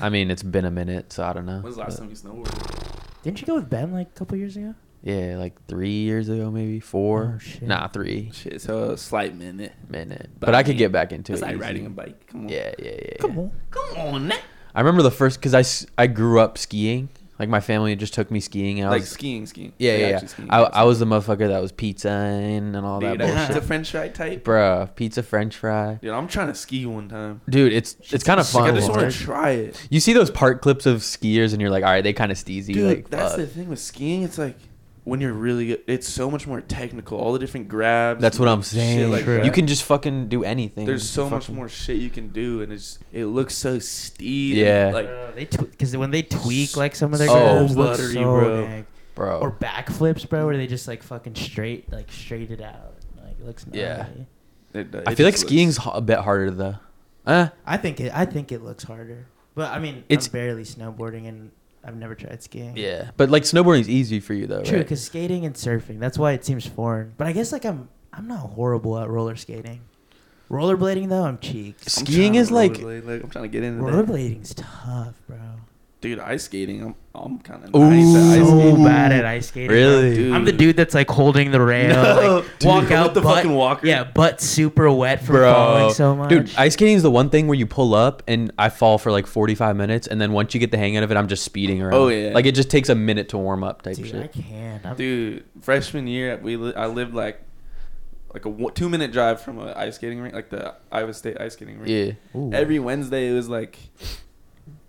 [SPEAKER 3] I mean, it's been a minute, so I don't know.
[SPEAKER 2] When's the last
[SPEAKER 3] but-
[SPEAKER 2] time you snowboarded?
[SPEAKER 4] Didn't you go with Ben like a couple years ago?
[SPEAKER 3] Yeah, like three years ago, maybe four.
[SPEAKER 4] Oh, shit.
[SPEAKER 3] Nah, three
[SPEAKER 2] Shit, so a slight minute.
[SPEAKER 3] minute.
[SPEAKER 2] But
[SPEAKER 3] But,
[SPEAKER 2] I
[SPEAKER 3] I could
[SPEAKER 2] mean,
[SPEAKER 3] get back into
[SPEAKER 2] It's
[SPEAKER 3] it.
[SPEAKER 2] like
[SPEAKER 3] easy.
[SPEAKER 2] riding a bike. Come on.
[SPEAKER 3] Yeah, yeah, yeah.
[SPEAKER 4] Come
[SPEAKER 3] yeah.
[SPEAKER 4] on.
[SPEAKER 2] Come on. Now.
[SPEAKER 3] I remember the first because I, s- I grew up skiing. Like my family just took me skiing, and I
[SPEAKER 2] Like
[SPEAKER 3] was
[SPEAKER 2] skiing, skiing.
[SPEAKER 3] yeah,
[SPEAKER 2] Like
[SPEAKER 3] yeah.
[SPEAKER 2] actually
[SPEAKER 3] yeah.
[SPEAKER 2] skiing.
[SPEAKER 3] I, I was the motherfucker that was pizza and, and all
[SPEAKER 2] Dude,
[SPEAKER 3] that
[SPEAKER 2] that's
[SPEAKER 3] bullshit.
[SPEAKER 2] the French fry type.
[SPEAKER 3] Bruh, pizza French fry.
[SPEAKER 2] Dude, I'm trying to ski one time.
[SPEAKER 3] Dude, it's it's kind of
[SPEAKER 4] sick. I
[SPEAKER 2] Like,
[SPEAKER 3] fun.
[SPEAKER 2] I just want
[SPEAKER 4] Lord.
[SPEAKER 2] to try it.
[SPEAKER 3] You see those part clips of skiers, and you're like, all right, they kind of steezy.
[SPEAKER 2] Dude,
[SPEAKER 3] like,
[SPEAKER 2] that's
[SPEAKER 3] fuck.
[SPEAKER 2] the thing with skiing. It's like when you're really good, it's so much more technical. All the different grabs.
[SPEAKER 3] That's what
[SPEAKER 2] and
[SPEAKER 3] I'm
[SPEAKER 2] shit
[SPEAKER 3] saying.
[SPEAKER 2] like
[SPEAKER 4] True.
[SPEAKER 2] that.
[SPEAKER 3] you can just fucking do anything.
[SPEAKER 2] There's so much
[SPEAKER 3] Fucking-
[SPEAKER 2] more shit you can do, and it's it looks so steep. and,
[SPEAKER 3] Yeah.
[SPEAKER 2] Like
[SPEAKER 4] Uh, they because when they tweak like some of their
[SPEAKER 3] So
[SPEAKER 4] grabs, look
[SPEAKER 2] buttery,
[SPEAKER 4] so
[SPEAKER 2] bro.
[SPEAKER 4] dang-
[SPEAKER 3] bro.
[SPEAKER 4] Or backflips, bro, where they just like fucking straight, like straight it out. Like it looks.
[SPEAKER 3] Yeah.
[SPEAKER 4] gnarly.
[SPEAKER 2] it, it
[SPEAKER 3] I feel like
[SPEAKER 2] just looks-
[SPEAKER 3] skiing's ho- a bit harder though. Uh,
[SPEAKER 4] I think it. I think it looks harder. But I mean, it's
[SPEAKER 3] It's-
[SPEAKER 4] I'm barely snowboarding, and I've never tried skiing.
[SPEAKER 3] yeah, but like snowboarding's easy for you though.
[SPEAKER 4] True,
[SPEAKER 3] right?
[SPEAKER 4] because skating and surfing. That's why it seems foreign. But I guess like I'm. I'm not horrible at roller skating.
[SPEAKER 5] Rollerblading though, I'm cheeks.
[SPEAKER 2] I'm
[SPEAKER 3] Skiing
[SPEAKER 2] tryna
[SPEAKER 3] is like-
[SPEAKER 2] rollerblade, like I'm trying to get into that.
[SPEAKER 5] Rollerblading's tough, bro.
[SPEAKER 2] Dude, ice skating. I'm I'm kind of
[SPEAKER 3] Ooh.
[SPEAKER 2] nice at ice
[SPEAKER 4] so
[SPEAKER 2] skating.
[SPEAKER 4] bad at ice skating.
[SPEAKER 3] Really?
[SPEAKER 4] Dude. I'm the dude that's like holding the rail,
[SPEAKER 2] No,
[SPEAKER 4] like,
[SPEAKER 2] dude,
[SPEAKER 4] walk
[SPEAKER 2] with
[SPEAKER 4] out
[SPEAKER 2] the
[SPEAKER 4] butt-
[SPEAKER 2] fucking walker.
[SPEAKER 4] Yeah, butt super wet from
[SPEAKER 3] Bro,
[SPEAKER 4] falling so much.
[SPEAKER 3] dude, ice skating is the one thing where you pull up and I fall for like 45 minutes, and then once you get the hang out of it, I'm just speeding around.
[SPEAKER 2] Oh, yeah.
[SPEAKER 3] like it just takes a minute to warm up type
[SPEAKER 5] Dude, I
[SPEAKER 3] shit.
[SPEAKER 5] can. I'm,
[SPEAKER 2] Dude, freshman year we li- I lived like like a one, two minute drive from an ice skating rink, like the Iowa State ice skating rink.
[SPEAKER 3] Yeah,
[SPEAKER 5] ooh.
[SPEAKER 2] Every Wednesday it was like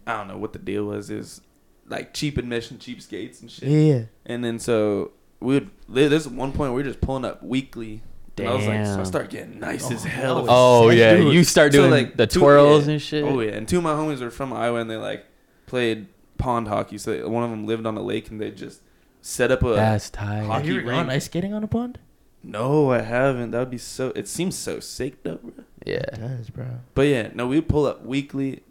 [SPEAKER 2] I don't know what the deal was. It was like cheap admission, cheap skates and shit.
[SPEAKER 5] yeah.
[SPEAKER 2] And then so we would. li- There's one point we were just pulling up weekly. And I was like, so I
[SPEAKER 3] Damn.
[SPEAKER 2] started getting nice as
[SPEAKER 5] Oh,
[SPEAKER 2] hell.
[SPEAKER 3] Oh
[SPEAKER 5] Dude.
[SPEAKER 3] yeah, you start
[SPEAKER 2] So,
[SPEAKER 3] doing
[SPEAKER 2] like,
[SPEAKER 3] the
[SPEAKER 2] two-
[SPEAKER 3] twirls
[SPEAKER 2] yeah.
[SPEAKER 3] and shit.
[SPEAKER 2] Oh yeah, and two of my homies were from Iowa, and they like played pond hockey. So they- one of them lived on a lake, and they just set up a.
[SPEAKER 3] That's tight.
[SPEAKER 5] Have
[SPEAKER 2] hockey
[SPEAKER 5] you ever gone
[SPEAKER 2] rink.
[SPEAKER 5] ice skating on a pond?
[SPEAKER 2] No, I haven't. That would be so. It seems so sick though. Bro.
[SPEAKER 5] It
[SPEAKER 3] Yeah,
[SPEAKER 5] does, bro.
[SPEAKER 2] But yeah, no, we would pull up weekly.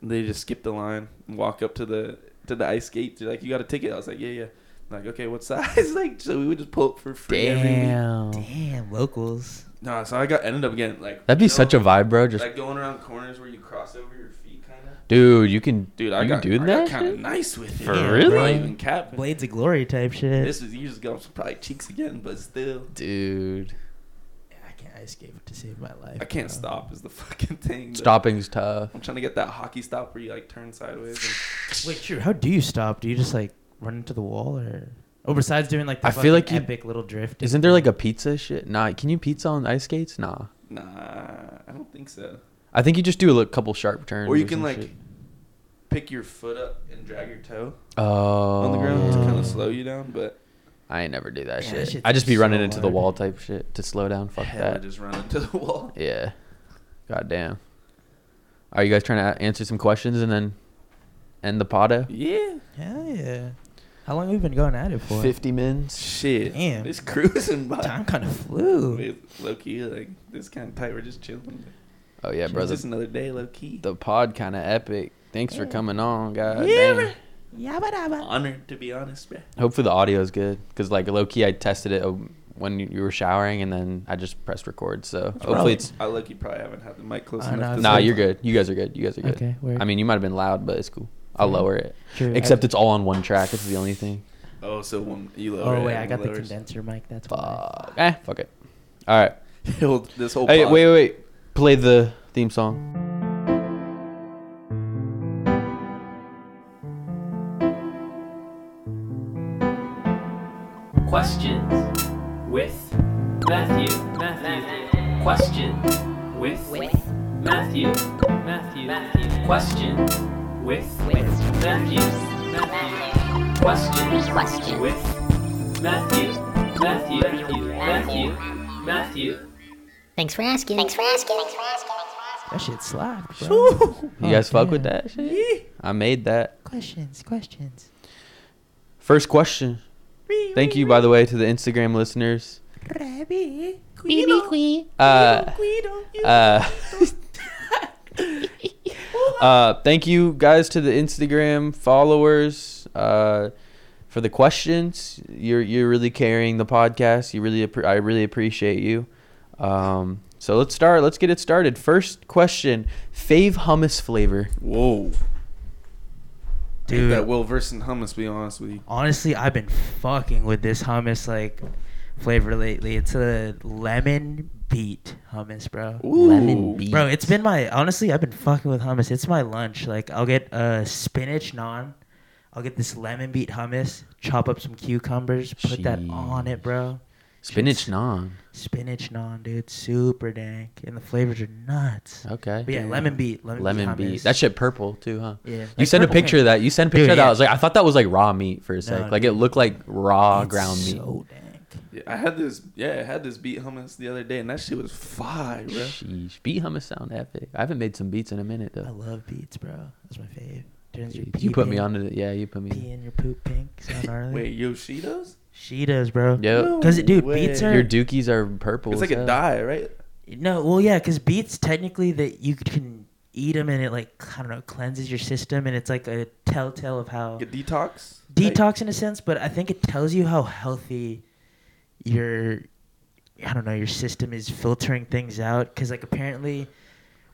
[SPEAKER 2] And they just skip the line and walk up to the to the ice skate. They're like, "You got a ticket?" I was like, "Yeah, yeah." like, okay, what size? like, so we would just pull up for free every week.
[SPEAKER 3] damn,
[SPEAKER 5] Damn, locals.
[SPEAKER 2] No, so I got ended up getting like
[SPEAKER 3] that'd be
[SPEAKER 2] you know,
[SPEAKER 3] such a vibe, bro. Just
[SPEAKER 2] like going around corners where you cross over your feet, kind of.
[SPEAKER 3] dude, you can,
[SPEAKER 2] Dude, I
[SPEAKER 3] you
[SPEAKER 2] got,
[SPEAKER 3] do
[SPEAKER 2] I
[SPEAKER 3] that.
[SPEAKER 2] got kind
[SPEAKER 3] shit?
[SPEAKER 2] of nice with it.
[SPEAKER 3] For
[SPEAKER 2] Yeah,
[SPEAKER 3] real?
[SPEAKER 2] bro, I even capping.
[SPEAKER 5] Blades of Glory type shit.
[SPEAKER 2] This was years ago. So probably cheeks again, but still,
[SPEAKER 3] Dude,
[SPEAKER 5] I can't ice skate to save my life.
[SPEAKER 2] I can't
[SPEAKER 5] bro.
[SPEAKER 2] stop. Is the fucking thing. but
[SPEAKER 3] stopping's tough.
[SPEAKER 2] I'm trying to get that hockey stop where you like turn sideways. And,
[SPEAKER 5] Wait, true. How do you stop? Do you just like run into the wall or? Oh, besides doing like the
[SPEAKER 3] I feel
[SPEAKER 5] fucking
[SPEAKER 3] like you-
[SPEAKER 5] epic little drift.
[SPEAKER 3] Isn't there like a pizza shit? Nah, can you pizza on ice skates? Nah,
[SPEAKER 2] nah, I don't think so.
[SPEAKER 3] I think you just do a li- couple sharp turns.
[SPEAKER 2] Or you can
[SPEAKER 3] some
[SPEAKER 2] like
[SPEAKER 3] shit.
[SPEAKER 2] pick your foot up and drag your toe
[SPEAKER 3] oh,
[SPEAKER 2] on the ground to
[SPEAKER 5] yeah.
[SPEAKER 2] kind of slow you down. But
[SPEAKER 3] I ain't never do that
[SPEAKER 5] Yeah, that
[SPEAKER 3] shit.
[SPEAKER 5] shit's
[SPEAKER 3] I just be
[SPEAKER 5] so
[SPEAKER 3] running into the
[SPEAKER 5] hard.
[SPEAKER 3] wall type shit to slow down. Fuck
[SPEAKER 2] hell, I
[SPEAKER 3] that.
[SPEAKER 2] just run into the wall.
[SPEAKER 3] Yeah. God damn. Are you guys trying to a- answer some questions and then end the poda?
[SPEAKER 2] Yeah.
[SPEAKER 5] Hell yeah! How long have we been going at it for?
[SPEAKER 3] Fifty mins.
[SPEAKER 2] Shit.
[SPEAKER 5] Damn.
[SPEAKER 2] It's cruising by.
[SPEAKER 5] Time kind of flew.
[SPEAKER 2] Low key, like this kind of tight. We're just chilling.
[SPEAKER 3] Oh yeah,
[SPEAKER 2] It's
[SPEAKER 3] brother.
[SPEAKER 2] just another day, low key.
[SPEAKER 3] The pod kind of epic. Thanks for
[SPEAKER 5] Yeah.
[SPEAKER 3] coming on, guys.
[SPEAKER 5] Yeah,
[SPEAKER 3] Dang.
[SPEAKER 5] Yabba dabba.
[SPEAKER 2] Honored to be honest, bro.
[SPEAKER 3] Hopefully the audio is good because like low key I tested it um, when you you were showering and then I just pressed record. So hopefully
[SPEAKER 5] probably-
[SPEAKER 3] it's
[SPEAKER 2] I look, you probably haven't had the mic close
[SPEAKER 5] I
[SPEAKER 2] enough.
[SPEAKER 5] know,
[SPEAKER 2] to
[SPEAKER 5] it's
[SPEAKER 3] nah.
[SPEAKER 2] say-
[SPEAKER 5] like-
[SPEAKER 3] You're good. You guys are good. You guys are good.
[SPEAKER 5] Okay, word.
[SPEAKER 3] I mean, you might have been loud, but it's cool. I'll
[SPEAKER 5] Fair.
[SPEAKER 3] lower it.
[SPEAKER 5] True.
[SPEAKER 3] Except it's all on one track. It's the only thing.
[SPEAKER 2] Oh, so when you lower.
[SPEAKER 5] Oh
[SPEAKER 2] it,
[SPEAKER 5] wait, I
[SPEAKER 2] and
[SPEAKER 5] got the
[SPEAKER 2] lowers-
[SPEAKER 5] condenser mic. That's why.
[SPEAKER 3] Fuck. Eh, fuck it. All right.
[SPEAKER 2] He'll- this whole.
[SPEAKER 3] Hey,
[SPEAKER 2] pod-
[SPEAKER 3] wait, wait, wait. Play the theme song.
[SPEAKER 1] Questions with Matthew. Matthew. Questions with, Matthew. Matthew. Matthew. Questions with, Matthew. Matthew. Questions
[SPEAKER 6] Questions.
[SPEAKER 1] with Matthew. Matthew. Matthew. Matthew.
[SPEAKER 6] Thanks for asking. Thanks for asking. Thanks for asking.
[SPEAKER 5] That shit slapped, bro.
[SPEAKER 3] You
[SPEAKER 5] Oh,
[SPEAKER 3] guys fuck with
[SPEAKER 5] damn.
[SPEAKER 3] that shit? I made that.
[SPEAKER 5] questions, questions.
[SPEAKER 3] First question. Thank you, by the way, to the Instagram listeners. Uh, uh, uh, thank you guys to the Instagram followers uh, for the questions. You're you're really carrying the podcast. You really appre- I really appreciate you. Um, so let's start. Let's get it started. First question: Fave hummus flavor.
[SPEAKER 2] Whoa.
[SPEAKER 4] Dude.
[SPEAKER 2] That Will Verson hummus. Be honest with you.
[SPEAKER 4] Honestly, I've been fucking with this hummus like flavor lately. It's a lemon beet hummus, bro.
[SPEAKER 2] Ooh.
[SPEAKER 4] Bro, it's been my honestly. I've been fucking with hummus. It's my lunch. Like I'll get a spinach naan. I'll get this lemon beet hummus. Chop up some cucumbers. Put that on it, bro.
[SPEAKER 3] Spinach
[SPEAKER 4] Shit's-
[SPEAKER 3] naan.
[SPEAKER 4] Spinach naan, dude. Super dank, and the flavors are nuts.
[SPEAKER 3] Okay.
[SPEAKER 4] But yeah, lemon beet, lemon,
[SPEAKER 3] Lemon
[SPEAKER 4] beet,
[SPEAKER 3] beet.
[SPEAKER 4] hummus.
[SPEAKER 3] That shit purple too, huh?
[SPEAKER 4] Yeah.
[SPEAKER 3] You
[SPEAKER 4] Like
[SPEAKER 3] sent a
[SPEAKER 4] purple
[SPEAKER 3] picture of that. You sent a
[SPEAKER 4] Dude,
[SPEAKER 3] picture of that.
[SPEAKER 4] yeah.
[SPEAKER 3] I was like, I thought that was like raw meat for a sec. like it
[SPEAKER 4] dude.
[SPEAKER 3] looked like raw
[SPEAKER 4] It's
[SPEAKER 3] ground meat.
[SPEAKER 4] So dank.
[SPEAKER 2] Yeah, I had this. Yeah, I had this beet hummus the other day, and that shit was fire, bro.
[SPEAKER 3] Sheesh. Beet hummus sound epic. I haven't made some beats in a minute
[SPEAKER 5] I
[SPEAKER 3] though.
[SPEAKER 5] love beats, bro. That's my fave. Turns your
[SPEAKER 3] You
[SPEAKER 5] pee
[SPEAKER 3] put me
[SPEAKER 5] pink-
[SPEAKER 3] on to it. Yeah, you put
[SPEAKER 5] Pee
[SPEAKER 3] me.
[SPEAKER 5] in your poop pink. Sound early.
[SPEAKER 2] Wait, Yoshido's?
[SPEAKER 4] She does, bro.
[SPEAKER 3] Yep.
[SPEAKER 2] No
[SPEAKER 4] Cause dude, beets
[SPEAKER 2] way.
[SPEAKER 4] are
[SPEAKER 3] Your dookies are purple.
[SPEAKER 2] It's
[SPEAKER 3] as
[SPEAKER 2] like a
[SPEAKER 3] hell.
[SPEAKER 2] dye, right?
[SPEAKER 4] No, well, yeah, because beets technically that you can eat them and it like I don't know cleanses your system and it's like a telltale of how
[SPEAKER 2] Like a detox.
[SPEAKER 4] detox in a sense, but I think it tells you how healthy your I don't know, your system is filtering things out because like apparently,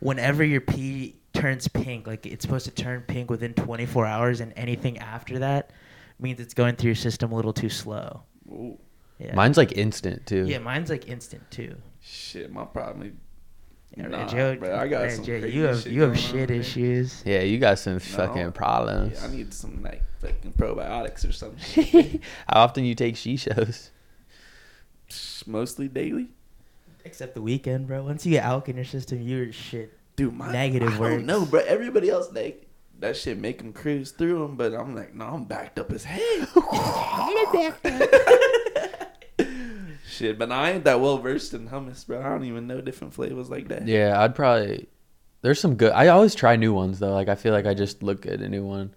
[SPEAKER 4] whenever your pee turns pink, like it's supposed to turn pink within 24 hours, and anything after that means it's going through your system a little too slow.
[SPEAKER 2] Ooh,
[SPEAKER 4] Yeah.
[SPEAKER 3] Mine's like instant too.
[SPEAKER 4] yeah, mine's like instant too.
[SPEAKER 2] shit, my problem. is-
[SPEAKER 4] Yeah,
[SPEAKER 2] Nah,
[SPEAKER 4] Joe,
[SPEAKER 2] bro, I got
[SPEAKER 4] yeah,
[SPEAKER 2] some
[SPEAKER 4] Joe,
[SPEAKER 2] crazy
[SPEAKER 4] you have
[SPEAKER 2] shit
[SPEAKER 4] you have
[SPEAKER 2] going on,
[SPEAKER 4] shit
[SPEAKER 2] man.
[SPEAKER 4] issues.
[SPEAKER 3] Yeah, you got some
[SPEAKER 2] No.
[SPEAKER 3] fucking problems.
[SPEAKER 2] Yeah, I need some like fucking probiotics or something.
[SPEAKER 3] How often you take shishos?
[SPEAKER 2] Mostly daily.
[SPEAKER 4] Except the weekend, bro. Once you get alk in your system, you're shit.
[SPEAKER 2] Dude, my
[SPEAKER 4] Negative
[SPEAKER 2] I
[SPEAKER 4] words.
[SPEAKER 2] don't know, bro. Everybody else like that shit make them cruise through them, but I'm like, no, I'm backed up as hell. shit, but I ain't that well versed in hummus, bro. I don't even know different flavors like that.
[SPEAKER 3] Yeah, I'd probably. There's some good. I always try new ones though. Like I feel like I just look at a new one,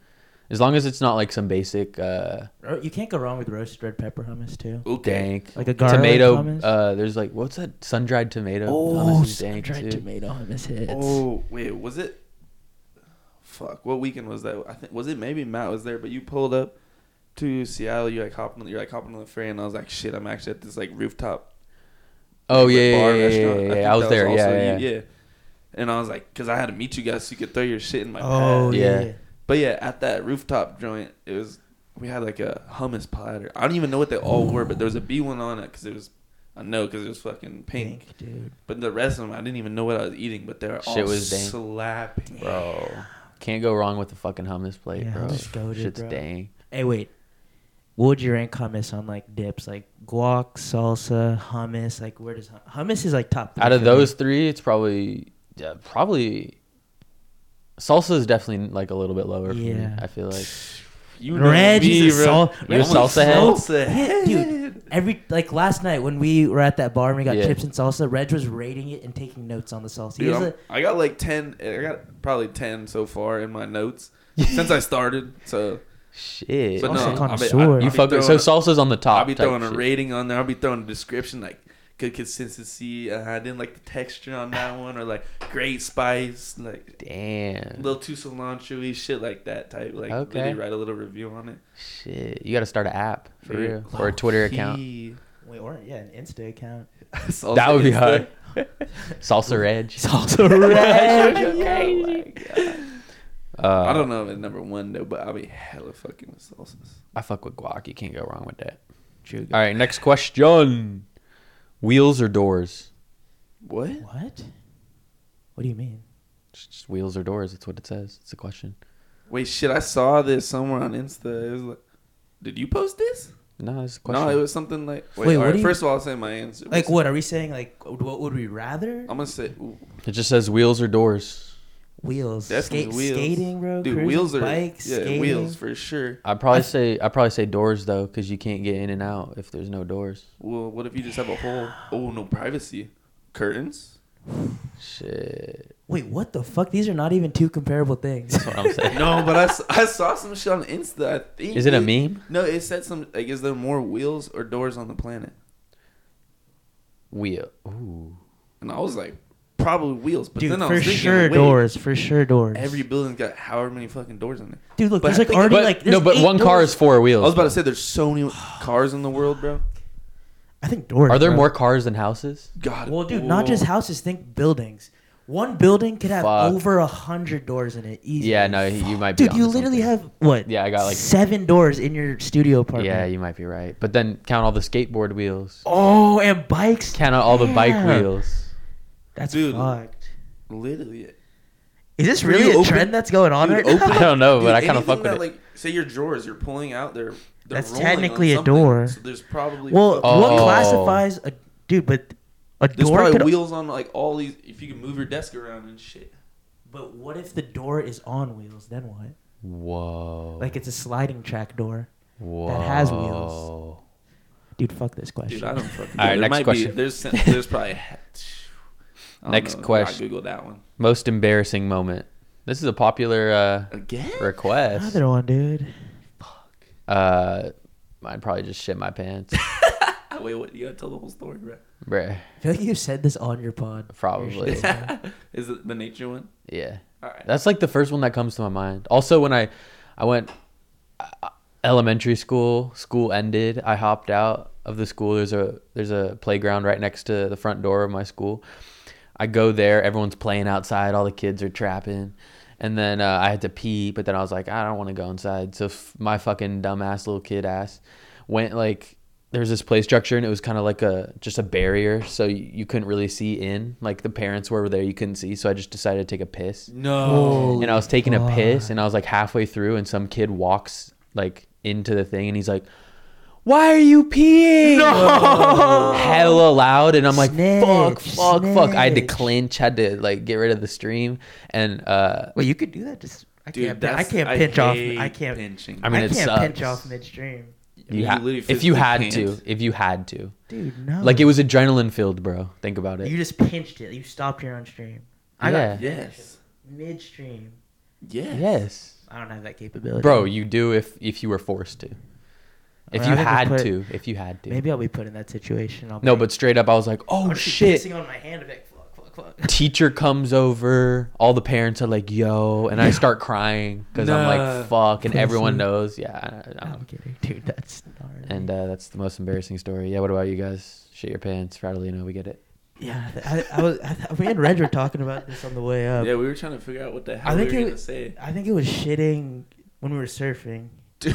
[SPEAKER 3] as long as it's not like some basic uh,
[SPEAKER 4] Ro- You can't go wrong with roasted red pepper hummus too.
[SPEAKER 2] Okay.
[SPEAKER 3] dank
[SPEAKER 4] Like a garlic
[SPEAKER 3] tomato.
[SPEAKER 4] hummus.
[SPEAKER 3] Uh, there's like what's that sun dried tomato?
[SPEAKER 4] oh,
[SPEAKER 3] is dank,
[SPEAKER 4] dried
[SPEAKER 3] too.
[SPEAKER 4] tomato hummus hits.
[SPEAKER 2] Oh wait, was it? Fuck, what weekend was that? I think was it maybe Matt was there, but you pulled up to Seattle. You like hopping, you're like hopping on the ferry, and I was like, shit, I'm actually at this like rooftop
[SPEAKER 3] Oh
[SPEAKER 2] like,
[SPEAKER 3] yeah, yeah,
[SPEAKER 2] bar
[SPEAKER 3] yeah, yeah,
[SPEAKER 2] restaurant.
[SPEAKER 3] yeah,
[SPEAKER 2] think
[SPEAKER 3] yeah. I was
[SPEAKER 2] that
[SPEAKER 3] there.
[SPEAKER 2] also
[SPEAKER 3] yeah, yeah.
[SPEAKER 2] you- And I was like, because I had to meet you guys so you could throw your shit in my
[SPEAKER 4] Oh
[SPEAKER 2] pad.
[SPEAKER 3] Yeah.
[SPEAKER 4] yeah.
[SPEAKER 2] But yeah, at that rooftop joint, it was we had like a hummus platter. I don't even know what they all were, but there was a B one on it because it was I know because it was fucking pink.
[SPEAKER 4] Pink, dude.
[SPEAKER 2] But the rest of them, I didn't even know what I was eating, but they were all
[SPEAKER 3] Shit was dank.
[SPEAKER 2] slapping, bro.
[SPEAKER 3] bro. Can't go wrong with the fucking hummus plate,
[SPEAKER 4] Yeah,
[SPEAKER 3] bro.
[SPEAKER 4] hummus goated,
[SPEAKER 3] Shit's
[SPEAKER 4] bro.
[SPEAKER 3] dang.
[SPEAKER 4] Hey, wait. What would you rank hummus on like dips, like guac, salsa, hummus? Like where does hum- hummus is like top? three
[SPEAKER 3] Out of
[SPEAKER 4] for
[SPEAKER 3] those
[SPEAKER 4] me.
[SPEAKER 3] three, it's probably yeah, probably salsa is definitely like a little bit lower. For me,
[SPEAKER 4] Yeah.
[SPEAKER 3] I feel like
[SPEAKER 2] You
[SPEAKER 4] Reggie's a
[SPEAKER 2] bro.
[SPEAKER 4] sal-
[SPEAKER 3] You're a
[SPEAKER 2] I'm a
[SPEAKER 3] salsa head?
[SPEAKER 2] salsa
[SPEAKER 4] Yeah,
[SPEAKER 2] head.
[SPEAKER 4] dude. Every like last night when we were at that bar and we got
[SPEAKER 3] Yeah.
[SPEAKER 4] chips and salsa, Reg was rating it and taking notes on the salsa. He
[SPEAKER 2] Dude,
[SPEAKER 4] was
[SPEAKER 2] I'm-
[SPEAKER 4] a-
[SPEAKER 2] I got like ten. I got probably ten so far in my notes since I started. So,
[SPEAKER 3] shit.
[SPEAKER 2] but
[SPEAKER 4] Salsa
[SPEAKER 2] no, I mean, I,
[SPEAKER 4] connoisseur.
[SPEAKER 2] I
[SPEAKER 3] you
[SPEAKER 2] be
[SPEAKER 3] fucking so
[SPEAKER 2] throwing-
[SPEAKER 3] salsa's on the top.
[SPEAKER 2] I'll be
[SPEAKER 3] type
[SPEAKER 2] throwing a
[SPEAKER 3] shit.
[SPEAKER 2] rating on there. I'll be throwing a description like good consistency. Uh, I didn't like the texture on that one, or like great spice, like a
[SPEAKER 3] Damn.
[SPEAKER 2] little too cilantro-y, shit like that type. Like
[SPEAKER 3] Okay.
[SPEAKER 2] really write a little review on it.
[SPEAKER 3] Shit. You got to start an app for
[SPEAKER 2] Dude,
[SPEAKER 3] real or a Twitter account.
[SPEAKER 2] He-
[SPEAKER 4] wait, or yeah, an Insta account.
[SPEAKER 2] Salsa
[SPEAKER 3] That would be
[SPEAKER 2] is the-
[SPEAKER 3] hard. Salsa Edge.
[SPEAKER 4] Salsa Oh.
[SPEAKER 3] Uh,
[SPEAKER 2] I don't know if it's number one though, but I'll be hella fucking with salsas.
[SPEAKER 3] I fuck with guac. You can't go wrong with that.
[SPEAKER 4] True.
[SPEAKER 3] All right, next question. Wheels or doors?
[SPEAKER 2] What?
[SPEAKER 4] What? What do you mean?
[SPEAKER 3] Just just wheels or doors. That's what it says. It's a question.
[SPEAKER 2] Wait, shit! I saw this somewhere on Insta. It was like, did you post this?
[SPEAKER 3] No, it's a question.
[SPEAKER 2] No, it was something like. Wait,
[SPEAKER 4] Wait,
[SPEAKER 2] all
[SPEAKER 4] what
[SPEAKER 2] right,
[SPEAKER 4] do you-
[SPEAKER 2] first of all, I'll say my answer.
[SPEAKER 4] Like what are we saying? Like what would we rather?
[SPEAKER 3] Um,
[SPEAKER 2] I'm gonna say ooh,
[SPEAKER 3] It just says wheels or doors.
[SPEAKER 4] Wheels,
[SPEAKER 2] definitely
[SPEAKER 4] skate,
[SPEAKER 2] wheels.
[SPEAKER 4] skating, bro.
[SPEAKER 2] Dude,
[SPEAKER 4] cruising,
[SPEAKER 2] wheels are
[SPEAKER 4] bikes,
[SPEAKER 2] yeah,
[SPEAKER 4] skating.
[SPEAKER 2] wheels for sure.
[SPEAKER 3] I probably say I probably say doors though, because you can't get in and out if there's no doors.
[SPEAKER 2] Well, what if you just have a whole oh no privacy curtains?
[SPEAKER 3] Shit.
[SPEAKER 4] Wait, what the fuck? These are not even two comparable things.
[SPEAKER 3] That's what I'm saying.
[SPEAKER 2] No, but I, s- I saw some shit on Insta. I think
[SPEAKER 3] Is it a meme?
[SPEAKER 2] No, it said some like is there more wheels or doors on the planet?
[SPEAKER 3] Wheel. Ooh.
[SPEAKER 2] And I was like probably wheels, but
[SPEAKER 4] Dude,
[SPEAKER 2] then I
[SPEAKER 4] for
[SPEAKER 2] was thinking,
[SPEAKER 4] sure
[SPEAKER 2] wait,
[SPEAKER 4] doors, for sure doors.
[SPEAKER 2] Every building's got however many fucking doors in it.
[SPEAKER 4] Dude, look,
[SPEAKER 2] But
[SPEAKER 4] there's like
[SPEAKER 2] I think-
[SPEAKER 4] already
[SPEAKER 3] But
[SPEAKER 4] like
[SPEAKER 3] no,
[SPEAKER 4] there's
[SPEAKER 3] but
[SPEAKER 4] eight
[SPEAKER 3] one car is
[SPEAKER 4] doors.
[SPEAKER 3] four
[SPEAKER 2] I
[SPEAKER 3] wheels.
[SPEAKER 2] was about to say there's so many cars in the world, bro.
[SPEAKER 4] I think doors.
[SPEAKER 3] Are there
[SPEAKER 4] bro.
[SPEAKER 3] more cars than houses?
[SPEAKER 2] God. oh,
[SPEAKER 4] Well, dude, not just houses. Think buildings. One building could have
[SPEAKER 3] Fuck.
[SPEAKER 4] over a hundred doors in it. Easy.
[SPEAKER 3] Yeah, no, you might be.
[SPEAKER 4] Dude, you
[SPEAKER 3] onto
[SPEAKER 4] literally
[SPEAKER 3] something.
[SPEAKER 4] have what?
[SPEAKER 3] Yeah, I got, like-
[SPEAKER 4] seven doors in your studio apartment.
[SPEAKER 3] Yeah, you might be right. But then count all the skateboard wheels.
[SPEAKER 4] Oh, and bikes.
[SPEAKER 3] Count out all the bike
[SPEAKER 4] Yeah.
[SPEAKER 3] wheels.
[SPEAKER 4] That's
[SPEAKER 2] Dude.
[SPEAKER 4] fucked.
[SPEAKER 2] literally
[SPEAKER 4] Is this
[SPEAKER 2] Were
[SPEAKER 4] really
[SPEAKER 2] you
[SPEAKER 4] a
[SPEAKER 2] open-
[SPEAKER 4] trend that's going on
[SPEAKER 2] Dude,
[SPEAKER 4] right
[SPEAKER 2] open
[SPEAKER 4] now?
[SPEAKER 3] I don't know, but I kind of
[SPEAKER 2] anything
[SPEAKER 3] fuck with
[SPEAKER 2] that,
[SPEAKER 3] it.
[SPEAKER 2] Like, say your drawers, you're pulling out. They're, they're
[SPEAKER 4] That's
[SPEAKER 2] rolling on
[SPEAKER 4] technically a
[SPEAKER 2] something,
[SPEAKER 4] door.
[SPEAKER 2] So there's probably
[SPEAKER 4] Well,
[SPEAKER 2] fucking-
[SPEAKER 3] Oh.
[SPEAKER 4] what classifies a dude? But a
[SPEAKER 2] there's
[SPEAKER 4] door.
[SPEAKER 2] probably
[SPEAKER 4] Could,
[SPEAKER 2] wheels on like all these. If you can move your desk around and shit.
[SPEAKER 4] but what if the door is on wheels? Then what?
[SPEAKER 3] Whoa.
[SPEAKER 4] Like it's a sliding track door.
[SPEAKER 3] Whoa.
[SPEAKER 4] has wheels. Dude, fuck this question.
[SPEAKER 2] Dude, I don't fucking.
[SPEAKER 3] All right,
[SPEAKER 2] There
[SPEAKER 3] next
[SPEAKER 2] might be-
[SPEAKER 3] question.
[SPEAKER 2] there's there's probably. I don't
[SPEAKER 3] Next
[SPEAKER 2] know.
[SPEAKER 3] question.
[SPEAKER 2] I googled that one
[SPEAKER 3] Most embarrassing moment. This is a popular uh,
[SPEAKER 2] again.
[SPEAKER 3] request.
[SPEAKER 4] Another one, dude.
[SPEAKER 3] Uh, I'd probably just shit my pants,
[SPEAKER 2] Ah, Wait, what? You gotta tell the whole story, bro.
[SPEAKER 3] bruh.
[SPEAKER 4] I feel like you said this on your pod.
[SPEAKER 3] Probably.
[SPEAKER 2] Is it the nature one?
[SPEAKER 3] Yeah,
[SPEAKER 2] All right.
[SPEAKER 3] that's like the first one that comes to my mind. Also, when I, I went, I, elementary school school ended i hopped out of the school there's a there's a playground right next to the front door of my school i go there everyone's playing outside all the kids are trapping and then uh, i had to pee but then i was like i don't want to go inside so f- my fucking dumbass little kid ass went like there's this play structure and it was kind of like a just a barrier so you, you couldn't really see in like the parents were there you couldn't see so i just decided to take a piss
[SPEAKER 2] No.
[SPEAKER 3] and I was taking a piss and I was like halfway through and some kid walks like into the thing and he's like, Why are you peeing? No! Hella loud and I'm like, fuck,
[SPEAKER 4] Snitch,
[SPEAKER 3] fuck, fuck. I had to
[SPEAKER 4] snitch.
[SPEAKER 3] clinch, had to like get rid of the stream and uh
[SPEAKER 4] Well, you could do that. Just I
[SPEAKER 2] Dude,
[SPEAKER 4] can't. I
[SPEAKER 2] that's-
[SPEAKER 4] can't
[SPEAKER 2] I
[SPEAKER 4] pinch off.
[SPEAKER 2] hate
[SPEAKER 4] I can't.
[SPEAKER 2] pinching.
[SPEAKER 4] I,
[SPEAKER 3] I mean it
[SPEAKER 4] can't
[SPEAKER 3] sucks.
[SPEAKER 4] pinch off midstream,
[SPEAKER 3] You
[SPEAKER 2] You
[SPEAKER 3] ha-
[SPEAKER 2] literally
[SPEAKER 3] if you
[SPEAKER 2] physically
[SPEAKER 3] had
[SPEAKER 2] can't.
[SPEAKER 3] to, if you had to.
[SPEAKER 4] dude. No.
[SPEAKER 3] Like it was adrenaline filled, bro. Think about it.
[SPEAKER 4] You just pinched it. You stopped your own stream. I
[SPEAKER 3] Yeah.
[SPEAKER 4] got
[SPEAKER 2] Yes.
[SPEAKER 4] midstream.
[SPEAKER 2] Yes.
[SPEAKER 3] yes.
[SPEAKER 4] I don't have that capability,
[SPEAKER 3] Bro, you do if if you were forced to. If
[SPEAKER 4] mean,
[SPEAKER 3] you
[SPEAKER 4] I think we
[SPEAKER 3] had
[SPEAKER 4] put-
[SPEAKER 3] to, if you had to.
[SPEAKER 4] Maybe I'll be put in that situation. I'll
[SPEAKER 3] no,
[SPEAKER 4] be-
[SPEAKER 3] but straight up I was like,
[SPEAKER 4] I'll
[SPEAKER 3] "Oh
[SPEAKER 4] just be
[SPEAKER 3] shit."
[SPEAKER 4] pissing on my hand. I'll be like, fuck, fuck, fuck.
[SPEAKER 3] teacher comes over all the parents are like yo and i start crying because i'm
[SPEAKER 2] Nah.
[SPEAKER 3] like fuck and everyone
[SPEAKER 4] Pussy.
[SPEAKER 3] knows yeah I- I-
[SPEAKER 4] I'm kidding, dude. That's gnarly.
[SPEAKER 3] and uh, that's the most embarrassing story yeah what about you guys shit your pants fratellino we get it
[SPEAKER 4] yeah, I, I was. I, th- me and Reg were talking about this on the way up.
[SPEAKER 2] Yeah, we were trying to figure out what the
[SPEAKER 4] I
[SPEAKER 2] hell we
[SPEAKER 4] think
[SPEAKER 2] were
[SPEAKER 4] it-
[SPEAKER 2] gonna say.
[SPEAKER 4] I think it was shitting when we were surfing.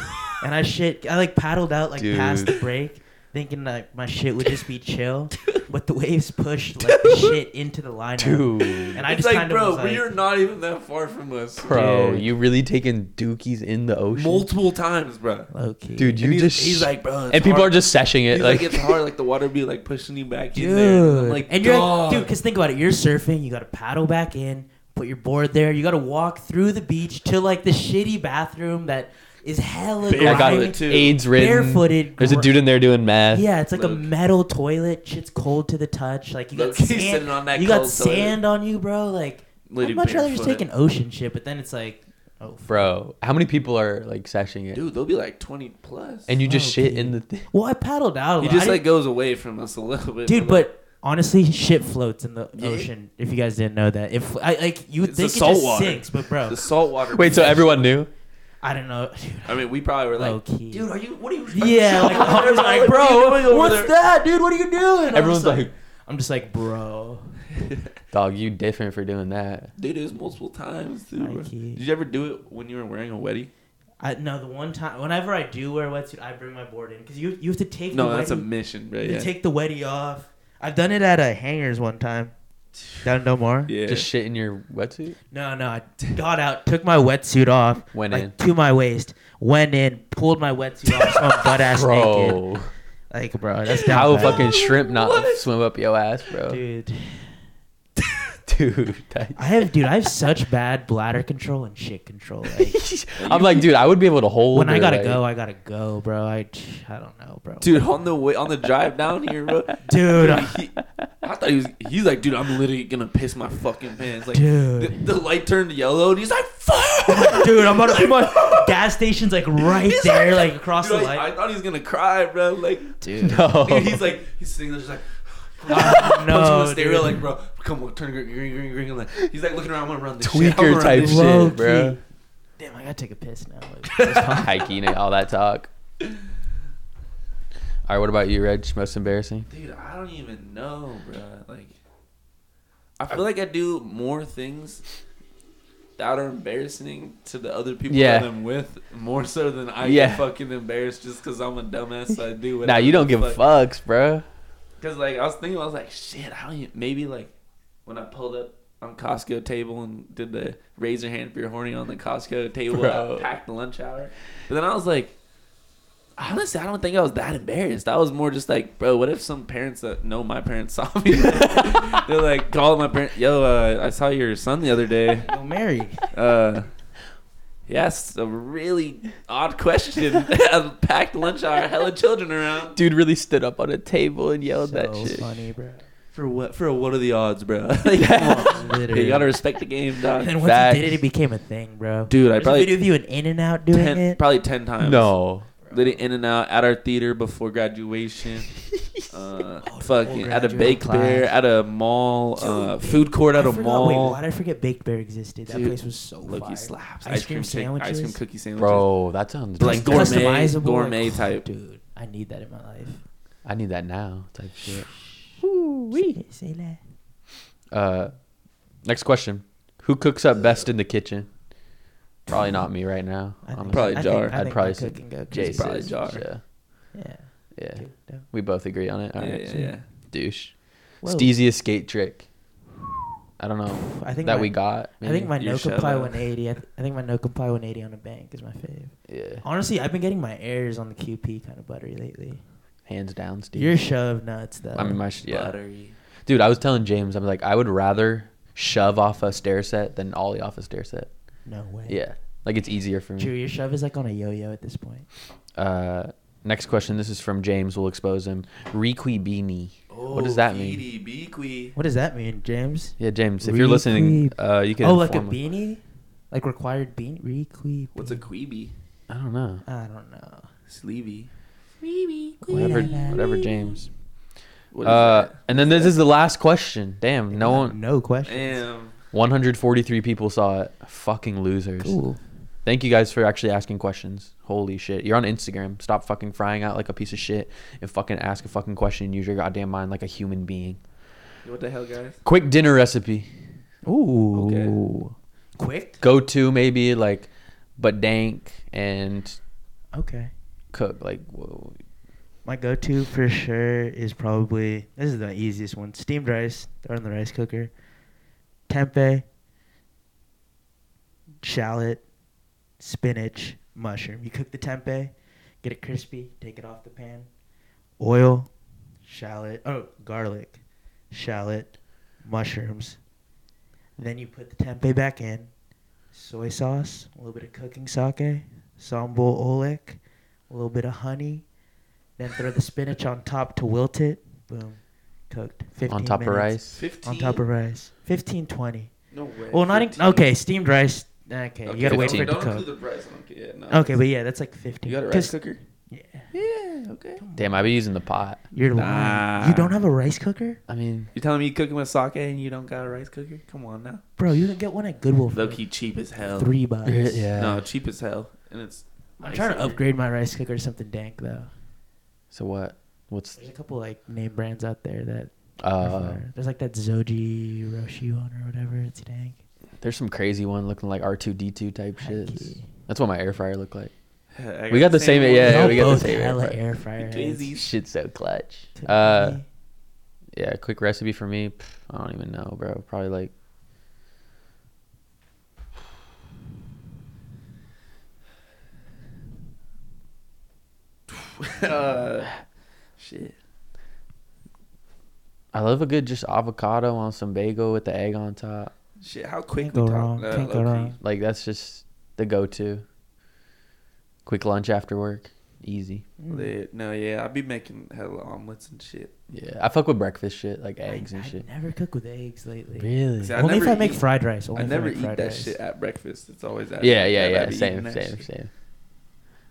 [SPEAKER 4] and I shit, I like paddled out like past the
[SPEAKER 2] Dude.
[SPEAKER 4] break, thinking like my shit would just be chill. But the waves pushed like the shit into the lineup.
[SPEAKER 3] dude
[SPEAKER 4] And I
[SPEAKER 2] it's
[SPEAKER 4] just
[SPEAKER 2] like,
[SPEAKER 4] kind of
[SPEAKER 2] bro,
[SPEAKER 4] was like,
[SPEAKER 2] we are not even that far from us.
[SPEAKER 3] bro
[SPEAKER 4] Dude.
[SPEAKER 3] you really taking dookies in the ocean
[SPEAKER 2] Multiple times, bro.
[SPEAKER 4] low key.
[SPEAKER 3] dude you
[SPEAKER 2] And he's,
[SPEAKER 3] just
[SPEAKER 2] he's like, bro, it's
[SPEAKER 3] and people
[SPEAKER 2] hard.
[SPEAKER 3] are just seshing it
[SPEAKER 2] He's like,
[SPEAKER 3] like, oh
[SPEAKER 2] it's hard, like the water be like pushing you back in there. And
[SPEAKER 4] dude.
[SPEAKER 2] I'm like,
[SPEAKER 4] and you're like,
[SPEAKER 2] dog.
[SPEAKER 4] dude, because think about it. You're surfing. You got to paddle back in, put your board there. You got to walk through the beach to like the shitty bathroom that is hella
[SPEAKER 2] Barefoot
[SPEAKER 3] i got
[SPEAKER 4] grimy.
[SPEAKER 2] too.
[SPEAKER 3] aids written
[SPEAKER 4] Barefooted.
[SPEAKER 3] there's a
[SPEAKER 4] gr-
[SPEAKER 3] dude in there doing math
[SPEAKER 4] Yeah, it's like a
[SPEAKER 2] Look.
[SPEAKER 4] metal toilet. Shit's cold to the touch. Like you got
[SPEAKER 2] Look, he's
[SPEAKER 4] sand,
[SPEAKER 2] sitting on that
[SPEAKER 4] you got
[SPEAKER 2] cold toilet.
[SPEAKER 4] sand on you, bro. Like
[SPEAKER 2] Lady
[SPEAKER 4] I'd much rather just
[SPEAKER 2] barefooted.
[SPEAKER 4] take an ocean shit. But then it's like, oh, f-
[SPEAKER 3] bro how many people are like seshing it
[SPEAKER 2] dude, they'll be like 20 plus.
[SPEAKER 3] and you just shit
[SPEAKER 4] Okay.
[SPEAKER 3] in the thing
[SPEAKER 4] well, I paddled out. A
[SPEAKER 2] he
[SPEAKER 4] lot.
[SPEAKER 2] just
[SPEAKER 4] I
[SPEAKER 2] like
[SPEAKER 4] didn't-
[SPEAKER 2] goes away from us a little bit.
[SPEAKER 4] dude. But honestly, shit floats in the
[SPEAKER 2] Yeah.
[SPEAKER 4] ocean. If you guys didn't know that, if I like, you would
[SPEAKER 2] It's the
[SPEAKER 4] think it
[SPEAKER 2] salt
[SPEAKER 4] just
[SPEAKER 2] water.
[SPEAKER 4] sinks, but bro,
[SPEAKER 2] the salt water.
[SPEAKER 3] wait so everyone knew
[SPEAKER 4] I don't know. Dude,
[SPEAKER 2] I mean, we probably were
[SPEAKER 4] low
[SPEAKER 2] like,
[SPEAKER 4] key.
[SPEAKER 2] dude, are you? What are you?
[SPEAKER 4] yeah, like, I was like, bro, what's that, dude? What are you doing? I'm
[SPEAKER 3] Everyone's
[SPEAKER 4] just
[SPEAKER 3] like-
[SPEAKER 4] I'm just like, bro.
[SPEAKER 3] dog you different for doing that
[SPEAKER 2] Dude, it was multiple times. Dude.
[SPEAKER 4] Low
[SPEAKER 2] bro.
[SPEAKER 4] key.
[SPEAKER 2] Did you ever do it when you were wearing a wedding?
[SPEAKER 4] I no. The one time, whenever I do wear a wetsuit, I bring my board in because you you have to take
[SPEAKER 2] No,
[SPEAKER 4] the
[SPEAKER 2] that's a
[SPEAKER 4] wetsuit-
[SPEAKER 2] mission, bro.
[SPEAKER 4] They
[SPEAKER 2] Yeah.
[SPEAKER 4] take the wetty off. I've done it at a hangers one time. Down in Delmar.
[SPEAKER 2] yeah.
[SPEAKER 3] Just shit in your wetsuit?
[SPEAKER 4] No, no. I got out, took my wetsuit off,
[SPEAKER 3] Went
[SPEAKER 4] like
[SPEAKER 3] in.
[SPEAKER 4] to my waist, went in, pulled my wetsuit off, so I'm butt ass naked.
[SPEAKER 3] Bro.
[SPEAKER 4] Like, bro, that's down
[SPEAKER 3] How
[SPEAKER 4] bad.
[SPEAKER 3] fucking shrimp not swim up your ass, bro? Dude,
[SPEAKER 4] dude.
[SPEAKER 3] that-
[SPEAKER 4] I have, dude. I have such bad bladder control and shit control. Like,
[SPEAKER 3] I'm like, dude, I would be able to hold.
[SPEAKER 4] when I
[SPEAKER 3] her,
[SPEAKER 4] gotta
[SPEAKER 3] like-
[SPEAKER 4] go, I gotta go, bro. I, I don't know, bro.
[SPEAKER 2] dude, on the way on the drive down here, bro.
[SPEAKER 4] Dude, uh, I-
[SPEAKER 2] he, I thought he was. He's like, dude, I'm literally gonna piss my fucking pants. Like,
[SPEAKER 4] Dude.
[SPEAKER 2] The, the light turned yellow, and he's like, fuck.
[SPEAKER 4] dude, I'm about to. my gas station's like right
[SPEAKER 2] He's
[SPEAKER 4] there, like, across
[SPEAKER 2] dude,
[SPEAKER 4] the
[SPEAKER 2] I,
[SPEAKER 4] light.
[SPEAKER 2] I thought he was gonna cry, bro. Like,
[SPEAKER 4] dude,
[SPEAKER 3] No.
[SPEAKER 2] dude, he's like, he's sitting there, just like.
[SPEAKER 4] Oh,
[SPEAKER 2] punching
[SPEAKER 4] no,
[SPEAKER 2] the stereo,
[SPEAKER 4] dude.
[SPEAKER 2] like, bro, come on, turn green, green, green, green. I'm like, he's like looking around, I'm gonna run this shit. I'm gonna
[SPEAKER 3] tweaker
[SPEAKER 2] run
[SPEAKER 3] type
[SPEAKER 2] this
[SPEAKER 3] shit,
[SPEAKER 4] Low key.
[SPEAKER 3] bro.
[SPEAKER 4] Damn, I gotta take a piss now.
[SPEAKER 3] Hiking and all that talk. All right, what about you, Reg? Most embarrassing?
[SPEAKER 2] Dude, I don't even know, bro. Like, I feel like I do more things that are embarrassing to the other people
[SPEAKER 3] Yeah.
[SPEAKER 2] that I'm with more so than I
[SPEAKER 3] Yeah.
[SPEAKER 2] get fucking embarrassed just because I'm a dumbass. So I do
[SPEAKER 3] Nah, you don't give a fucks, bro.
[SPEAKER 2] Because, like, I was thinking, I was like, shit, I don't even. Maybe, like, when I pulled up on Costco table and did the raise your hand if you're horny on the Costco table,
[SPEAKER 3] Bro.
[SPEAKER 2] I packed the lunch hour. But then I was like, honestly, I don't think I was that embarrassed. I was more just like, bro, what if some parents that know my parents saw me? They're like, call my parents, yo, uh, I saw your son the other day.
[SPEAKER 4] Yo, Mary.
[SPEAKER 2] Uh, yes, a really odd question. A packed lunch hour, hella children around.
[SPEAKER 3] Dude really stood up on a table and yelled that
[SPEAKER 4] so
[SPEAKER 3] shit.
[SPEAKER 4] funny, bro.
[SPEAKER 2] For what? For what are the odds, bro? like, come on. Yeah,
[SPEAKER 4] Literally.
[SPEAKER 2] you gotta respect the game,
[SPEAKER 4] and
[SPEAKER 2] dog.
[SPEAKER 4] then once
[SPEAKER 3] Facts.
[SPEAKER 4] he did it, it became a thing, bro.
[SPEAKER 2] Dude, I
[SPEAKER 4] There's
[SPEAKER 2] probably-
[SPEAKER 4] a video of you in In and Out doing
[SPEAKER 2] Ten,
[SPEAKER 4] it.
[SPEAKER 2] probably ten times.
[SPEAKER 3] No,
[SPEAKER 2] Literally in and out at our theater before graduation. uh, fucking at a
[SPEAKER 4] graduating
[SPEAKER 2] baked
[SPEAKER 4] class.
[SPEAKER 2] bear, at a mall, uh, food court at
[SPEAKER 4] I
[SPEAKER 2] a
[SPEAKER 4] forgot- Wait,
[SPEAKER 2] mall.
[SPEAKER 4] why did I forget Baked Bear existed? That
[SPEAKER 2] Dude,
[SPEAKER 4] place was so
[SPEAKER 2] Loki
[SPEAKER 4] fire.
[SPEAKER 2] slaps.
[SPEAKER 4] Ice cream
[SPEAKER 2] cake- ice cream
[SPEAKER 4] sandwiches?
[SPEAKER 2] cookie sandwiches.
[SPEAKER 3] Bro, that sounds
[SPEAKER 4] Just
[SPEAKER 2] Like
[SPEAKER 3] dope.
[SPEAKER 2] gourmet-
[SPEAKER 4] customizable, like,
[SPEAKER 2] gourmet type.
[SPEAKER 4] Dude, I need that in my life.
[SPEAKER 3] I need that now type shit.
[SPEAKER 4] Wee. Say that.
[SPEAKER 3] Uh, next question: Who cooks up best in the kitchen? Probably not me right now.
[SPEAKER 4] I think-
[SPEAKER 3] honestly.
[SPEAKER 2] Probably
[SPEAKER 4] I think-
[SPEAKER 2] Jar.
[SPEAKER 4] I
[SPEAKER 3] I'd
[SPEAKER 4] think
[SPEAKER 3] probably
[SPEAKER 4] my
[SPEAKER 3] say
[SPEAKER 4] cooking goes-
[SPEAKER 3] Jason.
[SPEAKER 2] probably Jar.
[SPEAKER 3] Yeah,
[SPEAKER 4] Yeah.
[SPEAKER 3] yeah.
[SPEAKER 4] good, no.
[SPEAKER 3] We both agree on it. All
[SPEAKER 2] Yeah,
[SPEAKER 3] right.
[SPEAKER 2] yeah, yeah.
[SPEAKER 3] Douche.
[SPEAKER 4] Whoa.
[SPEAKER 3] Steeziest skate trick. I don't know.
[SPEAKER 4] I think
[SPEAKER 3] that
[SPEAKER 4] my-
[SPEAKER 3] we got.
[SPEAKER 4] I think my
[SPEAKER 2] You
[SPEAKER 4] no
[SPEAKER 2] shut
[SPEAKER 4] comply
[SPEAKER 2] up.
[SPEAKER 4] 180. I, th- I think my no comply 180 on a bank is my fave.
[SPEAKER 3] yeah.
[SPEAKER 4] Honestly, I've been getting my airs on the QP kind of buttery lately.
[SPEAKER 3] Hands down, Steve.
[SPEAKER 4] Your shove nuts though.
[SPEAKER 3] I mean, my sh- yeah.
[SPEAKER 2] Buttery.
[SPEAKER 3] Dude, I was telling James, I'm like, I would rather shove off a stair set than ollie off a stair set.
[SPEAKER 4] no way.
[SPEAKER 3] Yeah, like it's easier for
[SPEAKER 4] Drew,
[SPEAKER 3] me.
[SPEAKER 4] your shove is like on a yo-yo at this point.
[SPEAKER 3] Uh, next question. This is from James. We'll expose him. Requi beanie. what does
[SPEAKER 2] Oh,
[SPEAKER 3] that mean?
[SPEAKER 2] Edie Beaky.
[SPEAKER 4] What does that mean, James?
[SPEAKER 3] Yeah, James, if you're listening, uh, you can.
[SPEAKER 4] oh, like a
[SPEAKER 3] inform-
[SPEAKER 4] beanie, like required beanie. Requee.
[SPEAKER 2] What's a queeby?
[SPEAKER 3] I don't know.
[SPEAKER 4] I don't know.
[SPEAKER 2] Sleevy.
[SPEAKER 3] Whatever, whatever, James.
[SPEAKER 2] What is
[SPEAKER 3] Uh,
[SPEAKER 2] that?
[SPEAKER 3] and then this is the last question. Damn, no one.
[SPEAKER 4] No question.
[SPEAKER 2] Damn.
[SPEAKER 3] 143 people saw it. Fucking losers.
[SPEAKER 4] Cool.
[SPEAKER 3] Thank you guys for actually asking questions. Holy shit. You're on Instagram. Stop fucking frying out like a piece of shit and fucking ask a fucking question and use your goddamn mind like a human being.
[SPEAKER 2] What the hell, guys?
[SPEAKER 3] Quick dinner recipe.
[SPEAKER 4] Ooh.
[SPEAKER 2] Okay.
[SPEAKER 4] Quick.
[SPEAKER 3] Go to maybe like, but dank and
[SPEAKER 4] Okay.
[SPEAKER 3] cook. Like, whoa.
[SPEAKER 4] My go-to for sure is probably this is the easiest one: steamed rice. Throw it in the rice cooker. Tempeh, shallot, spinach, mushroom. You cook the tempeh, get it crispy, take it off the pan. Oil, shallot. Oh, garlic, shallot, mushrooms. Then you put the tempeh back in. Soy sauce, a little bit of cooking sake, sambal oelek, a little bit of honey. Then throw the spinach on top to wilt it. Boom. Cooked. 15
[SPEAKER 3] on top of
[SPEAKER 4] minutes.
[SPEAKER 3] rice.
[SPEAKER 2] 15.
[SPEAKER 4] On top of rice. 15, 20.
[SPEAKER 2] No way.
[SPEAKER 4] Well, not in,
[SPEAKER 2] 15.
[SPEAKER 4] okay. Steamed rice. Okay, you gotta wait for
[SPEAKER 3] 15.
[SPEAKER 4] it to
[SPEAKER 2] Don't
[SPEAKER 4] cook.
[SPEAKER 2] include the rice. Okay, yeah, no.
[SPEAKER 4] Okay, but yeah, that's like fifteen.
[SPEAKER 2] You got a rice
[SPEAKER 4] 'Cause-
[SPEAKER 2] cooker?
[SPEAKER 4] Yeah,
[SPEAKER 2] Yeah, okay.
[SPEAKER 3] Damn, I've been using the pot.
[SPEAKER 4] you're lying. You
[SPEAKER 2] Nah.
[SPEAKER 4] don't have a rice cooker,
[SPEAKER 3] I mean,
[SPEAKER 2] You telling me you cooking with sake and you don't got a rice cooker? Come on now.
[SPEAKER 4] bro? You can get one at Goodwill for
[SPEAKER 2] Low
[SPEAKER 4] like
[SPEAKER 2] key cheap as hell.
[SPEAKER 4] three bucks.
[SPEAKER 3] yeah.
[SPEAKER 2] No, cheap as hell. And it's.
[SPEAKER 4] I'm trying to upgrade my rice cooker to something dank though.
[SPEAKER 3] So what? What's.
[SPEAKER 4] There's a couple like name brands out there that. are
[SPEAKER 3] Uh,
[SPEAKER 4] fire. There's like that Zoji Roshi one or whatever. It's dank.
[SPEAKER 3] there's some crazy one looking like R2D2 type shit.
[SPEAKER 4] Hecky.
[SPEAKER 3] That's what my air fryer looked like.
[SPEAKER 2] I
[SPEAKER 3] We got the same-
[SPEAKER 2] one.
[SPEAKER 3] yeah,
[SPEAKER 4] Y'all
[SPEAKER 3] we got the
[SPEAKER 4] both
[SPEAKER 3] same air
[SPEAKER 4] hella
[SPEAKER 3] fryer.
[SPEAKER 4] air fryer.
[SPEAKER 2] Crazy.
[SPEAKER 3] Shit's so clutch. Uh, yeah, quick recipe for me. Pff, I don't even know, bro. Probably like
[SPEAKER 2] Uh, shit.
[SPEAKER 3] I love a good just avocado on some bagel with the egg on top.
[SPEAKER 2] Shit, how quick
[SPEAKER 4] Can't
[SPEAKER 2] we
[SPEAKER 4] go
[SPEAKER 2] talk.
[SPEAKER 4] wrong,
[SPEAKER 2] Uh,
[SPEAKER 4] can't go
[SPEAKER 2] low-key.
[SPEAKER 4] wrong.
[SPEAKER 3] Like that's just the go-to. Quick lunch after work, easy.
[SPEAKER 2] Lit. No, yeah, I'd be making hella omelets and shit.
[SPEAKER 3] Yeah, I fuck with breakfast shit like eggs
[SPEAKER 4] I,
[SPEAKER 3] and shit.
[SPEAKER 4] I never cook with eggs lately.
[SPEAKER 3] Really?
[SPEAKER 2] See, I
[SPEAKER 4] Only if
[SPEAKER 2] never
[SPEAKER 4] I make
[SPEAKER 2] eat-
[SPEAKER 4] fried rice. Only
[SPEAKER 2] I
[SPEAKER 4] if
[SPEAKER 2] never
[SPEAKER 4] make
[SPEAKER 2] eat
[SPEAKER 4] fried
[SPEAKER 2] that
[SPEAKER 4] rice.
[SPEAKER 2] shit at breakfast. It's always at
[SPEAKER 3] Yeah, yeah,
[SPEAKER 2] I'd
[SPEAKER 3] yeah.
[SPEAKER 2] be eating
[SPEAKER 3] Same,
[SPEAKER 2] that
[SPEAKER 3] same,
[SPEAKER 2] shit.
[SPEAKER 3] same.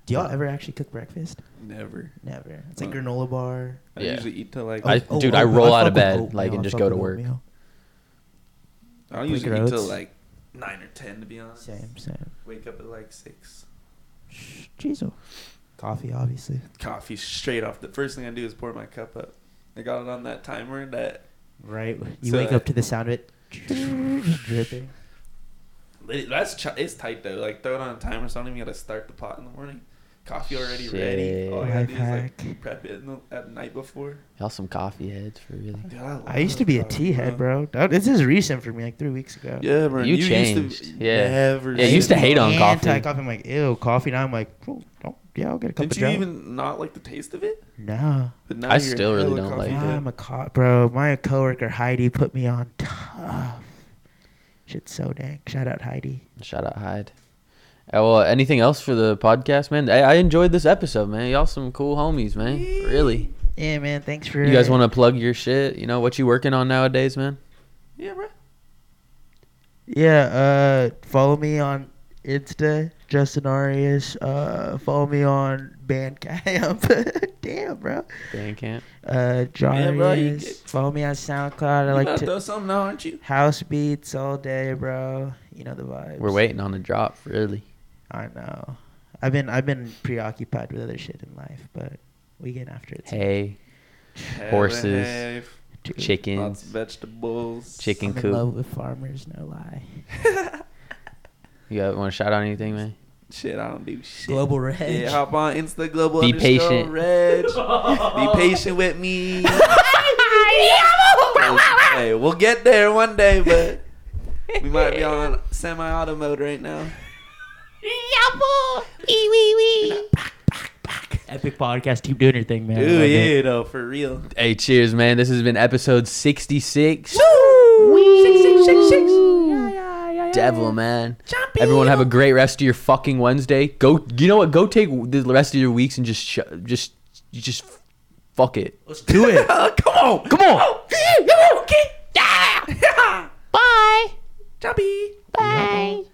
[SPEAKER 4] Do y'all ever actually cook breakfast?
[SPEAKER 2] Never.
[SPEAKER 4] Never. It's like
[SPEAKER 2] Uh,
[SPEAKER 4] granola bar.
[SPEAKER 2] I
[SPEAKER 3] Yeah.
[SPEAKER 2] usually eat till like
[SPEAKER 3] Mm. I-
[SPEAKER 2] I,
[SPEAKER 3] dude, I roll out of
[SPEAKER 4] fuck with
[SPEAKER 3] bed,
[SPEAKER 4] oatmeal.
[SPEAKER 3] like, and
[SPEAKER 4] I
[SPEAKER 3] just
[SPEAKER 4] fuck
[SPEAKER 3] go to
[SPEAKER 4] with
[SPEAKER 3] work.
[SPEAKER 4] oatmeal.
[SPEAKER 2] I'll
[SPEAKER 4] Quaker
[SPEAKER 2] usually eat till
[SPEAKER 4] oats.
[SPEAKER 2] like nine or ten to be honest.
[SPEAKER 4] Same, same.
[SPEAKER 2] Wake up at like six.
[SPEAKER 4] Shh, Jeez. oh. Coffee, obviously.
[SPEAKER 2] Coffee straight off. The first thing I do is pour my cup up. I got it on that timer that
[SPEAKER 4] Right. You
[SPEAKER 2] So-
[SPEAKER 4] wake up to the sound of it just dripping.
[SPEAKER 2] Lit- That's ch- it's tight though. Like throw it on a timer, so I don't even gotta start the pot in the morning. Coffee already ready.
[SPEAKER 3] Shit.
[SPEAKER 2] All I gotta do is
[SPEAKER 4] Lifehack.
[SPEAKER 2] like prep it in the, at night before.
[SPEAKER 3] Y'all some coffee heads for really.
[SPEAKER 2] Dude, I,
[SPEAKER 4] I used
[SPEAKER 2] love
[SPEAKER 4] to be a
[SPEAKER 2] coffee,
[SPEAKER 4] tea head, bro. That- This is recent for me, like three weeks ago.
[SPEAKER 2] Yeah, bro.
[SPEAKER 3] You
[SPEAKER 2] Used
[SPEAKER 3] changed,
[SPEAKER 2] to
[SPEAKER 3] yeah.
[SPEAKER 2] Never
[SPEAKER 3] Yeah, you used to
[SPEAKER 2] shit.
[SPEAKER 3] hate on coffee.
[SPEAKER 4] Anti-coffee. I'm like, ew, coffee. Now I'm like, oh, don't, yeah, I'll get a cup of
[SPEAKER 2] Didn't you
[SPEAKER 4] joe.
[SPEAKER 2] even not like the taste of it?
[SPEAKER 4] Nah.
[SPEAKER 2] But now
[SPEAKER 3] I
[SPEAKER 2] you're
[SPEAKER 3] still really
[SPEAKER 2] hella
[SPEAKER 3] don't like
[SPEAKER 2] coffee
[SPEAKER 3] it.
[SPEAKER 2] head.
[SPEAKER 4] Nah, I'm a co- bro. My coworker Heidi put me on tough. Shit's so dank. Shout out Heidi.
[SPEAKER 3] Shout out Hyde. Uh, well, anything else for the podcast, man? I, I enjoyed this episode, man. Y'all some cool homies, man. Really.
[SPEAKER 4] Yeah, man. Thanks for
[SPEAKER 3] You guys want to plug your shit? You know what you working on nowadays, man?
[SPEAKER 2] Yeah, bro.
[SPEAKER 4] Yeah, uh, follow me on Insta, Justin Arias. Uh, follow me on Bandcamp. Damn, bro.
[SPEAKER 3] Bandcamp.
[SPEAKER 4] Uh, John
[SPEAKER 2] Yeah, bro, you
[SPEAKER 4] Arias.
[SPEAKER 2] get-
[SPEAKER 4] Follow me on SoundCloud. I
[SPEAKER 2] You
[SPEAKER 4] like
[SPEAKER 2] about to
[SPEAKER 4] to
[SPEAKER 2] throw something out, aren't you?
[SPEAKER 4] house beats all day, bro. You know the vibes.
[SPEAKER 3] We're waiting on a drop, really.
[SPEAKER 4] I know. I've been I've been preoccupied with other shit in life, but we get after it.
[SPEAKER 3] Hay, Horses.
[SPEAKER 4] dude.
[SPEAKER 2] lots of
[SPEAKER 3] chickens.
[SPEAKER 2] vegetables,
[SPEAKER 3] Chicken.
[SPEAKER 4] I'm in
[SPEAKER 3] coop.
[SPEAKER 4] love with farmers, no lie.
[SPEAKER 3] You got, want to shout out anything, man?
[SPEAKER 2] Shit, I don't do shit.
[SPEAKER 4] Global Reg.
[SPEAKER 2] Yeah, hop on Insta Global.
[SPEAKER 3] Be
[SPEAKER 2] underscore
[SPEAKER 3] patient.
[SPEAKER 2] Reg. Be patient with me. hey, we'll get there one day, but we might be on semi-auto mode right now.
[SPEAKER 4] Epic podcast. Keep doing your thing, man.
[SPEAKER 2] Dude, yeah, though, for real.
[SPEAKER 3] Hey, cheers, man. This has been episode 66. Devil, man. Everyone have a great rest of your fucking Wednesday. Go, you know what? Go take the rest of your weeks and just, sh- just, just fuck it.
[SPEAKER 4] Let's do it.
[SPEAKER 2] Come on,
[SPEAKER 3] Come on.
[SPEAKER 2] okay. Yeah. Bye. Chubby.
[SPEAKER 7] Bye.